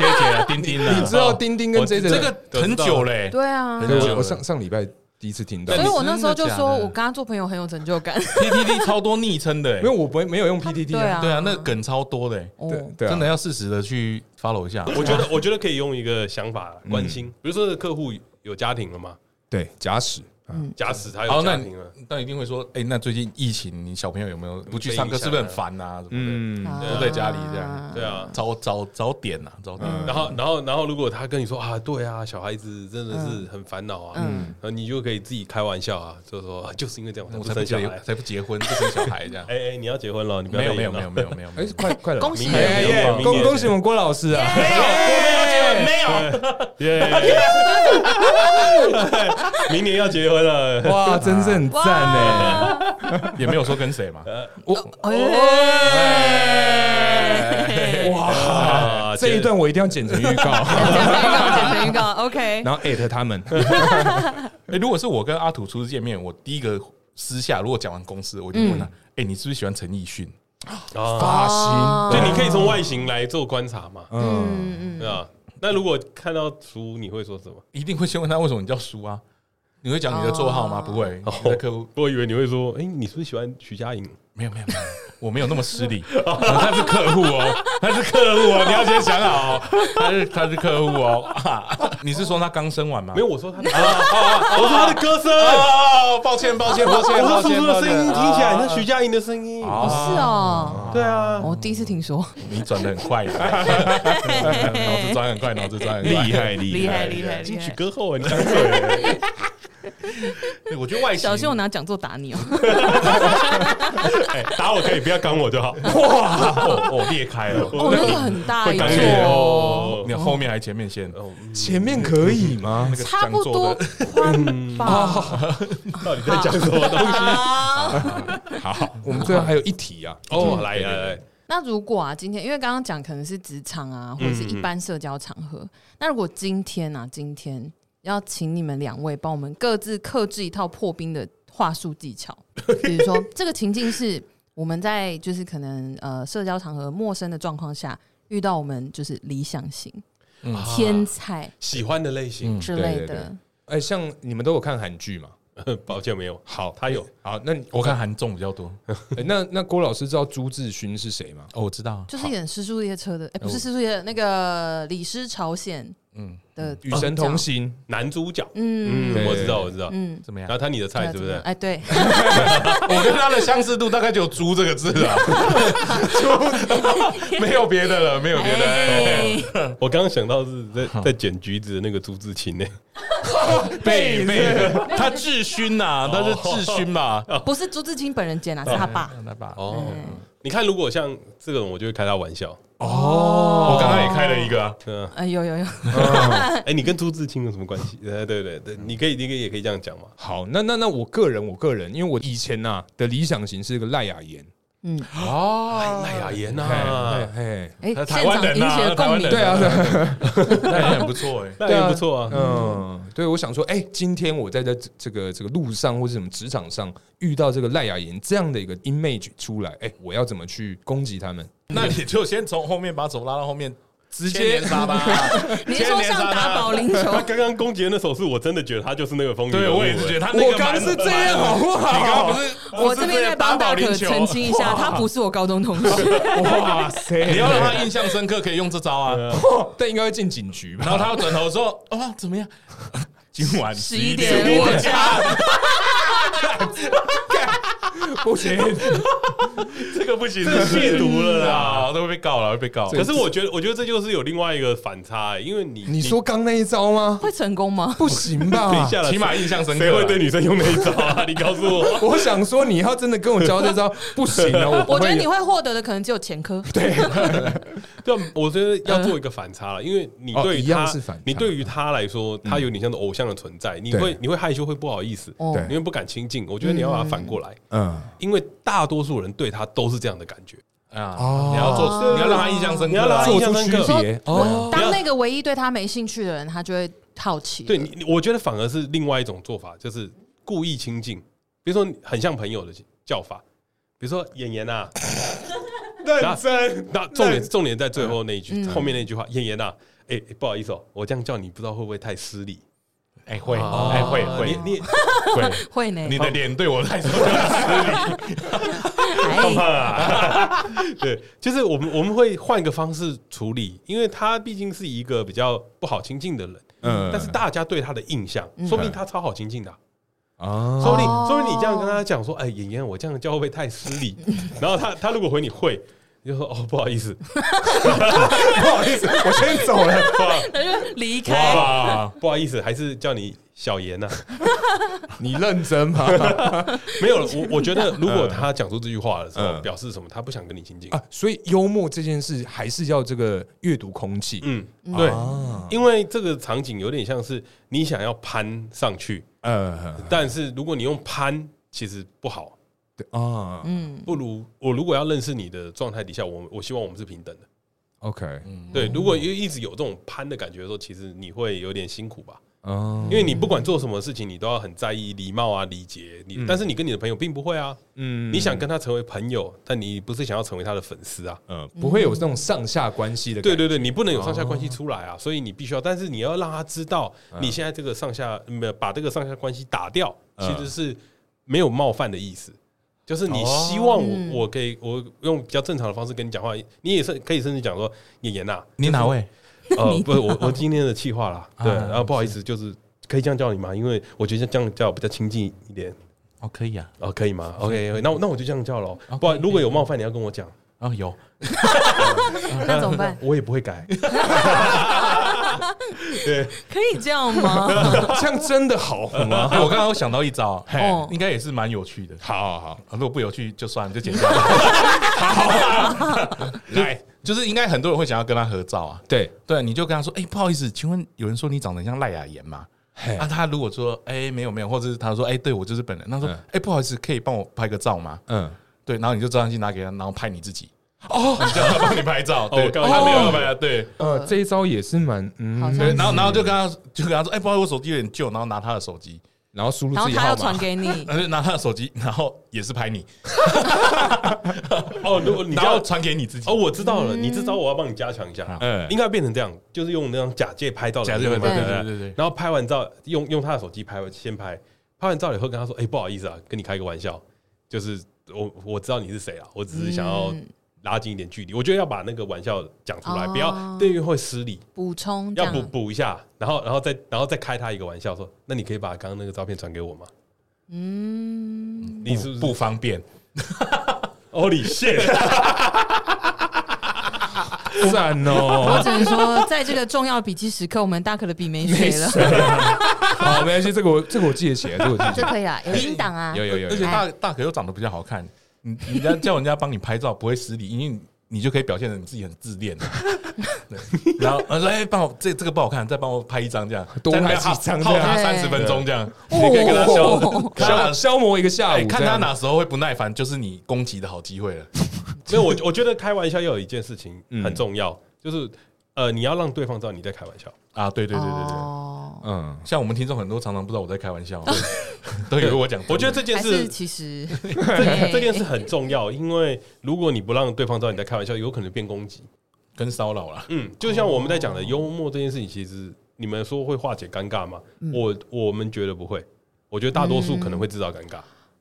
Speaker 6: J 啦，丁丁啦， 哦
Speaker 2: 你知道丁丁跟
Speaker 5: 我
Speaker 2: J J
Speaker 6: 这个很久嘞，
Speaker 3: 对啊。
Speaker 6: 很久
Speaker 2: 对，
Speaker 6: 了
Speaker 2: 我上上礼拜第一次听到
Speaker 3: 所
Speaker 6: 对，
Speaker 3: 以我那时候就
Speaker 6: 真的假
Speaker 3: 说，
Speaker 6: 的
Speaker 3: 我跟他做朋友很有成就感。
Speaker 6: PTT 超多昵称的欸，
Speaker 2: 因为我不会没有用 PTT
Speaker 3: 对啊，
Speaker 6: 对啊，那梗超多的欸，
Speaker 3: 哦
Speaker 2: 对对啊，
Speaker 6: 真的要适时的去 follow 一下。
Speaker 5: 我觉得我 觉得可以用一个想法啦关心，比如说客户有家庭了嘛，
Speaker 2: 对假使啊
Speaker 3: 嗯
Speaker 5: 假使他
Speaker 6: 好，
Speaker 5: 有
Speaker 6: 那
Speaker 5: 家
Speaker 6: 你
Speaker 5: 庭啊了，
Speaker 6: 那一定会说，哎、那最近疫情，你小朋友有没有不去上课，
Speaker 5: 被影响
Speaker 6: 是不是很烦啊？什么
Speaker 2: 嗯，
Speaker 6: 的，都在家里这样，
Speaker 5: 对啊。
Speaker 6: 早早早点啊，早点。
Speaker 5: 然后，然后，然后，如果他跟你说啊，对啊，小孩子真的是很烦恼啊，然后你就可以自己开玩笑啊，就说啊就是因为这样，
Speaker 6: 我
Speaker 5: 我
Speaker 6: 才
Speaker 5: 才
Speaker 6: 不
Speaker 5: 不生
Speaker 6: 结
Speaker 5: 小
Speaker 6: 婚，
Speaker 5: 孩。。
Speaker 6: 才不结婚，不生小孩这样
Speaker 5: 哎哎，你要结婚了，你不要
Speaker 6: 没有没有没有
Speaker 5: 再演了
Speaker 6: 没有没有没
Speaker 2: 哎
Speaker 6: 有，，
Speaker 2: 快快了，
Speaker 3: 恭喜
Speaker 5: 明年
Speaker 2: 哎
Speaker 5: 没有
Speaker 2: 耶
Speaker 5: 明
Speaker 2: 恭
Speaker 5: 年
Speaker 2: 恭喜我们郭老师啊！
Speaker 6: 没有，
Speaker 5: 明年要结婚了，
Speaker 2: 哇，真是很赞欸呢！
Speaker 3: 哇！
Speaker 6: 也没有说跟谁嘛。
Speaker 5: 呃
Speaker 3: 哎，
Speaker 5: 啊
Speaker 2: 哇，这一段我一定要剪成预 告，
Speaker 3: 剪成预告，剪成预告，OK。
Speaker 2: 然后艾特他们。
Speaker 6: 哎、如果是我跟阿土初次见面，我第一个私下如果讲完公司，我就问他，哎、你是不是喜欢陈奕迅？
Speaker 5: 啊，
Speaker 3: 哦
Speaker 5: 对，你可以从外形来做观察嘛，
Speaker 2: 嗯，
Speaker 3: 嗯嗯，
Speaker 5: 对啊。那如果看到叔，你会说什么？
Speaker 6: 一定会先问他为什么你叫叔啊？你会讲你的绰号吗？
Speaker 3: 哦
Speaker 6: 不会，你的客户
Speaker 5: 我以为你会说，哎，你是不是喜欢徐佳莹？
Speaker 6: 没有没有没有，我没有那么失礼，他是客户哦，他是客户哦，你要先想好、哦，他是他是客户哦、啊你是说他刚生完吗？
Speaker 5: 没有，我说他，啊我说他的歌声，
Speaker 6: 哦，抱歉抱歉抱歉
Speaker 5: 我
Speaker 6: 抱
Speaker 5: 说叔
Speaker 6: 歉，啊
Speaker 5: 叔的声音听起来像徐佳莹的声音。
Speaker 3: 哦是哦，
Speaker 5: 对啊，
Speaker 3: 我第一次听说，
Speaker 6: 你转的很 快，脑子转很快，脑子转很快，
Speaker 4: 厉害厉害，
Speaker 3: 厉害厉害！
Speaker 5: 歌后啊，你讲对，
Speaker 6: 对。我觉得外形
Speaker 3: 小心我拿讲座打你哦！
Speaker 5: 哎打我可以，不要刚我 就好。
Speaker 6: 哇，哦哦裂开了，
Speaker 3: 哦，那个很大一
Speaker 5: 会
Speaker 3: 座
Speaker 5: 感觉
Speaker 3: 哦，
Speaker 5: 哦
Speaker 6: 你后面还前面先，
Speaker 2: 前面可以 吗？
Speaker 6: 那个
Speaker 3: 差不
Speaker 6: 讲座
Speaker 3: 多
Speaker 6: 的
Speaker 3: 宽吧。
Speaker 5: 到底在讲什么东西？
Speaker 3: 好，
Speaker 2: 我们最后还有一题啊，
Speaker 5: 哦，来来来，
Speaker 3: 那如果啊，今天因为刚刚讲可能是职场啊，或者
Speaker 2: 嗯
Speaker 3: 是一般社交场合，那如果今天啊，今天要请你们两位帮我们各自克制一套破冰的话术 技巧，比如说这个情境是我们在就是可能呃社交场合陌生的状况下遇到我们就是理想型、天才
Speaker 5: 啊喜欢的类型，
Speaker 3: 之类
Speaker 2: 啊对
Speaker 3: 的
Speaker 2: 对，哎，像你们都有看韩剧嘛？
Speaker 5: 抱歉没有。
Speaker 2: 好，
Speaker 5: 他有
Speaker 2: 好，那你
Speaker 6: 我看韩综比较多。
Speaker 2: 哎那那郭老师知道朱志勋是谁吗？
Speaker 6: 哦，我知道，
Speaker 3: 就是演《失速列车》
Speaker 2: 啊
Speaker 3: 的，哎、不是《失速列车》那个李师朝鲜，嗯的
Speaker 2: 与神同，行，
Speaker 5: 男主角，
Speaker 3: 嗯
Speaker 5: 嗯，
Speaker 2: 对
Speaker 5: 我知道我知道，
Speaker 3: 嗯，
Speaker 6: 怎么
Speaker 5: 然
Speaker 6: 样
Speaker 5: 后？他你的菜是不
Speaker 2: 嗯
Speaker 5: 是？
Speaker 3: 哎，对。
Speaker 6: 我跟他的 相似度大概只有“猪”这个字 啊，猪 没有别的了，没有别的。
Speaker 3: 哎
Speaker 5: 我刚刚想到是在在捡橘子的那个朱自清呢，
Speaker 6: 贝贝，他智勋呐，他是智勋吧？
Speaker 3: 不是朱自清本人剪啊，是他爸。
Speaker 6: 那吧，
Speaker 5: 哦，你看，如果像这种，我就会开他玩笑。
Speaker 6: 我刚刚也开了一个啊，
Speaker 5: 对啊，
Speaker 3: 哎，有有有，
Speaker 6: 哦
Speaker 5: 哎，你跟朱自清有什么关系？呃，对对对，你可以，你可以也可以这样讲嘛。
Speaker 2: 好，那那那我个人，我个人，因为我以前呐、的理想型是一个赖雅妍，
Speaker 3: 嗯，
Speaker 6: 哦，
Speaker 5: 赖雅妍
Speaker 2: 嘿
Speaker 6: 啊
Speaker 5: 呐，
Speaker 2: 嘿，嘿
Speaker 3: 哎，
Speaker 6: 他
Speaker 3: 现
Speaker 6: 台湾
Speaker 3: 场
Speaker 6: 人啊
Speaker 3: 引起了共鸣。
Speaker 2: 对啊，对啊，
Speaker 6: 那也很不错哎。
Speaker 5: 那也不错啊。
Speaker 2: 嗯，对，我想说，哎、今天我在这这个这个路上或者什么职场上遇到这个赖雅妍这样的一个 image 出来，哎、我要怎么去攻击他们？
Speaker 6: 那你就先从后面把手拉到后面，直
Speaker 2: 接
Speaker 6: 杀吧。
Speaker 3: 你是说像打保龄球
Speaker 5: 他，刚刚攻击的那首是我真的觉得他就是那个风云人
Speaker 6: 对，
Speaker 5: 物
Speaker 6: 我也是觉得他那个
Speaker 2: 我刚
Speaker 6: 蛮
Speaker 2: 是这样，好不
Speaker 6: 你刚刚
Speaker 2: 好
Speaker 6: 不？是？
Speaker 3: 我这边在帮大可
Speaker 6: 啊
Speaker 3: 澄清一下，他不是我高中同学。
Speaker 2: 哇塞！
Speaker 6: 你要让他印象深刻，可以用这招啊。
Speaker 2: 但应该会进警局吧？
Speaker 6: 然后他又转头说：“哦，怎么样？今晚
Speaker 3: 十
Speaker 6: 十
Speaker 3: 一
Speaker 6: 一
Speaker 3: 点
Speaker 6: 点，
Speaker 3: 我 家，
Speaker 2: 不行，
Speaker 5: 这个不行，这个亵渎了啦。
Speaker 6: 啊，都会被告了，会被告。
Speaker 5: 可是我觉得，我觉得这就是有另外一个反差、欸，因为你
Speaker 2: 你说刚那一招吗？
Speaker 3: 会成功吗？
Speaker 2: 不行吧？
Speaker 5: 下来，
Speaker 6: 起码印象深刻啊
Speaker 5: 谁会对女生用那一招 啊？你告诉我，
Speaker 2: 我想说，你要真的跟我教这 招，不行啊！我不
Speaker 3: 我觉得
Speaker 2: 会
Speaker 3: 你会获得的可能只有前科。
Speaker 5: 对啊，我觉得要做一个反差了，因为你对于
Speaker 2: 哦一
Speaker 5: 他，
Speaker 2: 样是反差嗯
Speaker 5: 你对于他来说，他有点像偶像的存在，你
Speaker 2: 对
Speaker 5: 会你会害羞，会不好意思，
Speaker 3: 哦
Speaker 5: 你会不敢亲近。我觉得你要把它反过来，
Speaker 2: 嗯。
Speaker 5: 因为大多数人对他都是这样的感觉。
Speaker 1: 啊
Speaker 2: 哦，
Speaker 1: 你要做，你要让他印象深刻啊，
Speaker 5: 你要让他
Speaker 2: 做
Speaker 5: 印象
Speaker 2: 出
Speaker 5: 深
Speaker 2: 区
Speaker 5: 刻
Speaker 2: 别哦。
Speaker 3: 当那个唯一对他没兴趣的人，他就会好奇。
Speaker 5: 对你，你我觉得反而是另外一种做法，就是故意亲近，比如说你很像朋友的叫法，比如说演员啊，
Speaker 1: 认真，
Speaker 5: 那重点重点在最后那一句，
Speaker 3: 嗯
Speaker 5: 后面那一句话，演员啊，哎、哎不好意思哦，我这样叫你，不知道会不会太失礼？
Speaker 1: 哎会，哎会会
Speaker 5: 你你
Speaker 1: 会，
Speaker 3: 会呢，
Speaker 1: 你的脸对我太深刻了，
Speaker 3: 哎，
Speaker 5: 对，就是我们我们会换一个方式处理，因为他毕竟是一个比较不好亲近的人，
Speaker 2: 嗯
Speaker 5: 但是大家对他的印象，说不定他超好亲近的
Speaker 2: 啊，
Speaker 5: 啊、说不定，说不定你这样跟他讲说，哎，妍妍，我这样教会不会太失礼？然后他他如果回你会，你就说哦，不好 意思，
Speaker 2: 不好意思，我先走了。
Speaker 3: 他就离开。
Speaker 1: 哇，
Speaker 5: 不好意思，还是叫你小妍呐、啊。
Speaker 2: 你认真吗？
Speaker 5: 没有，我我觉得如果他讲出这句话的时候，
Speaker 2: 嗯
Speaker 5: 表示什么？他不想跟你亲近。
Speaker 2: 啊，所以幽默这件事还是要这个阅读空气。
Speaker 5: 嗯，对，嗯
Speaker 2: 啊，
Speaker 5: 因为这个场景有点像是你想要攀上去，
Speaker 2: 呃，
Speaker 5: 但是如果你用攀，其实不好。
Speaker 2: 对啊
Speaker 3: 嗯，
Speaker 5: 不如我如果要认识你的状态底下，我我希望我们是平等的。
Speaker 2: ，OK，
Speaker 5: 对，如果一一直有这种攀的感觉的时候，其实你会有点辛苦吧。
Speaker 2: 哦，
Speaker 5: 因为你不管做什么事情，你都要很在意礼貌啊、礼节。你、但是你跟你的朋友并不会啊，
Speaker 2: 嗯
Speaker 5: 你想跟他成为朋友，但你不是想要成为他的粉丝啊。
Speaker 2: 呃，不会有那种上下关系的感
Speaker 5: 对
Speaker 2: 觉。
Speaker 5: 对对，你不能有上下关系出来啊，所以你必须要，但是你要让他知道，你现在这个上下没有把这个上下关系打掉，其实是没有冒犯的意思，就是你希望
Speaker 3: 嗯
Speaker 5: 我我给我用比较正常的方式跟你讲话，你也是可以甚至讲说，演员呐，
Speaker 6: 你哪位？
Speaker 5: 呃，不是我，我今天的气话啦，对，然后不好意思，就是可以这样叫你吗？因为我觉得这样叫比较亲近一点，
Speaker 6: 哦，可以啊，
Speaker 5: 哦，可以吗？OK，那我那我就这样叫咯。
Speaker 6: OK，
Speaker 5: 不好，如果有冒犯，你要跟我讲，
Speaker 6: 哦有，
Speaker 3: 那怎么 办？
Speaker 5: 我也不会改。
Speaker 3: 可以这样吗？
Speaker 2: 这样真的好吗？
Speaker 6: 哎，我刚刚有想到一招， 嘿
Speaker 3: 哦
Speaker 6: 应该也是蛮有趣的。
Speaker 1: 好好好，
Speaker 6: 啊如果不有趣就算了，就剪 掉。
Speaker 1: 来，
Speaker 6: 就是应该很多人会想要跟他合照啊。
Speaker 2: 对，
Speaker 6: 对，你就跟他说，哎、不好意思，请问有人说你长得像赖雅妍吗？
Speaker 2: 嘿
Speaker 6: 啊，他如果说，哎、没有没有，或者是他说，哎、对我就是本人，他说，哎
Speaker 2: 嗯、
Speaker 6: 不好意思，可以帮我拍个照吗？
Speaker 2: 嗯，
Speaker 6: 对，然后你就照相机拿给他，然后拍你自己。哦，你叫他帮你拍 照，对，哦
Speaker 5: 我刚
Speaker 6: 他
Speaker 5: 刚
Speaker 6: 没有拍，啊对。
Speaker 2: 呃，这一招也是蛮，嗯，
Speaker 3: 好 像
Speaker 6: 对，然后然后就跟他就跟他说，哎、不好意思，我手机有点旧，然后拿他的手机，
Speaker 2: 然后输入
Speaker 3: 然后
Speaker 2: 自己
Speaker 3: 他要
Speaker 2: 号
Speaker 3: 传
Speaker 2: 码，
Speaker 3: 给你，
Speaker 6: 然后就拿他的手机，然后也是拍你，
Speaker 5: 哦，如果你
Speaker 6: 然后
Speaker 5: 要
Speaker 6: 传给你自己。
Speaker 5: 哦，我知道了，你这招我要帮你加强一下
Speaker 6: 好，
Speaker 2: 嗯
Speaker 5: 应该变成这样，就是用那张假借拍照的
Speaker 6: 哎假
Speaker 5: 那
Speaker 6: 借
Speaker 5: 个
Speaker 6: 拍
Speaker 5: 嘛，
Speaker 6: 照
Speaker 5: 对
Speaker 6: 对
Speaker 5: 不
Speaker 6: 对对对
Speaker 5: 然后拍完照，用用他的手机拍，先拍，拍完照以后跟他说，哎，不好意思啊，跟你开个玩笑，就是我我知道你是谁啊，我只是想要
Speaker 3: 嗯
Speaker 5: 拉近一点距离，我觉得要把那个玩笑讲出来，
Speaker 3: 哦
Speaker 5: 不要对于会失礼。
Speaker 3: 补充这
Speaker 5: 要补
Speaker 3: 样。
Speaker 5: 补一下，然后然后再然后再开他一个玩笑，说：“那你可以把刚刚那个照片传给我吗
Speaker 3: 嗯，？”
Speaker 5: 你是不
Speaker 6: 不
Speaker 5: 是
Speaker 6: 方便，
Speaker 5: 哦，你谢了，
Speaker 2: 赞
Speaker 3: 我
Speaker 2: 哦。
Speaker 3: 只能说，在这个重要笔记时刻，我们大可的笔没水了。
Speaker 2: 好，没关系，这个我这个我记得起来，这个我记得起
Speaker 3: 这
Speaker 2: 来。
Speaker 3: 可以啦，有音档啊。
Speaker 2: 有有有
Speaker 6: 而且
Speaker 2: 有，
Speaker 6: 大大可又长得比较好看，你你要叫人家帮你拍照不会失礼，因为你就可以表现的你自己很自恋。对，然后呃来帮我这这个不好看，再帮我拍一张这样，
Speaker 2: 多
Speaker 6: 再
Speaker 2: 拍
Speaker 6: 耗
Speaker 2: 几张这
Speaker 6: 耗
Speaker 2: 样
Speaker 6: 他
Speaker 3: 对
Speaker 6: 三十分钟这样，
Speaker 3: 哦
Speaker 6: 你可以跟他 消
Speaker 2: 消
Speaker 6: 消。
Speaker 2: 消磨一个下
Speaker 6: 哎，
Speaker 2: 午，
Speaker 6: 看
Speaker 2: 这
Speaker 6: 他
Speaker 2: 样
Speaker 6: 哪时候会不耐烦，就是你攻击的好机会了。
Speaker 5: 没有我我觉得开玩笑要有一件事情
Speaker 2: 嗯
Speaker 5: 很重要，就是呃，你要让对方知道你在开玩笑。
Speaker 6: 啊，对对对对对，
Speaker 3: 哦，
Speaker 2: 嗯，
Speaker 6: 像我们听众很多常常不知道我在开玩 笑，都以为我讲真的。
Speaker 5: 我觉得这件
Speaker 3: 还
Speaker 5: 事
Speaker 3: 是其实
Speaker 5: 这这件事很重要，因为如果你不让对方知道你在开玩笑，有可能变攻击。
Speaker 6: 跟骚扰啦，
Speaker 5: 嗯，就像我们在讲
Speaker 2: 哦
Speaker 5: 的幽默这件事情，其实你们说会化解尴尬吗？
Speaker 2: 嗯
Speaker 5: 我我们觉得不会，我觉得大多数可能会制造尴尬，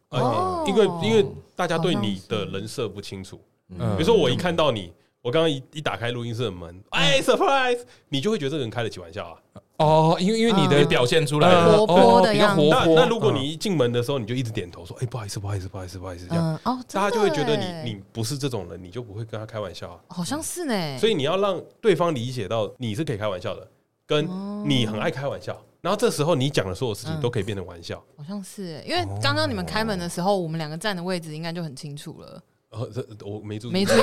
Speaker 3: 哦
Speaker 5: 呃，因为因为大家对
Speaker 3: 好像
Speaker 5: 你
Speaker 3: 是
Speaker 5: 的人设不清楚。
Speaker 2: 哦嗯
Speaker 5: 比如说我一看到你，我刚刚一一打开录音室的门，哎，surprise，你就会觉得这个人开得起玩笑啊。
Speaker 2: 哦，因为因为你
Speaker 3: 嗯
Speaker 2: 的
Speaker 6: 你表现出来
Speaker 2: 呃
Speaker 6: 了，
Speaker 3: 活泼的
Speaker 2: 哦比较
Speaker 3: 样子
Speaker 2: 活
Speaker 5: 那
Speaker 2: 泼。
Speaker 5: 那如果你一进门的时候，你就一直点头说，哎，不好意思，不好意思，不好意思，不好意思，这样，
Speaker 3: 嗯哦，真的
Speaker 5: 大家就会觉得
Speaker 3: 耶
Speaker 5: 你你不是这种人，你就不会跟他开玩笑啊。
Speaker 3: 好像是呢，
Speaker 5: 所以你要让对方理解到你是可以开玩笑的，跟你很爱开玩笑。然后这时候你讲的所有事情
Speaker 3: 嗯
Speaker 5: 都可以变成玩笑，
Speaker 3: 好像是耶因为刚刚你们开门的时候，我们两个站的位置应该就很清楚了，
Speaker 5: 然呃后这我没注意，
Speaker 3: 没 注意。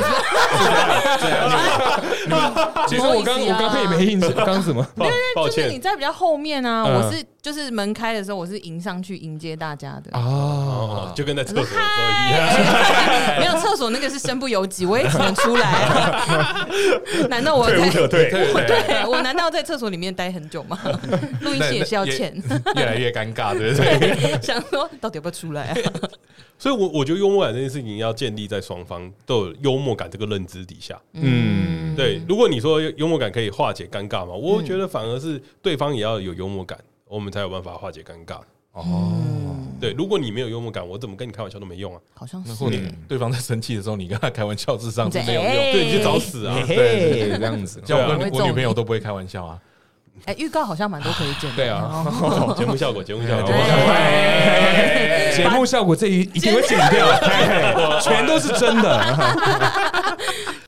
Speaker 2: 其实我
Speaker 3: 不好
Speaker 2: 刚
Speaker 3: 意思
Speaker 2: 我
Speaker 3: 啊啊
Speaker 2: 刚刚也没印象，刚刚什么？
Speaker 5: 抱抱
Speaker 3: 就是
Speaker 5: 歉
Speaker 3: 你，在比较后面啊，
Speaker 2: 嗯
Speaker 3: 我是就是门开的时候，我是迎上去迎接大家的。
Speaker 5: 哦，就跟在厕所的时候一样。
Speaker 3: 嗨 没有厕所那个是身不由己，我也只能出 来。难道我在？
Speaker 6: 退。
Speaker 3: 我对我难道在厕所里面待很久 吗？录音室也是要钱，
Speaker 6: 越来越尴尬，嗯对不嗯对？
Speaker 3: 想说到底要不要出来啊？
Speaker 5: 所以我，我觉得幽默感这件事情要建立在双方都有幽默感这个认知底下。
Speaker 2: 嗯，
Speaker 5: 对，如果你说幽默感可以化解尴尬嘛，我觉得反而是对方也要有幽默感，我们才有办法化解尴尬。
Speaker 3: 嗯，
Speaker 5: 对，如果你没有幽默感，我怎么跟你开玩笑都没用啊！
Speaker 3: 好像
Speaker 6: 那
Speaker 3: 是
Speaker 6: 或者对方在生气的时候，你跟他开玩笑，智商是没有
Speaker 3: 你在
Speaker 6: 用。
Speaker 3: 哎
Speaker 5: 对，你就找死啊！
Speaker 2: 对，这样子，
Speaker 6: 像我
Speaker 3: 对
Speaker 6: 跟
Speaker 3: 啊
Speaker 6: 我女朋友都不会开玩笑啊。
Speaker 3: 哎，预告好像蛮多可以剪的。
Speaker 6: 对 啊
Speaker 3: 哦，
Speaker 5: 节目效果，节目效果，
Speaker 3: 哎
Speaker 2: 节目效果这一一定会剪 掉， 嘿全都是真的。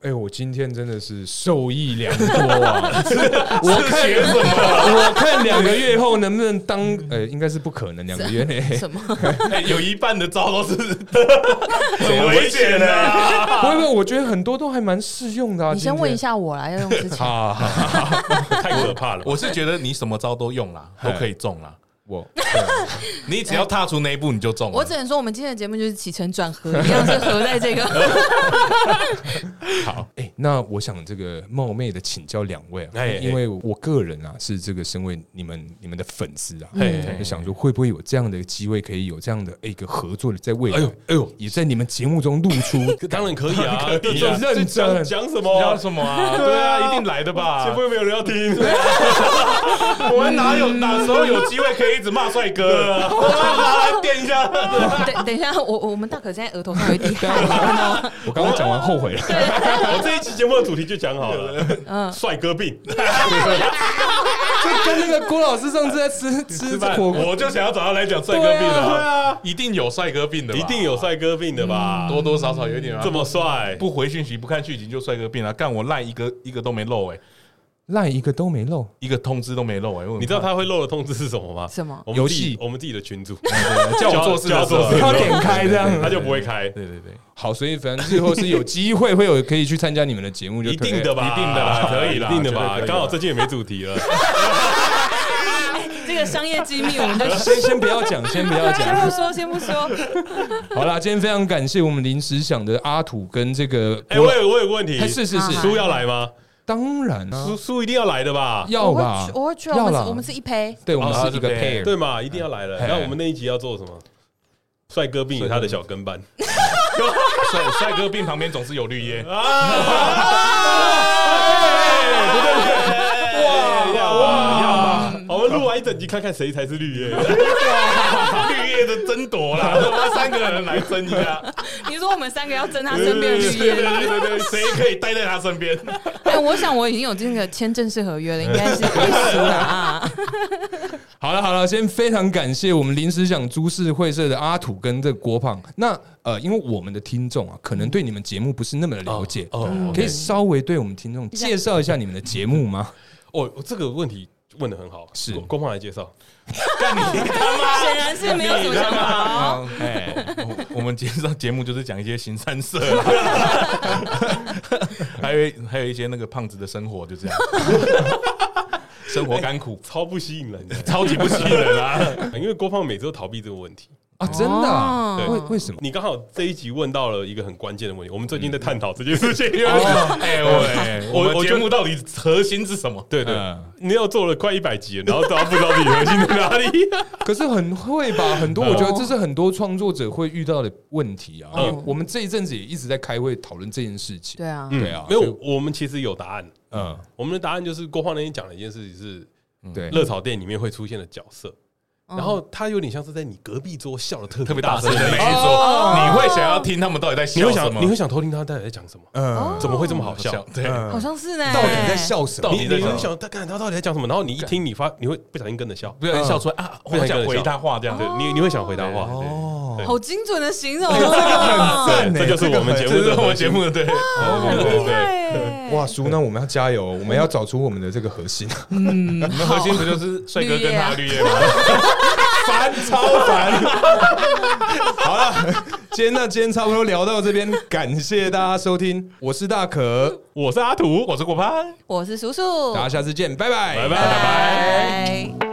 Speaker 2: 哎，我今天真的是受益良多啊！ 我看 我看两个月后能不能 当，呃，应该是不可能，两个月内
Speaker 3: 什么？
Speaker 6: 哎有一半的招都 是很危险的啊。
Speaker 2: 不会不会，我觉得很多都还蛮适用的啊。
Speaker 3: 你先问一
Speaker 2: 下
Speaker 3: 下我啦，要用之前。
Speaker 2: 啊，好好
Speaker 5: 太可怕了。
Speaker 6: 我是觉得你什么招都用啦，都可以中啦。
Speaker 2: 我
Speaker 6: 你只要踏出那一步，你就中了。
Speaker 3: 我只能说，我们今天的节目就是起承转合，一样是合在 这个。
Speaker 2: 好，哎、那我想这个冒昧的请教两位啊，
Speaker 5: 哎哎
Speaker 2: 因为我个人啊是这个身为你们你们的粉丝啊，
Speaker 5: 嘿
Speaker 2: 我就想说会不会有这样的机会，可以有这样的一个合作的，在未来，
Speaker 5: 哎呦哎呦，
Speaker 2: 也在你们节目中露 出
Speaker 5: 当然可以啊！你
Speaker 2: 这认真
Speaker 5: 讲讲什么？
Speaker 6: 要什么啊？对啊，一定来的
Speaker 5: 会
Speaker 6: 吧
Speaker 5: 不。会没有人要听？
Speaker 6: 我们哪有哪时候有机会可以一直骂帅哥啊？来垫一下。
Speaker 3: 等等一下，我我们大可现在额头上有一哦滴汗。
Speaker 2: 我刚刚讲完后悔了，
Speaker 5: 我这一期节目的主题就讲好了，
Speaker 3: 嗯，
Speaker 5: 帅哥病。
Speaker 2: 就跟那个郭老师上次在 吃吃火锅，
Speaker 6: 我就想要找他来讲帅哥病啊，对啊，一定有帅哥病的吧，
Speaker 5: 一定有帅哥病的吧？
Speaker 6: 多多少少有一点啊
Speaker 5: 这么帅，
Speaker 6: 不回讯息、不看剧情就帅哥病啊！干我赖一个一个都没漏哎、
Speaker 2: 烂一个都没漏，
Speaker 6: 一个通知都没漏哎、
Speaker 5: 你知道他会漏的通知是什么吗？
Speaker 3: 什么
Speaker 5: 我们自己
Speaker 2: 游戏
Speaker 5: 我们自己的 群主，
Speaker 6: 叫我做事的
Speaker 5: 叫我
Speaker 6: 时候
Speaker 5: 做事
Speaker 2: 要点开这样。
Speaker 5: 他就不会开，
Speaker 6: 对对对，
Speaker 2: 好，所以反正最后是有机会会有可以去参加你们的节目，就
Speaker 5: 一
Speaker 2: 对哎
Speaker 5: 定的吧？
Speaker 6: 一定的啦可以啦
Speaker 5: 一定的吧
Speaker 6: 绝对可以？啦
Speaker 5: 刚好最近也没主题 了，
Speaker 3: 这个商业机密我 们就
Speaker 2: 了。先先不要讲，先不要讲，
Speaker 3: 先不说，先不说。
Speaker 2: 好啦，今天非常感谢我们临时想的阿土跟这个
Speaker 5: 哎，我有我有个问题
Speaker 2: 哎，，是是是，
Speaker 3: 好
Speaker 5: 叔要来吗？
Speaker 2: 当然啊
Speaker 5: 叔叔一定要来的吧？
Speaker 2: 要
Speaker 3: 我会
Speaker 2: 吧
Speaker 3: 去，，啊我会去啊，
Speaker 2: 要
Speaker 3: 我们
Speaker 2: 啦
Speaker 3: 是，我们是一胚。
Speaker 2: 对我们
Speaker 6: 哦
Speaker 2: 是一个
Speaker 6: 对
Speaker 2: pair，
Speaker 5: 对嘛，一定要来了。
Speaker 6: 哎
Speaker 2: 嘿
Speaker 5: 那我们那一集要做什么？帅哥病与他的小跟班，
Speaker 6: 帅帅哥病旁边总是有绿叶，
Speaker 5: 哇！我们录完一整集，看看谁才是绿叶。
Speaker 6: 绿叶的争夺啦，我们三个人来争一下，
Speaker 3: 你说我们三个要争他身边的绿叶，
Speaker 6: 对对，谁可以待在他身 边？
Speaker 3: 哎，我想我已经有这个签正式合约了，应该是归属了 啊。
Speaker 2: 好了好了，先非常感谢我们临时想株式会社的阿土跟这个郭胖。那呃，因为我们的听众啊，可能对你们节目不是那么的了解，
Speaker 3: 嗯
Speaker 5: 哦
Speaker 2: 可以稍微对我们听众介绍一下你们的节目吗？
Speaker 5: 哦，这个问题问的很好，
Speaker 2: 是
Speaker 5: 郭郭胖来介绍。
Speaker 3: 显然是没有什么想法哦。
Speaker 6: 哎，我我们今天上节目就是讲一些新三 色，还有一还有一些那个胖子的生活，就这 样，生活甘苦，
Speaker 5: 超不吸引人的，
Speaker 6: 超级不吸引人啊！
Speaker 5: 因为郭胖每次都逃避这个问题。
Speaker 3: 哦
Speaker 2: 啊，真的啊、
Speaker 3: 对
Speaker 2: 为为什么？
Speaker 5: 你刚好这一集问到了一个很关键的问题，我们最
Speaker 6: 嗯
Speaker 5: 近在探讨这件事情，因 为
Speaker 6: 哎喂，
Speaker 5: 我
Speaker 6: 我们
Speaker 5: 我
Speaker 6: 节
Speaker 5: 觉得
Speaker 6: 目到底核心是什么？
Speaker 5: 对对
Speaker 2: 嗯，
Speaker 5: 你要做了快一百集了，然后大家不知道自己核心在 哪里。
Speaker 2: 可是很会吧，很多我觉得这是很多创作者会遇到的问题啊。
Speaker 5: 嗯
Speaker 2: 我们这一阵子也一直在开会讨论这件事情。
Speaker 3: 对
Speaker 6: 嗯
Speaker 3: 啊，
Speaker 2: 对啊，
Speaker 5: 嗯没
Speaker 2: 所以
Speaker 5: 有，我们其实有答案。
Speaker 2: 嗯，
Speaker 5: 我们的答案就是郭胖那天讲了一件事情是
Speaker 2: 对，
Speaker 5: 热炒店里面会出现的角色，然后他有点像是在你隔壁桌笑的特
Speaker 6: 特别
Speaker 5: 别
Speaker 6: 大
Speaker 5: 大
Speaker 6: 声
Speaker 5: 声
Speaker 6: 的没
Speaker 5: 的，
Speaker 6: 错，你会想要听他们到底在
Speaker 5: 你
Speaker 6: 笑
Speaker 5: 会
Speaker 6: 什
Speaker 5: 想你会
Speaker 6: 么？
Speaker 5: 想偷听他到底在讲什么，
Speaker 3: 哦
Speaker 2: 嗯，
Speaker 5: 怎么会这么好笑？
Speaker 6: 对，
Speaker 3: 好像是呢。
Speaker 2: 到底在？笑什么？
Speaker 6: 到
Speaker 5: 你
Speaker 6: 底
Speaker 5: 你
Speaker 6: 在
Speaker 5: 会
Speaker 6: 讲什
Speaker 5: 想他看他到底在讲什么，然后你一听你发你会不小心跟着笑，
Speaker 6: 不小心笑出来啊！我想回他话这样
Speaker 5: 对
Speaker 6: 子，
Speaker 5: 你你会想回答话，
Speaker 2: 哦
Speaker 5: 对
Speaker 3: 好精准的形容哦，
Speaker 2: 赞呢
Speaker 5: 这就是我们节
Speaker 6: 欸
Speaker 5: 目
Speaker 6: 这
Speaker 5: 的
Speaker 6: 是我
Speaker 5: 核
Speaker 6: 们
Speaker 5: 心
Speaker 6: 节目的对，
Speaker 3: 很
Speaker 6: 对
Speaker 3: 厉害耶！
Speaker 2: 哇，叔，那我们要加油，我们要找出我们的这个核心。
Speaker 6: 你们核心不就是帅哥跟他绿 叶吗？啊
Speaker 2: 烦，超烦。好了，今天那今天差不多聊到这边，感谢大家收听，我是大可，
Speaker 6: 我是阿土，我是果潘。
Speaker 3: 我是叔叔，
Speaker 2: 大家下次见，拜拜，
Speaker 3: 拜拜。